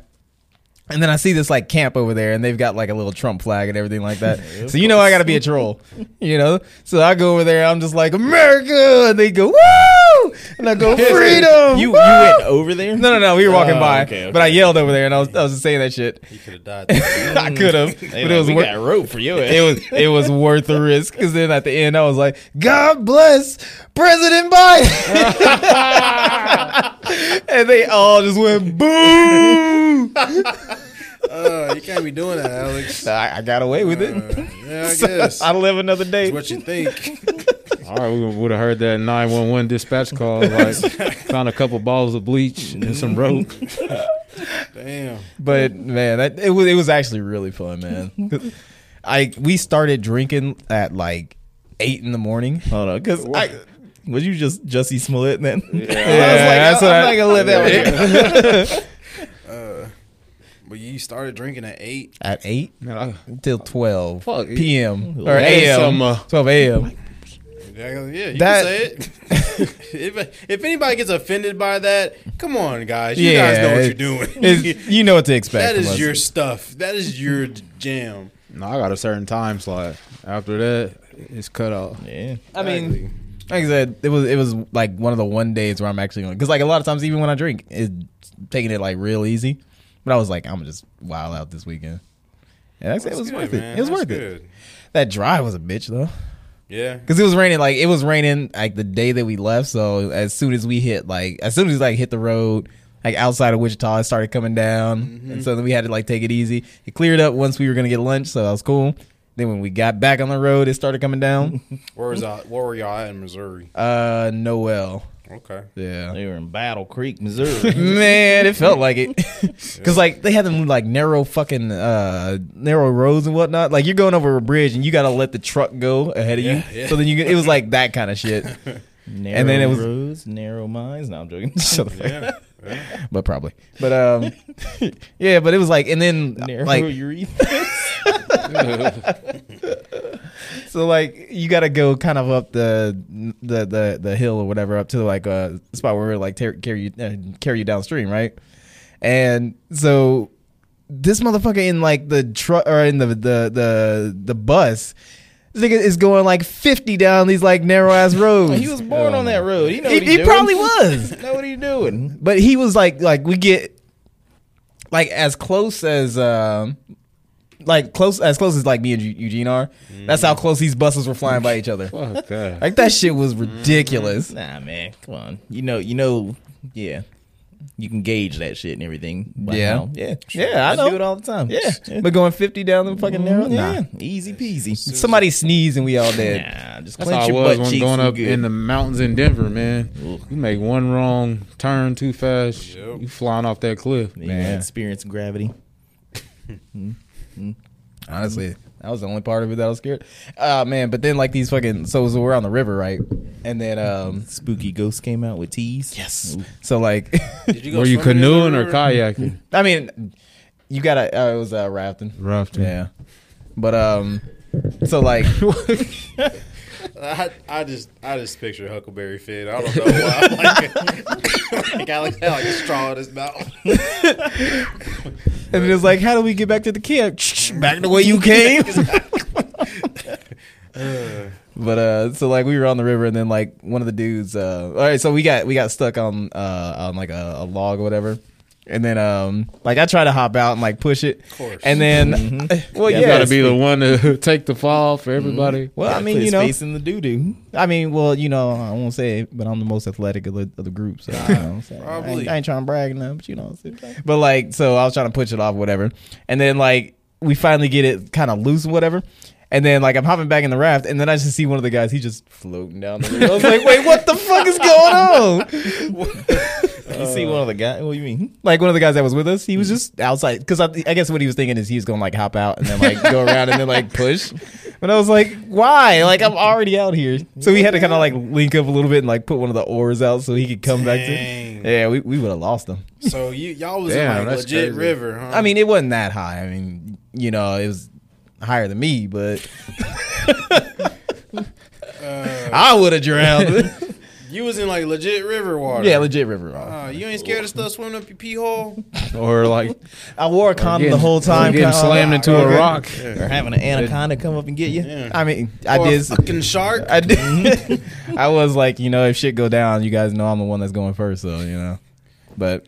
Speaker 2: And then I see this like camp over there, and they've got like a little Trump flag and everything like that. so you know I gotta be a
Speaker 3: *laughs*
Speaker 2: troll, you know. So I go over there, I'm just like America, and they go woo, and I
Speaker 3: *laughs*
Speaker 2: go freedom.
Speaker 3: You you
Speaker 2: woo!"
Speaker 3: went over there?
Speaker 2: No, no, no. We were walking
Speaker 3: Oh,
Speaker 2: by,
Speaker 3: okay,
Speaker 2: but I
Speaker 3: okay.
Speaker 2: yelled over there, and I was I was just saying that shit.
Speaker 1: he could have died. there.
Speaker 2: *laughs* I could have, but
Speaker 3: They
Speaker 2: it
Speaker 3: like,
Speaker 2: was
Speaker 3: we
Speaker 2: worth
Speaker 3: got rope for you.
Speaker 2: it was it was worth the risk because then at the end I was like, God bless President Biden, *laughs* and they all just went boo.
Speaker 1: *laughs* Uh, you can't be doing that, *laughs* Alex.
Speaker 2: I, I got away with it.
Speaker 1: Uh, yeah, *laughs* I guess.
Speaker 2: I'll live another day.
Speaker 1: That's what you think.
Speaker 4: All right, we would have heard that 911 dispatch call. Like, found a couple balls of bleach and some rope.
Speaker 1: Damn.
Speaker 2: But man, that it was it was actually really fun, man. *laughs* I we started drinking at like eight in the morning.
Speaker 3: Hold on, because I was you just Jussie Smollett then.
Speaker 2: Yeah,
Speaker 3: I
Speaker 2: that's
Speaker 3: was like,
Speaker 2: what
Speaker 3: I, am
Speaker 2: I-
Speaker 3: not gonna let that one.
Speaker 1: But you started drinking at eight.
Speaker 2: At eight
Speaker 4: Man, I-
Speaker 2: till twelve
Speaker 4: Fuck.
Speaker 2: p.m. or
Speaker 4: That's
Speaker 2: a.m.
Speaker 4: some, uh,
Speaker 2: twelve a.m.
Speaker 1: Yeah, yeah, you
Speaker 2: That-
Speaker 1: can
Speaker 2: *laughs*
Speaker 1: say it. if, if anybody gets offended by that, come on, guys. You
Speaker 2: yeah,
Speaker 1: guys know what
Speaker 2: it-
Speaker 1: you're doing. *laughs*
Speaker 2: it's- You know what to expect.
Speaker 1: that
Speaker 2: from
Speaker 1: is
Speaker 2: us.
Speaker 1: your stuff. That is your jam.
Speaker 4: no, I got a certain time slot. After that, it's cut off.
Speaker 3: *laughs* Yeah.
Speaker 2: I mean, like I said, it was it was like one of the one days where I'm actually going because like a lot of times even when I drink, it's taking it like real easy. But I was like, I'm gonna just wild out this weekend. And that's, it was worth it. It was worth it. That drive was a bitch though,
Speaker 1: Yeah.
Speaker 2: because it was raining. Like it was raining like the day that we left. So as soon as we hit like as soon as like hit the road like outside of Wichita, it started coming down,
Speaker 1: Mm-hmm.
Speaker 2: and so then we had to like take it easy. It cleared up once we were gonna get lunch, so that was cool. Then when we got
Speaker 1: *laughs*
Speaker 2: back on the road, it started coming down.
Speaker 1: Where was I, where were y'all at in Missouri?
Speaker 2: Uh, Noel.
Speaker 1: Okay.
Speaker 2: Yeah.
Speaker 3: They were in Battle Creek,
Speaker 2: *laughs*
Speaker 3: Missouri.
Speaker 2: Man, it felt like it. Cause like they had them like narrow fucking uh narrow roads and whatnot. Like you're going over a bridge and you gotta let the truck go ahead of you. So then you can, it was like that kind of shit.
Speaker 3: narrow
Speaker 2: then it was-
Speaker 3: roads, narrow minds. No,
Speaker 2: *laughs*
Speaker 3: I'm joking.
Speaker 2: Shut the fuck up. But probably. But um *laughs* yeah, but it was like and then
Speaker 3: narrow
Speaker 2: like
Speaker 3: urethras.
Speaker 2: so like you gotta go kind of up the the the, the hill or whatever up to like a spot where it like tear, carry you uh, carry you downstream, right? And so this motherfucker in like the truck or in the the the the bus, this nigga is going like fifty down these like narrow ass roads.
Speaker 3: *laughs*
Speaker 2: Oh,
Speaker 3: he was born on that road. He know
Speaker 2: He-
Speaker 3: what he,
Speaker 2: he
Speaker 3: doing. *laughs*
Speaker 2: probably was.
Speaker 3: know what he doing.
Speaker 2: but he was like like we get like as close as um like close as close as like me and Eu- Eugene are. That's how close these buses were flying by each other.
Speaker 4: Mm. Fuck
Speaker 2: *laughs*
Speaker 4: that.
Speaker 2: Like that shit was ridiculous.
Speaker 3: Mm. Nah, man, come on. You know, you know, yeah. You can gauge that shit and everything. by
Speaker 2: Yeah.
Speaker 3: how- yeah,
Speaker 2: Yeah, I
Speaker 3: I,
Speaker 2: know.
Speaker 3: do it all the time.
Speaker 2: Yeah.
Speaker 3: yeah. Mm,
Speaker 2: But going 50 down the fucking narrow?
Speaker 3: yeah,
Speaker 2: Nah.
Speaker 3: easy peasy.
Speaker 2: Somebody sneezed and we all dead.
Speaker 3: Nah, just
Speaker 4: That's
Speaker 3: clench
Speaker 4: how I
Speaker 3: your
Speaker 4: was
Speaker 3: butt
Speaker 4: when
Speaker 3: cheeks.
Speaker 4: going
Speaker 3: you
Speaker 4: up
Speaker 3: good.
Speaker 4: in the mountains in Denver, man. You make one wrong turn too fast, you flying off that cliff.
Speaker 3: You experience gravity.
Speaker 2: *laughs* Honestly, that was the only part of it that I was scared. Uh man, but then like these fucking so, so we're on the river, right? And then um
Speaker 3: Spooky Ghost came out with teas.
Speaker 2: yes. So like *laughs*
Speaker 1: Did you
Speaker 4: Were you
Speaker 1: swimming in the
Speaker 4: canoeing or
Speaker 1: river?
Speaker 4: kayaking?
Speaker 2: I mean you got to uh, it was uh, rafting.
Speaker 4: Rafting.
Speaker 2: Yeah. But um so
Speaker 3: *laughs*
Speaker 2: like *laughs*
Speaker 1: I, I just I just picture Huckleberry Finn. I don't know why. *laughs* I'm like, like, I like, had like a straw in his mouth.
Speaker 2: And it was like, how do we get back to the camp? back the way you came. *laughs* but uh, so like we were on the river, and then like one of the dudes. Uh, all right, so we got we got stuck on uh on like a, a log or whatever. And then, um, like I try to hop out and like push it, of
Speaker 1: course.
Speaker 2: and then, *laughs* well, yeah,
Speaker 4: Mm-hmm.
Speaker 2: Mm-hmm.
Speaker 4: You gotta be the one to *laughs* take the fall for everybody.
Speaker 2: well, I
Speaker 3: Gotta
Speaker 2: mean,
Speaker 3: put
Speaker 2: you
Speaker 3: his
Speaker 2: know,
Speaker 3: face in the doo doo.
Speaker 2: I mean, well, you know, I won't say it, but I'm the most athletic of the, of the group, so you know what
Speaker 3: *laughs*
Speaker 2: I'm saying? I ain't-
Speaker 1: Probably.
Speaker 2: I ain't, trying to brag now, but you know, what I'm saying? but like, so I was trying to push it off, whatever, and then like we finally get it kind of loose, whatever. And then, like, I'm hopping back in the raft, and then I just see one of the guys. He just floating down the river. I was like, "Wait, what the fuck is going on?"
Speaker 3: *laughs* You see one of the guys. What do you mean?
Speaker 2: Like, one of the guys that was with us, he was just outside because I, I guess what he was thinking is he was gonna like hop out and then like
Speaker 3: *laughs*
Speaker 2: go around and then like push. But I was like, "Why? Like, I'm already out here." So we had to kind of like link up a little bit and like put one of the oars out so he could come back to.
Speaker 1: Dang.
Speaker 2: Yeah, we, we would have lost them.
Speaker 1: So you y'all was
Speaker 4: Damn,
Speaker 1: in like
Speaker 4: that's
Speaker 1: legit
Speaker 4: crazy.
Speaker 1: river, huh?
Speaker 2: I mean, it wasn't that high. I mean, you know, it was higher than me,
Speaker 4: *laughs*
Speaker 2: but I would have
Speaker 4: Uh,
Speaker 2: drowned.
Speaker 1: you was in like legit river water.
Speaker 2: *laughs* yeah, legit river rock.
Speaker 1: Uh, you ain't scared of stuff swimming up your pee hole?
Speaker 4: Or like
Speaker 2: I wore a condom the
Speaker 4: uh, getting-
Speaker 2: whole time.
Speaker 4: getting
Speaker 2: kinda- uh,
Speaker 4: slammed into a
Speaker 2: Okay.
Speaker 4: rock.
Speaker 3: Or having an anaconda come up and get you?
Speaker 1: Yeah.
Speaker 2: I mean, I
Speaker 1: Or a
Speaker 2: did.
Speaker 1: fucking shark.
Speaker 2: I did. *laughs* I was like, you know, if shit go down, you guys know I'm the one that's going first, so you know. But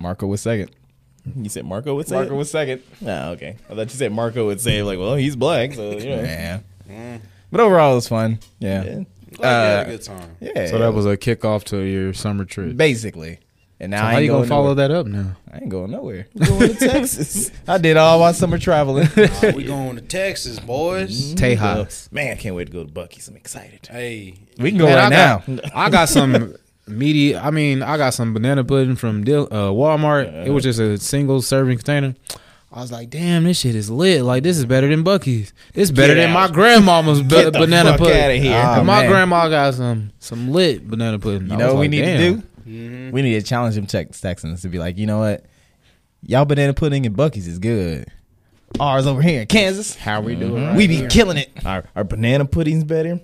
Speaker 2: Marco was second.
Speaker 3: You said Marco would say.
Speaker 2: Marco
Speaker 3: it?
Speaker 2: was second.
Speaker 3: Ah, okay. I thought you said Marco would say like, well, he's black, so you know.
Speaker 2: Yeah. But overall, it was fun. Yeah.
Speaker 3: Yeah.
Speaker 1: Glad you had
Speaker 2: uh,
Speaker 1: a good
Speaker 2: *laughs*
Speaker 1: time.
Speaker 2: Yeah.
Speaker 4: So that was a kickoff to your summer trip.
Speaker 2: basically. And now
Speaker 4: How
Speaker 2: I ain't
Speaker 4: you
Speaker 2: going
Speaker 4: gonna follow
Speaker 2: nowhere.
Speaker 4: that up now?
Speaker 2: I ain't going nowhere.
Speaker 3: Going to Texas.
Speaker 2: *laughs* I did all my summer traveling.
Speaker 1: Uh, we going to Texas, boys.
Speaker 4: Tejas.
Speaker 3: Man, I can't wait to go to Bucky's. I'm excited.
Speaker 1: Hey,
Speaker 2: we can go
Speaker 4: Man,
Speaker 2: right
Speaker 4: I
Speaker 2: now.
Speaker 4: got- I got some meaty. I mean, I got some banana pudding from Dil- uh, Walmart. It was just a single serving container. I was like, damn, this shit is lit. Like, this is better than Bucky's. This better
Speaker 3: Get
Speaker 4: than
Speaker 3: out.
Speaker 4: my grandmama's ba-
Speaker 3: Get the
Speaker 4: banana
Speaker 3: fuck
Speaker 4: pudding.
Speaker 3: outta here.
Speaker 4: And
Speaker 2: Ah,
Speaker 4: my
Speaker 2: man.
Speaker 4: grandma got some some lit banana pudding.
Speaker 2: You know what we need to do?
Speaker 3: Mm-hmm.
Speaker 2: We need to challenge them Tex- Texans to be like, you know what? Y'all banana pudding and Bucky's is good. Ours over here in Kansas. Mm-hmm.
Speaker 4: How we do it?
Speaker 2: we be killing it.
Speaker 3: Our, our banana pudding's better.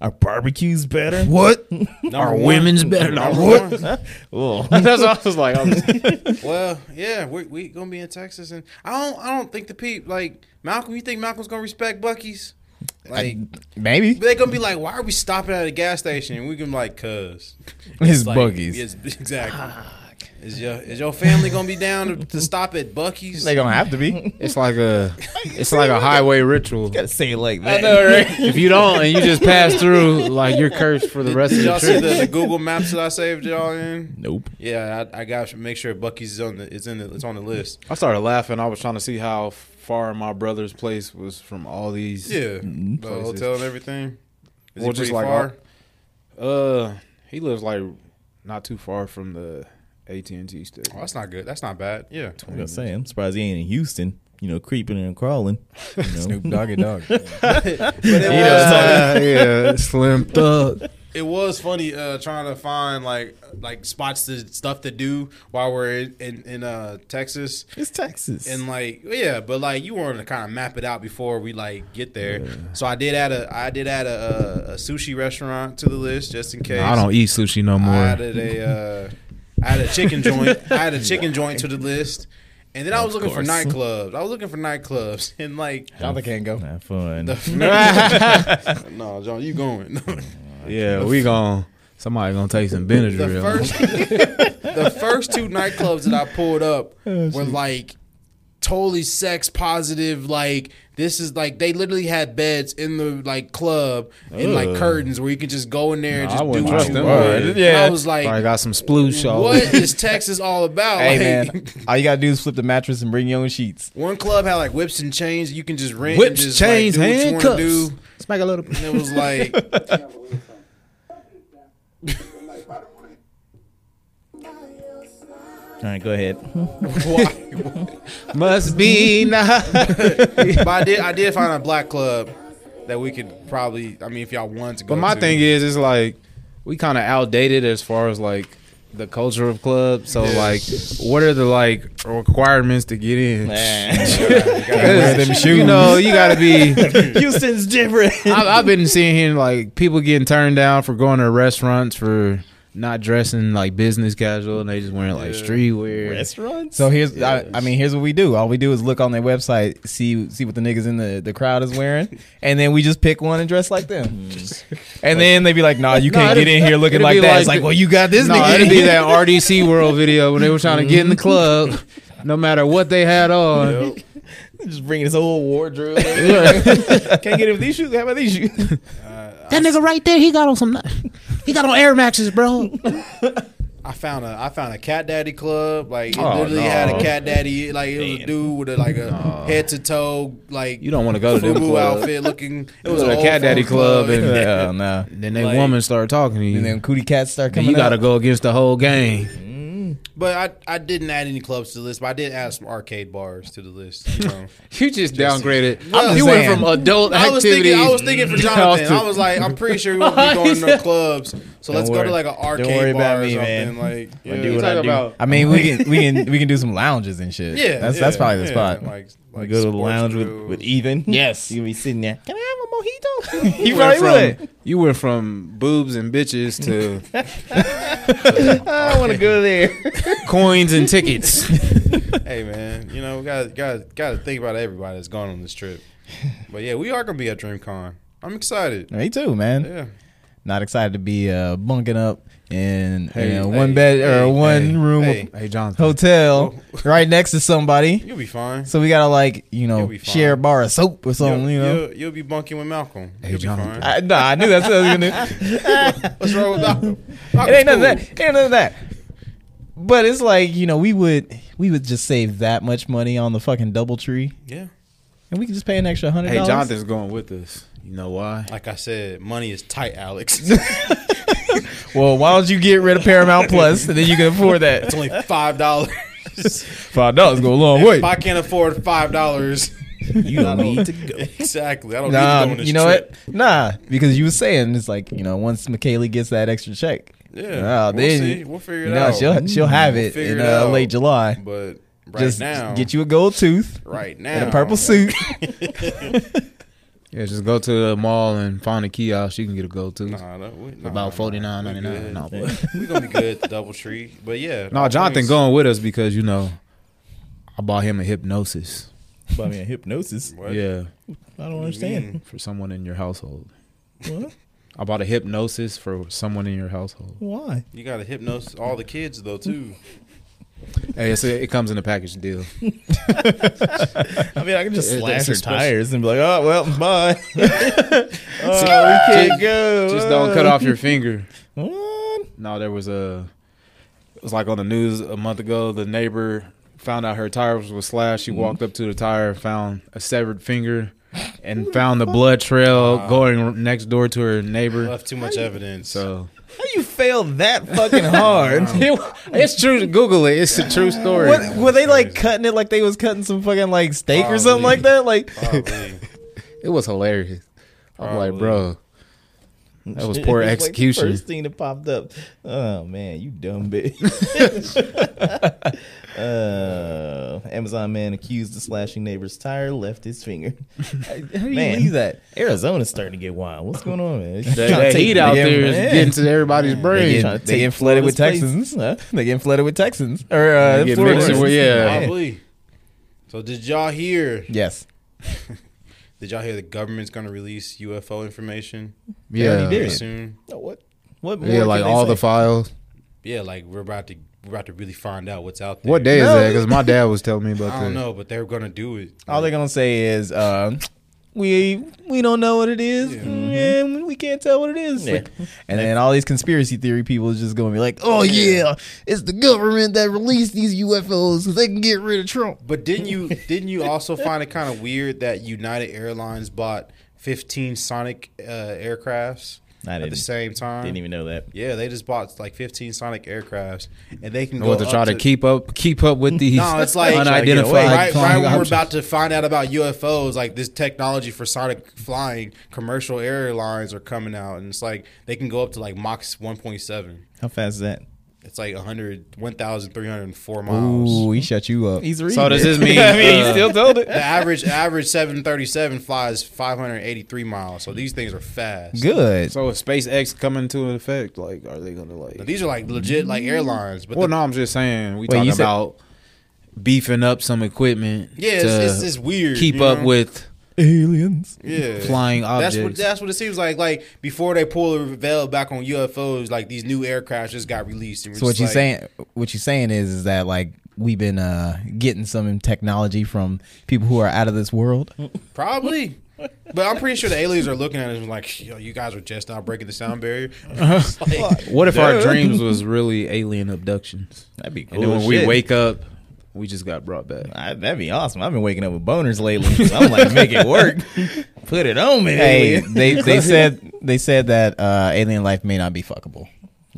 Speaker 3: Our barbecue's better.
Speaker 2: What?
Speaker 1: number one.
Speaker 4: Women's better.
Speaker 1: Number one.
Speaker 3: Oh,
Speaker 4: That's what I was like. I'm *laughs*
Speaker 1: Well, yeah, we we gonna be in Texas, and I don't I don't think the people like Malcolm. You think Malcolm's gonna respect Bucky's? Like
Speaker 2: Maybe.
Speaker 1: they're gonna be like, why are we stopping at a gas station? And we can be like, cause
Speaker 2: *laughs* It's
Speaker 1: like,
Speaker 2: Bucky's.
Speaker 1: yes, *laughs* exactly. Is your is your family gonna be down to, to stop at Bucky's?
Speaker 2: They gonna have to be.
Speaker 4: It's like a it's like a highway ritual.
Speaker 3: gotta say it like that.
Speaker 4: If you don't and you just pass through, like you're cursed for the rest of
Speaker 1: Did
Speaker 4: your
Speaker 1: y'all see
Speaker 4: trip.
Speaker 1: the, the Google Maps that I saved y'all in?
Speaker 3: Nope.
Speaker 1: Yeah, I, I got to make sure Bucky's is on the it's in the, it's on the list.
Speaker 4: I started laughing. I was trying to see how far my brother's place was from all these.
Speaker 1: Yeah, the hotel and everything. Is
Speaker 4: Mm-hmm. Well,
Speaker 1: it
Speaker 4: just
Speaker 1: pretty far?
Speaker 4: like all- Uh, he lives like not too far from the AT and T stick.
Speaker 1: *laughs* Oh, that's not good. That's not bad. *laughs* Yeah.
Speaker 3: I'm gonna say, *laughs* I'm surprised he ain't in Houston. You know, creeping and crawling. You know?
Speaker 7: Snoop Doggy Dogg.
Speaker 4: *laughs* yeah, yeah, Slim Thug.
Speaker 1: It was funny uh, trying to find like like spots to stuff to do while we're in in, in uh, Texas
Speaker 3: It's Texas.
Speaker 1: and like yeah, but like you wanted to kind of map it out before we like get there. So I did add a I did add a, a, a sushi restaurant to the list just in case.
Speaker 4: I don't eat sushi no more.
Speaker 1: I added a uh, I had a
Speaker 4: *laughs*
Speaker 1: chicken joint. I had a chicken joint to the list, and then I was looking
Speaker 3: course.
Speaker 1: for nightclubs. I was looking for nightclubs, *laughs* and like
Speaker 7: Jonathan can't go.
Speaker 3: Have fun.
Speaker 4: *laughs*
Speaker 1: the no, John, you going? *laughs*
Speaker 4: yeah, we gon' somebody gonna take some Benadryl.
Speaker 1: the first *laughs* the first two nightclubs that I pulled
Speaker 4: *laughs*
Speaker 1: up
Speaker 4: Oh,
Speaker 1: were like totally sex positive like this is like they literally had beds in the like club and like curtains where you could just go in there and
Speaker 4: Nah, I
Speaker 1: just do
Speaker 4: wouldn't
Speaker 1: what
Speaker 4: trust
Speaker 1: you
Speaker 4: them
Speaker 1: want.
Speaker 4: beds.
Speaker 1: Yeah. I
Speaker 2: Yeah.
Speaker 1: was like
Speaker 4: I got some sploosh. y'all. *laughs*
Speaker 1: what is Texas all about?
Speaker 2: Hey
Speaker 1: like,
Speaker 2: man, all you gotta do is flip the mattress and bring your own sheets.
Speaker 1: One club had like whips and chains you can just rent. and
Speaker 4: Whips,
Speaker 1: just,
Speaker 4: chains,
Speaker 1: like, do what you wanna
Speaker 4: handcuffs.
Speaker 1: do.
Speaker 4: Smack a little.
Speaker 1: And it was
Speaker 4: *laughs*
Speaker 1: like,
Speaker 3: All right,
Speaker 2: *laughs*
Speaker 3: go ahead.
Speaker 4: Must be *laughs* nah.
Speaker 1: but I did I did find a black club that we could probably. I mean, if y'all wanted to go.
Speaker 4: But my
Speaker 1: to.
Speaker 4: thing is, it's like we kind of outdated as far as like the culture of clubs. So like, what are the like requirements to get *laughs* in? them shoes. You know, you gotta be.
Speaker 3: Houston's different.
Speaker 4: I've, I've been seeing here like people getting turned down for going to restaurants for not dressing like business casual and they just wearing like streetwear.
Speaker 3: Restaurants.
Speaker 2: So here's, I, I mean, here's what we do. All we do is look on their website, see see what the niggas in the, the crowd is wearing, and then we just pick one and dress like them.
Speaker 3: Mm-hmm.
Speaker 2: and then they be like, "Nah, you can't
Speaker 4: it'd-
Speaker 2: get in here looking
Speaker 4: it'd
Speaker 2: like
Speaker 4: be
Speaker 2: that." it's
Speaker 4: like
Speaker 2: like,
Speaker 4: the-
Speaker 2: well, you got this *laughs*
Speaker 4: no,
Speaker 2: nigga.
Speaker 4: it'd be that RDC World video when they were trying to get in the club. No matter what they had on,
Speaker 3: just bringing his
Speaker 2: *laughs*
Speaker 3: whole wardrobe.
Speaker 2: can't get in with these shoes. How about these shoes?
Speaker 4: that nigga right there, he got on some, he got on Air Maxes, bro.
Speaker 1: I found a I found a cat daddy club. Like it
Speaker 4: Oh,
Speaker 1: literally had
Speaker 4: no.
Speaker 1: a cat daddy. Like it was a dude with a, like a head to toe like
Speaker 4: You don't want to go to them
Speaker 1: FUBU
Speaker 4: clubs.
Speaker 1: outfit looking. It
Speaker 4: Go
Speaker 1: was
Speaker 4: to
Speaker 1: a
Speaker 4: the cat daddy club and
Speaker 2: Hell no.
Speaker 4: then they
Speaker 1: Like-
Speaker 4: woman start talking to you.
Speaker 2: And then cootie cats start
Speaker 4: Then
Speaker 2: coming.
Speaker 4: you got to
Speaker 2: out.
Speaker 4: go against the whole gang.
Speaker 1: But I I didn't add any clubs to the list. But I did add some arcade bars to the list. You
Speaker 4: *laughs*
Speaker 1: know.
Speaker 4: You just downgraded.
Speaker 2: just
Speaker 4: you went
Speaker 2: saying.
Speaker 4: from adult
Speaker 1: I was thinking.
Speaker 4: activities.
Speaker 1: I was thinking
Speaker 4: *laughs*
Speaker 1: for Jonathan. I was like, I'm pretty sure we won't be going to no clubs. So let's go
Speaker 2: worry.
Speaker 1: to like an arcade
Speaker 2: worry
Speaker 1: bar
Speaker 2: about
Speaker 1: or
Speaker 2: me,
Speaker 1: something.
Speaker 2: man.
Speaker 1: Like, yeah,
Speaker 3: do what I do.
Speaker 2: I mean, we can we
Speaker 3: *laughs*
Speaker 2: can we can do some lounges and shit.
Speaker 1: yeah,
Speaker 2: that's
Speaker 1: yeah,
Speaker 2: that's probably the
Speaker 1: yeah.
Speaker 2: spot.
Speaker 1: Like, like
Speaker 3: go to the
Speaker 1: sports
Speaker 3: lounge with,
Speaker 1: grills. *laughs*
Speaker 3: with Ethan.
Speaker 2: Yes.
Speaker 3: you gonna be sitting there.
Speaker 2: Can I have a
Speaker 1: *laughs*
Speaker 2: mojito? you
Speaker 4: went
Speaker 2: probably
Speaker 4: from,
Speaker 2: would.
Speaker 4: you went from boobs and bitches
Speaker 1: *laughs*
Speaker 4: to
Speaker 3: I want to go there.
Speaker 4: coins and tickets.
Speaker 1: Hey man, you know, got got got to think about everybody that's going on this trip. But yeah, we are gonna be at DreamCon. I'm excited.
Speaker 2: Me too, man.
Speaker 1: Yeah,
Speaker 2: Not excited to be uh, bunking up in
Speaker 4: Hey,
Speaker 2: in a
Speaker 4: hey,
Speaker 2: one bed or
Speaker 1: hey,
Speaker 2: one
Speaker 1: hey,
Speaker 2: room
Speaker 1: hey. Oh.
Speaker 4: hey, Jonathan.
Speaker 2: hotel *laughs* right next to somebody.
Speaker 1: you'll be fine.
Speaker 2: So we gotta like you know
Speaker 1: You'll be fine.
Speaker 2: share a bar of soap or something.
Speaker 1: You'll,
Speaker 2: you know.
Speaker 1: you'll, you'll be bunking with Malcolm.
Speaker 4: Hey,
Speaker 1: you'll be
Speaker 4: Jonathan.
Speaker 1: fine.
Speaker 2: I, nah, I knew that's what I was gonna do.
Speaker 1: *laughs* What's wrong with Malcolm?
Speaker 2: It ain't nothing.
Speaker 1: Malcolm's
Speaker 2: That, it ain't nothing that. But it's like you know we would we would just save that much money on the fucking double tree,
Speaker 1: cool. Yeah,
Speaker 2: and we could just pay an extra hundred.
Speaker 4: Hey, Jonathan's going with us. You know why?
Speaker 1: like I said, money is tight, Alex. *laughs*
Speaker 2: Well, why don't you get rid of Paramount Plus and then you can afford that?
Speaker 1: *laughs* It's only five dollars.
Speaker 2: Five dollars go a long way.
Speaker 1: If I can't afford five dollars,
Speaker 3: You
Speaker 1: *laughs*
Speaker 3: don't need to go.
Speaker 1: exactly. I don't
Speaker 2: Nah,
Speaker 1: need to go on this
Speaker 2: you know
Speaker 1: trip.
Speaker 2: what? Nah, because you were saying it's like you know once McKaylee gets that extra check,
Speaker 1: Yeah,
Speaker 2: nah,
Speaker 1: we'll
Speaker 2: then
Speaker 1: see. We'll figure it
Speaker 2: you know,
Speaker 1: out.
Speaker 2: she'll she'll have it
Speaker 1: figure
Speaker 2: in
Speaker 1: it
Speaker 2: uh,
Speaker 1: out.
Speaker 2: late July.
Speaker 1: But right
Speaker 2: just
Speaker 1: now,
Speaker 2: get you a gold tooth
Speaker 1: right now
Speaker 2: and a
Speaker 1: *laughs*
Speaker 2: purple suit.
Speaker 4: Yeah, just go to the mall and find a kiosk you can get a go to.
Speaker 1: Nah, that- we- nah,
Speaker 4: About
Speaker 1: nah,
Speaker 4: forty nine ninety nine.
Speaker 1: nah,
Speaker 4: No,
Speaker 1: we good. *laughs* we gonna be good. Double tree, but yeah.
Speaker 4: no, Jonathan
Speaker 1: thanks.
Speaker 4: going with us because you know I bought him a hypnosis.
Speaker 3: Buy me a hypnosis.
Speaker 1: What?
Speaker 4: Yeah,
Speaker 3: I don't understand.
Speaker 4: for someone in your household.
Speaker 3: What?
Speaker 4: I bought a hypnosis for someone in your household.
Speaker 3: Why?
Speaker 1: You gotta hypnose all the kids though too.
Speaker 4: Hey, it's it comes in a package
Speaker 3: *laughs*
Speaker 4: deal.
Speaker 3: I mean, I can just
Speaker 4: It-
Speaker 3: slash
Speaker 4: it's
Speaker 3: her
Speaker 4: a special-
Speaker 3: tires and be like, oh well, bye. *laughs* oh, we can't go.
Speaker 4: Just don't cut *laughs* off your finger.
Speaker 3: What?
Speaker 4: No, there was a. It was like on the news a month ago. The neighbor found out her tire was slashed. She walked up to the tire, found a severed finger, and found the blood trail going next door to her neighbor.
Speaker 1: Left too much evidence.
Speaker 4: So
Speaker 3: How you
Speaker 1: *laughs*
Speaker 3: fail that fucking hard? *laughs*
Speaker 4: it's true. Google it. It's a true story.
Speaker 3: What, were they like cutting it like they was cutting some fucking like steak or something like that? Like
Speaker 2: *laughs*
Speaker 1: Probably.
Speaker 4: It was hilarious. I'm like, bro, that was poor
Speaker 3: It's like the
Speaker 4: execution.
Speaker 3: first thing that popped up. Oh man, you dumb bitch. *laughs* uh, Amazon man accused of slashing neighbor's tire, left his finger. How do you man,
Speaker 2: leave that?
Speaker 3: Arizona's starting to get wild. What's going on, man?
Speaker 4: that that heat out there is getting to everybody's
Speaker 3: They
Speaker 4: brain.
Speaker 3: get-
Speaker 2: They,
Speaker 3: trying to take
Speaker 2: get flooded with
Speaker 3: Florida's
Speaker 2: Texans. Huh? They get flooded with Texans or uh,
Speaker 4: Get
Speaker 2: Florida.
Speaker 4: mixed with- yeah.
Speaker 1: Probably. So did y'all hear?
Speaker 2: Yes.
Speaker 1: Did y'all hear the government's gonna release UFO information
Speaker 4: Yeah.
Speaker 1: very
Speaker 4: Yeah,
Speaker 1: soon?
Speaker 3: what? What? More
Speaker 4: yeah like all the
Speaker 3: fuck.
Speaker 4: files.
Speaker 1: Yeah, like we're about to we're about to really find out what's out there.
Speaker 4: What day is that? Because my dad was telling me about that.
Speaker 1: I don't know, but they're gonna do it.
Speaker 2: All they're gonna say is uh, we we don't know what it is.
Speaker 1: Yeah.
Speaker 2: and we can't tell what it is.
Speaker 3: Yeah.
Speaker 2: And then all these conspiracy theory people is just gonna be like, oh
Speaker 5: Oh
Speaker 2: yeah.
Speaker 5: yeah, it's the government that released these UFOs so they can get rid of Trump.
Speaker 1: But didn't
Speaker 4: *laughs*
Speaker 1: you didn't you also find it kind of weird that United Airlines bought 15 Sonic uh, aircrafts
Speaker 3: I
Speaker 1: at the
Speaker 3: didn't-
Speaker 1: same time?
Speaker 3: Didn't even know that.
Speaker 1: yeah, they just bought like 15 Sonic aircrafts, and they can go
Speaker 4: What to
Speaker 1: up
Speaker 4: try to keep up, keep up with
Speaker 1: *laughs*
Speaker 4: these
Speaker 1: No, it's like
Speaker 4: unidentified.
Speaker 1: Right, right when we're
Speaker 4: concepts.
Speaker 1: about to find out about UFOs, like this technology for sonic flying, commercial airlines are coming out, and it's like they can go up to like Mach 1.7.
Speaker 3: How fast is that?
Speaker 1: It's like 100, 1,304 miles.
Speaker 4: *laughs*
Speaker 2: Ooh, he shut you up.
Speaker 3: He's reading.
Speaker 4: So does *laughs* this mean? uh,
Speaker 3: told it.
Speaker 1: The average average 737 flies 583 miles, so these things are fast.
Speaker 2: Good.
Speaker 4: so is SpaceX coming to an effect? Like, are they gonna like?
Speaker 1: But these are like legit like airlines, but
Speaker 4: Mm-hmm. Well,
Speaker 1: the-
Speaker 4: no, I'm just saying we
Speaker 2: Wait,
Speaker 4: talking
Speaker 2: you said-
Speaker 4: about beefing up some equipment.
Speaker 1: yeah, it's,
Speaker 4: to
Speaker 1: it's, it's weird.
Speaker 4: keep
Speaker 1: you
Speaker 4: up
Speaker 1: know?
Speaker 4: with
Speaker 2: Aliens.
Speaker 1: yeah.
Speaker 4: flying
Speaker 1: That's
Speaker 4: objects.
Speaker 1: what that's what it seems like. Like before they pull the veil back on UFOs, like these new aircraft just got released. And we're
Speaker 2: So what
Speaker 1: just
Speaker 2: you
Speaker 1: like,
Speaker 2: saying? What you saying is is that like we've been uh, getting some technology from people who are out of this world.
Speaker 1: Probably. But I'm pretty sure the aliens are looking at us and like, yo, you guys are just now breaking the sound barrier. It's
Speaker 4: Uh-huh.
Speaker 1: *laughs* like,
Speaker 4: What if our dreams was really alien abductions?
Speaker 3: That'd be cool.
Speaker 4: And then when
Speaker 3: as
Speaker 4: we
Speaker 3: shit.
Speaker 4: wake up, we just got brought back.
Speaker 3: I, that'd be awesome. I've been waking up with boners lately. I'm like, make it
Speaker 4: *laughs*
Speaker 3: work. Put it on me.
Speaker 2: Hey,
Speaker 3: alien. *laughs*
Speaker 2: they they said they said that uh, alien life may not be fuckable.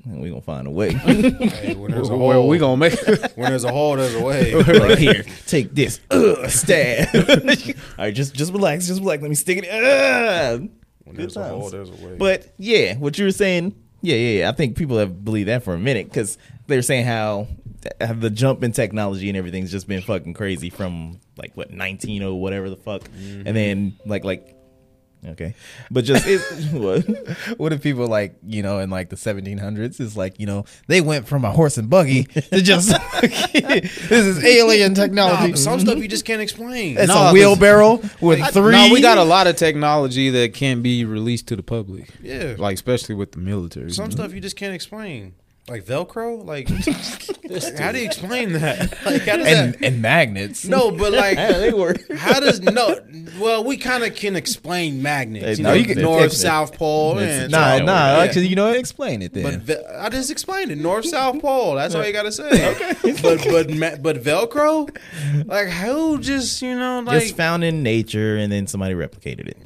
Speaker 3: we gonna find a way.
Speaker 1: hey, when there's a
Speaker 4: Where
Speaker 1: hole,
Speaker 4: oh, we gonna make? *laughs*
Speaker 1: when there's a hole, there's a way.
Speaker 3: right here,
Speaker 2: *laughs*
Speaker 3: take this. Ugh, stab. All right, just *laughs* just relax, just relax. Let me stick it. Ugh.
Speaker 1: When
Speaker 3: Good
Speaker 1: there's a hole,
Speaker 3: times.
Speaker 1: there's a way.
Speaker 3: But yeah, what you were saying, yeah, yeah, yeah. I think people have believed that for a minute because they're saying how how the jump in technology and everything's just been fucking crazy from like what 19 or whatever the fuck,
Speaker 1: Mm-hmm.
Speaker 3: and then like like okay, but just it, *laughs* what.
Speaker 2: What if people like you know in like the 1700s is like you know they went from a horse and buggy to
Speaker 3: *laughs*
Speaker 2: just *laughs* this is alien
Speaker 1: Nah,
Speaker 2: technology.
Speaker 1: but some stuff you just can't explain.
Speaker 2: it's
Speaker 4: Nah,
Speaker 2: a
Speaker 4: 'cause-
Speaker 2: wheelbarrow with three.
Speaker 4: No, we got a lot of technology that can't be released to the public.
Speaker 1: Yeah.
Speaker 4: like especially with the military.
Speaker 1: Some stuff you just can't explain. Like Velcro? Like, *laughs* how do you explain that? *laughs* Like, how does
Speaker 2: and
Speaker 1: that?
Speaker 2: and magnets.
Speaker 1: No, but like,
Speaker 3: they were.
Speaker 1: *laughs* How does no? Well, we kind of can explain magnets.
Speaker 3: Hey,
Speaker 1: You
Speaker 3: no,
Speaker 1: know,
Speaker 3: you can-
Speaker 1: north,
Speaker 3: it's-
Speaker 1: south pole.
Speaker 3: it's-
Speaker 1: and
Speaker 2: Nah,
Speaker 3: Yeah.
Speaker 2: nah. Actually, you know, explain it then.
Speaker 1: But ve- I just explained it. North South Pole. That's all you gotta say. But but ma- but Velcro, like who just you know
Speaker 3: It's
Speaker 1: like
Speaker 3: found in nature, and then somebody replicated it.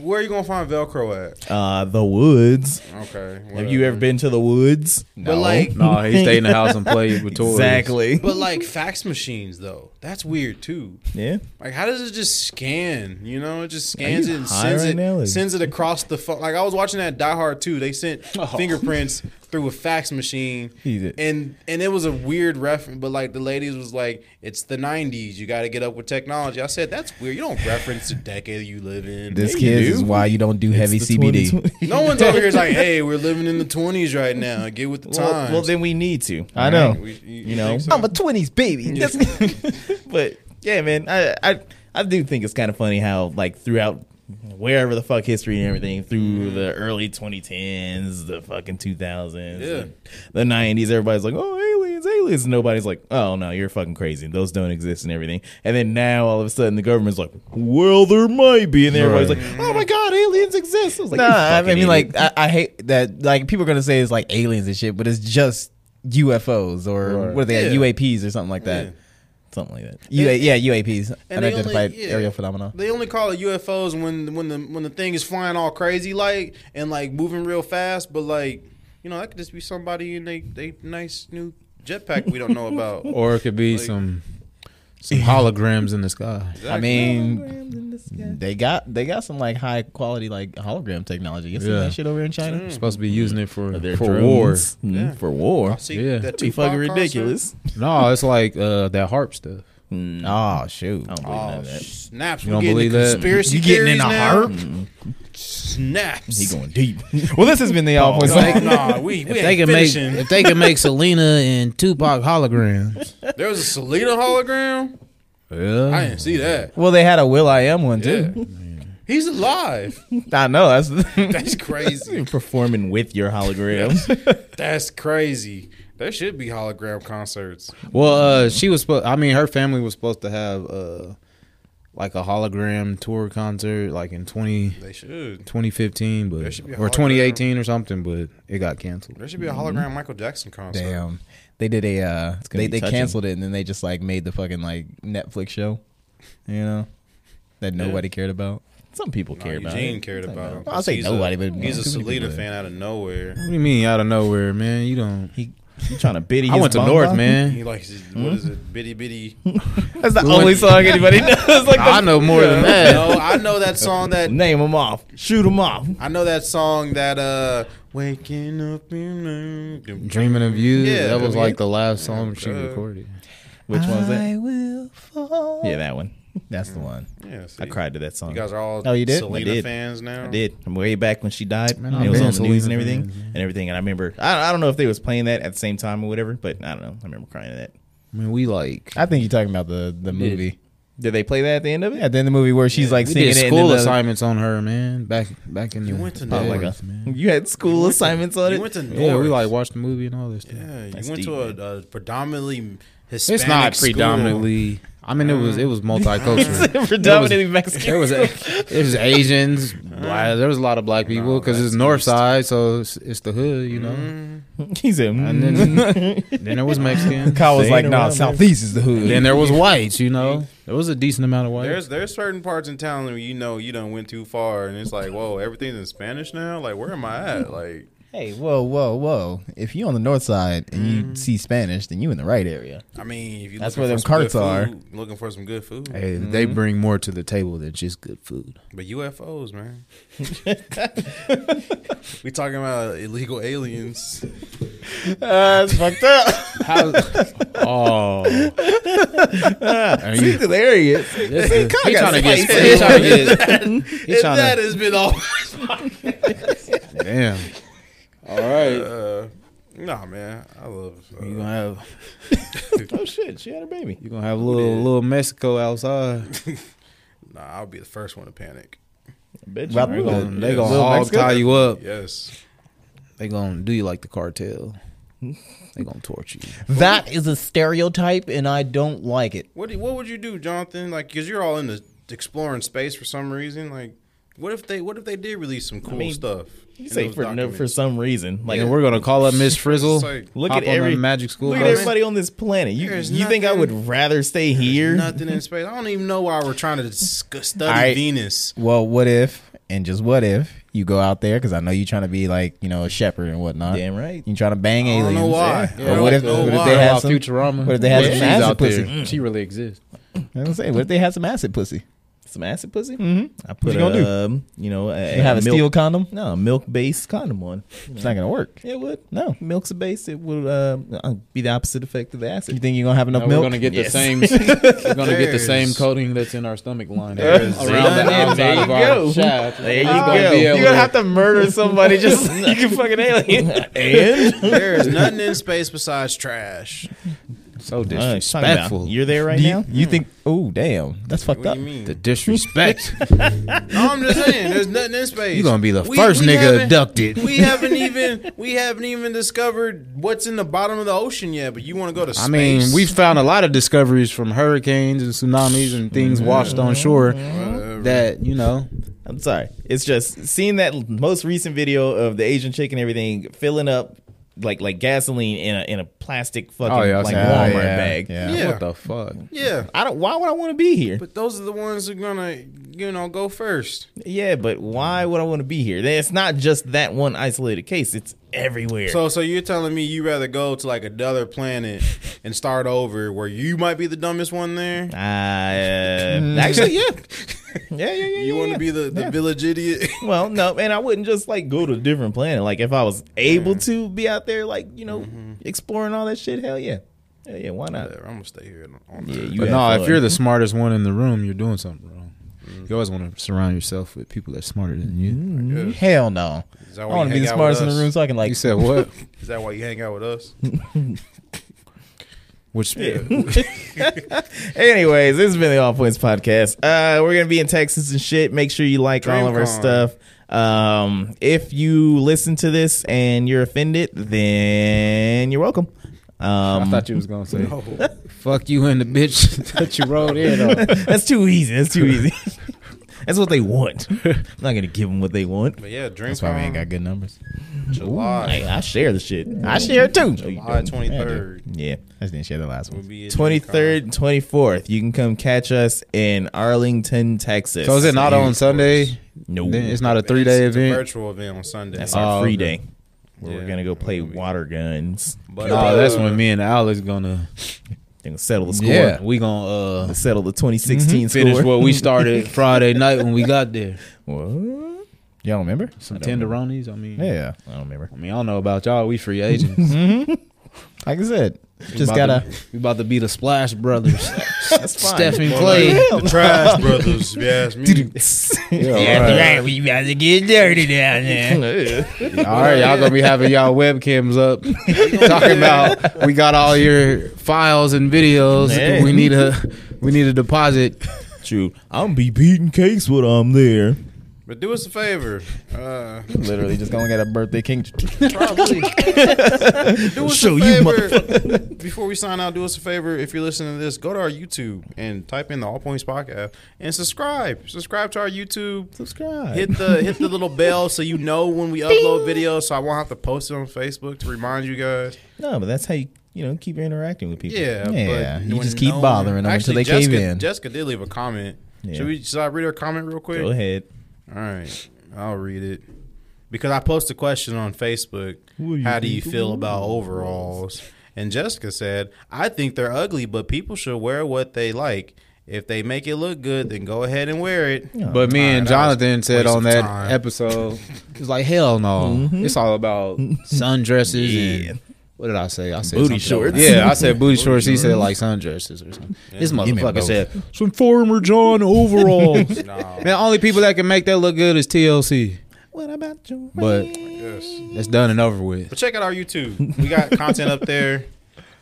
Speaker 1: where you gonna find Velcro at?
Speaker 3: Uh, the woods.
Speaker 1: Okay.
Speaker 3: Have you ever been to the woods?
Speaker 1: Mm. But like
Speaker 4: No, he stayed in the house and played with toys.
Speaker 3: *laughs* Exactly.
Speaker 1: *laughs* but like fax machines though. That's weird too.
Speaker 3: Yeah.
Speaker 1: Like how does it just scan? You know, it just scans
Speaker 3: you
Speaker 1: it and
Speaker 3: high
Speaker 1: sends
Speaker 3: right
Speaker 1: it
Speaker 3: now?
Speaker 1: sends it across the phone. Like I was watching that Die Hard 2. They
Speaker 3: *laughs*
Speaker 1: sent
Speaker 3: Oh.
Speaker 1: fingerprints through a fax machine.
Speaker 3: did.
Speaker 1: And and it was a weird reference, but like the ladies was like, It's the nineties, you gotta get up with technology. I said, That's weird. You don't reference the decade you live in.
Speaker 2: this
Speaker 3: you
Speaker 2: kid
Speaker 3: do.
Speaker 2: is why you don't do heavy
Speaker 3: It's the
Speaker 2: CBD.
Speaker 3: 2020.
Speaker 1: no one's over here
Speaker 3: *laughs*
Speaker 1: is like, hey, we're living in the twenties right now. Get with the
Speaker 3: well,
Speaker 1: times.
Speaker 3: well, then we need to.
Speaker 2: I know.
Speaker 1: We- you,
Speaker 3: know,
Speaker 1: think so?
Speaker 2: I'm a 20s baby.
Speaker 3: *laughs*
Speaker 2: That's-
Speaker 3: but yeah, man, I, I I do think it's kind of funny how like throughout wherever the fuck history and everything through
Speaker 1: Mm-hmm.
Speaker 3: the early 2010s, the fucking 2000s,
Speaker 1: Yeah.
Speaker 3: the 90s, everybody's like, oh aliens, aliens. Nobody's like, oh no, you're fucking crazy. Those don't exist and everything. And then now all of a sudden the government's like, well, there might be, and everybody's like, oh my god, aliens exist. I was like,
Speaker 2: nah,
Speaker 3: "You
Speaker 2: I
Speaker 3: fucking
Speaker 2: mean,
Speaker 3: idiot."
Speaker 2: like, I, I hate that. Like, people are gonna say it's like aliens and shit, but it's just UFOs or what are they?
Speaker 1: Yeah.
Speaker 2: UAPs or something like that.
Speaker 3: something like that.
Speaker 2: UA, yeah, UAPs,
Speaker 1: And they
Speaker 2: unidentified
Speaker 1: only- yeah.
Speaker 2: aerial phenomena.
Speaker 1: They only call it UFOs when when the when the thing is flying all crazy like and like moving real fast, but like you know, that could just be somebody in they they nice new jetpack we don't know about.
Speaker 4: Or it could be
Speaker 1: Like-
Speaker 4: some some holograms in the sky.
Speaker 1: Exactly.
Speaker 2: I mean, they got they got some like high quality like hologram technology. You see
Speaker 4: Yeah.
Speaker 2: that shit over in China?
Speaker 4: Supposed to be using it for
Speaker 3: Their
Speaker 4: for
Speaker 3: drones.
Speaker 4: war.
Speaker 3: Mhm,
Speaker 1: Yeah.
Speaker 3: For war.
Speaker 1: I see
Speaker 4: Yeah.
Speaker 1: that
Speaker 4: That'd
Speaker 3: Be
Speaker 1: Tupac
Speaker 3: fucking
Speaker 1: concert.
Speaker 3: ridiculous.
Speaker 4: No, it's like uh, that harp stuff.
Speaker 3: Mm,
Speaker 2: Oh shoot!
Speaker 3: I don't believe none
Speaker 1: Oh,
Speaker 3: of that.
Speaker 1: snaps!
Speaker 4: You
Speaker 1: We're
Speaker 4: don't
Speaker 1: getting
Speaker 4: believe
Speaker 1: into
Speaker 4: that?
Speaker 1: conspiracy
Speaker 2: You getting in
Speaker 1: theories
Speaker 2: a
Speaker 1: now?
Speaker 2: harp?
Speaker 1: Snaps.
Speaker 3: He going deep.
Speaker 2: *laughs* Well, this has been the off one.
Speaker 1: It's like, nah, we, we
Speaker 4: If they
Speaker 1: ain't
Speaker 4: can make
Speaker 1: finishing.
Speaker 4: if they can make Selena and
Speaker 1: *laughs*
Speaker 4: Tupac holograms.
Speaker 1: there was a Selena hologram. I
Speaker 4: Yeah.
Speaker 1: didn't see that.
Speaker 2: Well, they had a Will I Am one
Speaker 1: Yeah.
Speaker 2: too.
Speaker 1: He's alive.
Speaker 2: *laughs* I know that's
Speaker 1: That's crazy.
Speaker 2: *laughs*
Speaker 3: You're performing with your holograms.
Speaker 1: That's crazy. There should be hologram concerts.
Speaker 4: Well, uh, she was supposed I mean her family was supposed to have uh like a hologram tour concert like in 20,
Speaker 1: They should.
Speaker 4: 2015 but
Speaker 1: There should be a
Speaker 4: or
Speaker 1: hologram.
Speaker 4: 2018 or something but it got canceled.
Speaker 1: There should be a hologram Michael Jackson concert.
Speaker 2: damn. They did a uh,
Speaker 3: gonna
Speaker 2: they
Speaker 3: be
Speaker 2: they
Speaker 3: touching.
Speaker 2: canceled it and then they just like made the fucking like Netflix show, you know, that nobody cared about.
Speaker 3: Some people
Speaker 1: Nah,
Speaker 3: care about
Speaker 1: Eugene
Speaker 3: it.
Speaker 1: cared about. it.
Speaker 2: I'll say
Speaker 1: He's
Speaker 2: nobody,
Speaker 1: a,
Speaker 2: but
Speaker 1: he's a
Speaker 2: too many
Speaker 1: Selena
Speaker 2: people.
Speaker 1: fan out of nowhere.
Speaker 4: What do you mean out of nowhere, man? You don't
Speaker 3: You trying to biddy
Speaker 4: I
Speaker 3: his
Speaker 4: went to
Speaker 3: bum
Speaker 4: North,
Speaker 3: bum?
Speaker 1: He
Speaker 4: man.
Speaker 1: likes his, what is it, bitty bitty?
Speaker 2: That's the
Speaker 4: We went-
Speaker 2: only song anybody knows. Like
Speaker 4: I know more than that.
Speaker 1: *laughs* no, I know that song. That
Speaker 3: Name them off. Shoot them off.
Speaker 1: I know that song. That uh, waking up in the-
Speaker 4: Dreaming of you.
Speaker 1: Yeah.
Speaker 4: that was like the last song she
Speaker 1: Uh,
Speaker 4: recorded.
Speaker 3: Which one's that?
Speaker 2: I will fall.
Speaker 3: Yeah, that one.
Speaker 2: that's the one.
Speaker 1: Yeah, see,
Speaker 3: I cried to that song.
Speaker 1: You guys are all
Speaker 2: Oh, you did? I
Speaker 1: Selena
Speaker 3: did.
Speaker 1: fans now.
Speaker 3: I did. From way back when she died.
Speaker 4: Man,
Speaker 3: and
Speaker 4: I've
Speaker 3: it was
Speaker 4: been
Speaker 3: on the news and
Speaker 4: Selena
Speaker 3: everything.
Speaker 4: fans, yeah.
Speaker 3: And everything. And I remember, I, I don't know if they was playing that at the same time or whatever, but I don't know. I remember crying to that.
Speaker 4: I mean, we like
Speaker 2: I think you're talking about the the movie.
Speaker 3: Did they play that at the end of it?
Speaker 2: Yeah, then the movie where she's like
Speaker 4: we
Speaker 2: singing
Speaker 4: did
Speaker 2: it. and
Speaker 4: school
Speaker 2: then the-
Speaker 4: assignments on her, man. Back back in you the
Speaker 1: went to
Speaker 4: Fort
Speaker 1: North.
Speaker 4: Worth, man.
Speaker 3: You had school assignments on
Speaker 1: You
Speaker 3: it?
Speaker 1: went to North.
Speaker 4: Yeah, we like watched the movie and all this. Stuff.
Speaker 1: Yeah, you
Speaker 3: That's
Speaker 1: went
Speaker 3: deep,
Speaker 1: to
Speaker 3: man.
Speaker 1: a, a predominantly Hispanic.
Speaker 4: It's not
Speaker 1: school.
Speaker 4: predominantly. I mean, it was it
Speaker 3: *laughs*
Speaker 4: was multicultural.
Speaker 1: *laughs*
Speaker 2: predominantly Mexican.
Speaker 4: there was it was Asians. Black, there was a lot of black people because it's North Side, so it's, it's the hood, you know.
Speaker 1: Mm-hmm.
Speaker 3: He said,
Speaker 4: And
Speaker 3: mm.
Speaker 4: then then there was *laughs* Mexican.
Speaker 2: Kyle was
Speaker 3: Staying
Speaker 2: like, "Nah,
Speaker 3: around,
Speaker 2: Southeast is the hood."
Speaker 4: Then there was whites, you know. There was a decent amount of whites.
Speaker 1: There's there's certain parts in town where you know you done went too far, and it's like, whoa, everything's in Spanish now. Like, where am I at? Like,
Speaker 2: Hey, whoa, whoa, whoa! If you on the north side and you see Spanish, then you in the right area.
Speaker 1: I mean, if you
Speaker 2: That's
Speaker 1: looking for
Speaker 2: where them
Speaker 1: some good
Speaker 2: carts are.
Speaker 1: food- looking for some good food.
Speaker 4: Hey, they bring more to the table than just good food.
Speaker 1: But UFOs, man. we talking about illegal aliens.
Speaker 2: That's fucked up.
Speaker 4: *laughs* oh, Are you-
Speaker 2: there he is.
Speaker 4: this is- he
Speaker 2: got
Speaker 4: trying to get.
Speaker 2: spicy.
Speaker 4: He trying *laughs* to get.
Speaker 1: And
Speaker 4: tryna-
Speaker 1: that has been all.
Speaker 4: Damn. All right.
Speaker 1: *laughs* Uh, nah, man, I love. Uh,
Speaker 4: You gonna have
Speaker 3: oh shit, she had her baby.
Speaker 4: you gonna have a little
Speaker 1: Yeah.
Speaker 4: little Mexico outside.
Speaker 1: nah, I'll be the first one to panic.
Speaker 3: I bet you
Speaker 2: Well,
Speaker 3: were.
Speaker 4: They gonna, they
Speaker 2: Little
Speaker 4: gonna hog
Speaker 2: Mexico?
Speaker 4: tie you up.
Speaker 1: Yes,
Speaker 4: They gonna do you like the *laughs* cartel. They gonna torture you.
Speaker 2: That is a stereotype, and I don't like it.
Speaker 1: What do- what would you do, Jonathan? Like, cause you're all in the exploring space for some reason. Like, what if they what if they did release some cool
Speaker 3: mean,
Speaker 1: stuff?
Speaker 3: You say for no, for some reason, like
Speaker 4: and we're gonna call up Miss Frizzle.
Speaker 1: It's like-
Speaker 3: Look
Speaker 4: hop
Speaker 3: at
Speaker 4: on the
Speaker 3: every-
Speaker 4: magic school
Speaker 3: look at
Speaker 4: bus.
Speaker 3: everybody on this planet. You
Speaker 1: There's
Speaker 3: you think I
Speaker 1: nothing-
Speaker 3: would rather stay here?
Speaker 1: nothing in space. I don't even know why we're trying to discuss, study
Speaker 2: right.
Speaker 1: Venus.
Speaker 2: Well, what if, and just what if, you go out there because I know you're trying to be like you know a shepherd and whatnot.
Speaker 3: Damn right.
Speaker 2: You trying to bang
Speaker 1: I
Speaker 2: aliens?
Speaker 1: don't know why.
Speaker 2: Yeah.
Speaker 1: I
Speaker 2: But
Speaker 1: don't
Speaker 2: what if,
Speaker 1: know
Speaker 2: what if
Speaker 1: why.
Speaker 2: they had
Speaker 4: Wow,
Speaker 2: some?
Speaker 4: Futurama.
Speaker 2: what if they had some
Speaker 4: she's
Speaker 2: acid
Speaker 4: out
Speaker 2: pussy? Mm.
Speaker 4: there. She really exists.
Speaker 2: I was gonna say, what if they had some acid pussy?
Speaker 3: Some acid pussy. Mm-hmm. I put
Speaker 2: you gonna do?
Speaker 3: a, um, you know, a,
Speaker 2: You have a
Speaker 3: milk,
Speaker 2: steel condom?
Speaker 3: no milk based condom on.
Speaker 2: It's not gonna work.
Speaker 3: It would no milk's a base. It would uh, uh, be the opposite effect of the
Speaker 2: You
Speaker 3: acid.
Speaker 2: think you're gonna have enough
Speaker 4: No,
Speaker 2: milk?
Speaker 4: We're gonna get
Speaker 3: Yes.
Speaker 4: the *laughs* same. we're gonna get the
Speaker 1: There's-
Speaker 4: same coating that's in our stomach line
Speaker 1: There's-
Speaker 4: around the
Speaker 3: There
Speaker 4: outside
Speaker 3: you
Speaker 4: of our
Speaker 3: go.
Speaker 4: shaft.
Speaker 3: There you
Speaker 4: It's
Speaker 3: go.
Speaker 4: gonna be
Speaker 3: You're
Speaker 4: able
Speaker 2: You're gonna have to
Speaker 4: *laughs*
Speaker 2: murder somebody just so you can fucking alien.
Speaker 3: And
Speaker 1: There *laughs* is nothing in space besides trash.
Speaker 4: so
Speaker 3: Uh, she's talking about,
Speaker 4: disrespectful.
Speaker 3: You're there right
Speaker 2: Do
Speaker 3: now. Hmm.
Speaker 2: you, you think? Oh damn, that's fucked
Speaker 1: What
Speaker 2: up.
Speaker 1: do you mean?
Speaker 4: the *laughs* disrespect.
Speaker 1: No, I'm just saying, there's nothing in space.
Speaker 4: You're gonna be the
Speaker 1: We-
Speaker 4: first
Speaker 1: we
Speaker 4: nigga
Speaker 1: haven't-
Speaker 4: abducted.
Speaker 1: We haven't even we haven't even discovered what's in the bottom of the ocean yet. But you want to go to space?
Speaker 4: I mean, we've found a lot of discoveries from hurricanes and tsunamis and things washed on shore that you know.
Speaker 3: I'm sorry. It's just seeing that most recent video of the Asian chick and everything filling up like like gasoline in a in a plastic fucking
Speaker 4: Oh, yeah, I've
Speaker 3: like
Speaker 4: seen
Speaker 3: Walmart
Speaker 4: that.
Speaker 2: Yeah,
Speaker 3: bag.
Speaker 2: yeah.
Speaker 1: Yeah.
Speaker 4: What the fuck?
Speaker 1: yeah.
Speaker 3: I don't. Why would I want to be here?
Speaker 1: But those are the ones who are gonna you know, go first.
Speaker 3: Yeah, but why would I want to be here? It's not just that one isolated case. It's everywhere.
Speaker 1: So, so you're telling me you rather go to like another planet and start over, where you might be the dumbest one there?
Speaker 3: uh,
Speaker 1: *laughs*
Speaker 3: actually, yeah. yeah, yeah, yeah.
Speaker 1: You want to be the, the village
Speaker 2: *laughs*
Speaker 1: idiot?
Speaker 3: Well, no, and I wouldn't just like go to a different planet. Like if I was able to be out there, like you know,
Speaker 1: Mm-hmm.
Speaker 3: exploring all that shit. Hell yeah, hell yeah. Why not?
Speaker 1: I'm gonna stay here. On
Speaker 3: Yeah, you
Speaker 1: yeah,
Speaker 4: But
Speaker 3: had
Speaker 4: no,
Speaker 3: fun.
Speaker 4: if you're the smartest one in the room, you're doing something wrong. You always want to surround yourself with people that's smarter than you.
Speaker 2: Hell no.
Speaker 1: is that
Speaker 2: I
Speaker 1: why
Speaker 2: want
Speaker 1: you
Speaker 2: to be
Speaker 1: hang
Speaker 2: the
Speaker 1: out
Speaker 2: smartest in
Speaker 1: with
Speaker 2: the
Speaker 1: us?
Speaker 2: room so I can like
Speaker 4: You said what?
Speaker 1: Is that why you hang out with us?
Speaker 4: Which
Speaker 3: Anyways, this has been the All Points Podcast. Uh, we're gonna be in Texas and shit. Make sure you like all of our
Speaker 1: DreamCon.
Speaker 3: stuff. Um, if you listen to this and you're offended, then you're welcome. Um,
Speaker 4: I thought you was gonna say, "Fuck you and the bitch *laughs* that you rolled in." on."
Speaker 3: *laughs* that's too easy. That's too easy. *laughs* that's what they want. I'm not gonna give them what they want.
Speaker 1: But yeah, drink.
Speaker 2: That's why we ain't got good numbers.
Speaker 1: July,
Speaker 3: Hey, I share the shit. I share it too.
Speaker 1: July 23rd.
Speaker 3: Yeah.
Speaker 2: I just didn't share the last
Speaker 1: will
Speaker 2: one.
Speaker 1: be at DreamCon.
Speaker 3: 23rd and 24th. You can come catch us in Arlington, Texas.
Speaker 4: So is it not on Sunday?
Speaker 3: No.
Speaker 4: Then it's not a three day
Speaker 1: It's a
Speaker 4: event.
Speaker 1: virtual event on Sunday.
Speaker 3: That's our
Speaker 4: Oh,
Speaker 3: free
Speaker 4: okay.
Speaker 3: day where we're
Speaker 1: Yeah.
Speaker 3: going to go play water guns.
Speaker 1: But, uh,
Speaker 4: No, that's when me and Alex gonna
Speaker 3: They're going to settle the score.
Speaker 4: yeah we gonna uh,
Speaker 3: Settle the
Speaker 2: Mm-hmm.
Speaker 3: 2016
Speaker 4: finish
Speaker 3: score.
Speaker 4: what we started Friday night when we got there.
Speaker 3: *laughs* What?
Speaker 2: Y'all remember?
Speaker 4: Some tenderonis. I mean,
Speaker 2: Yeah.
Speaker 3: I don't remember.
Speaker 4: I mean, I don't know about y'all. We free agents.
Speaker 2: Like I said, just
Speaker 4: About
Speaker 2: gotta.
Speaker 4: to- we about to be the Splash Brothers.
Speaker 3: That's fine.
Speaker 4: Stephen Clay.
Speaker 1: the
Speaker 4: *laughs*
Speaker 1: Trash Brothers. If you ask me.
Speaker 2: *laughs*
Speaker 3: *laughs*
Speaker 5: right. We about to get dirty down there.
Speaker 4: All right, y'all gonna be having y'all webcams up, talking about we got all your files and videos.
Speaker 3: Hey.
Speaker 4: We need a we need a deposit.
Speaker 3: True. I'm be beating cakes when I'm there.
Speaker 1: But do us a favor.
Speaker 4: *laughs*
Speaker 1: Uh,
Speaker 2: Literally, just going at a birthday king.
Speaker 1: probably. do us
Speaker 3: Show
Speaker 1: a
Speaker 3: you
Speaker 1: favor. *laughs* before we sign out, do us a favor. If you're listening to this, go to our YouTube and type in the All Points Podcast and subscribe. Subscribe to our YouTube.
Speaker 3: Subscribe.
Speaker 1: Hit the hit the
Speaker 4: *laughs*
Speaker 1: little bell so you know when we upload videos, so I won't have to post it on Facebook to remind you guys.
Speaker 3: No, but that's how you, you know, keep interacting with people.
Speaker 1: Yeah,
Speaker 2: Yeah,
Speaker 1: but
Speaker 2: you
Speaker 1: when
Speaker 2: just keep bothering 'em until they
Speaker 1: Jessica,
Speaker 2: cave in.
Speaker 1: Jessica did leave a comment.
Speaker 3: Yeah.
Speaker 1: Should we? Should I read her comment real quick?
Speaker 3: Go ahead.
Speaker 1: All right, I'll read it because I posted a question on Facebook.
Speaker 3: What do you
Speaker 1: How do you
Speaker 3: think of
Speaker 1: feel about overalls? And Jessica said, "I think they're ugly, but people should wear what they like. If they make it look good, then go ahead and wear it."
Speaker 4: But me
Speaker 1: Oh,
Speaker 4: and
Speaker 1: All right, that was
Speaker 4: Jonathan said
Speaker 1: waste of
Speaker 4: on that
Speaker 1: time.
Speaker 4: episode, it was like hell no. It's all about sundresses. And, what did I say? I said
Speaker 3: Booty
Speaker 4: something about-
Speaker 3: shorts.
Speaker 4: Yeah, I said booty shorts. He said like sundresses or something. This motherfucker
Speaker 2: both.
Speaker 4: said some former
Speaker 1: *laughs*
Speaker 4: John overalls.
Speaker 1: No,
Speaker 4: Man, only people that can make that look good is TLC.
Speaker 3: What about you?
Speaker 4: But
Speaker 1: yes.
Speaker 4: that's done and over with.
Speaker 1: But check out our YouTube. We
Speaker 2: *laughs*
Speaker 1: got content up there.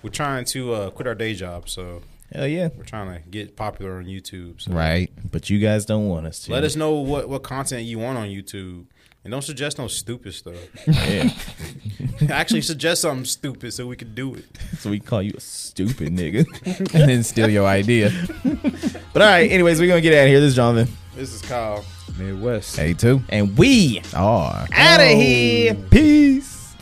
Speaker 1: We're trying to uh, quit our day job, so
Speaker 3: Hell yeah.
Speaker 1: we're trying to get popular on YouTube. So
Speaker 2: Right.
Speaker 3: But you guys don't want us to.
Speaker 1: Let us know what, what content you want on YouTube. And don't suggest no stupid stuff.
Speaker 3: Yeah.
Speaker 1: *laughs* Actually, suggest something stupid so we can do it.
Speaker 3: so we call you a stupid *laughs* nigga.
Speaker 2: and then steal your idea.
Speaker 3: but all right, anyways, we're going to get out of here. This is Jonathan.
Speaker 1: This is Kyle.
Speaker 4: Midwest.
Speaker 2: Hey, too.
Speaker 3: And we
Speaker 2: R.
Speaker 3: out of here. Peace.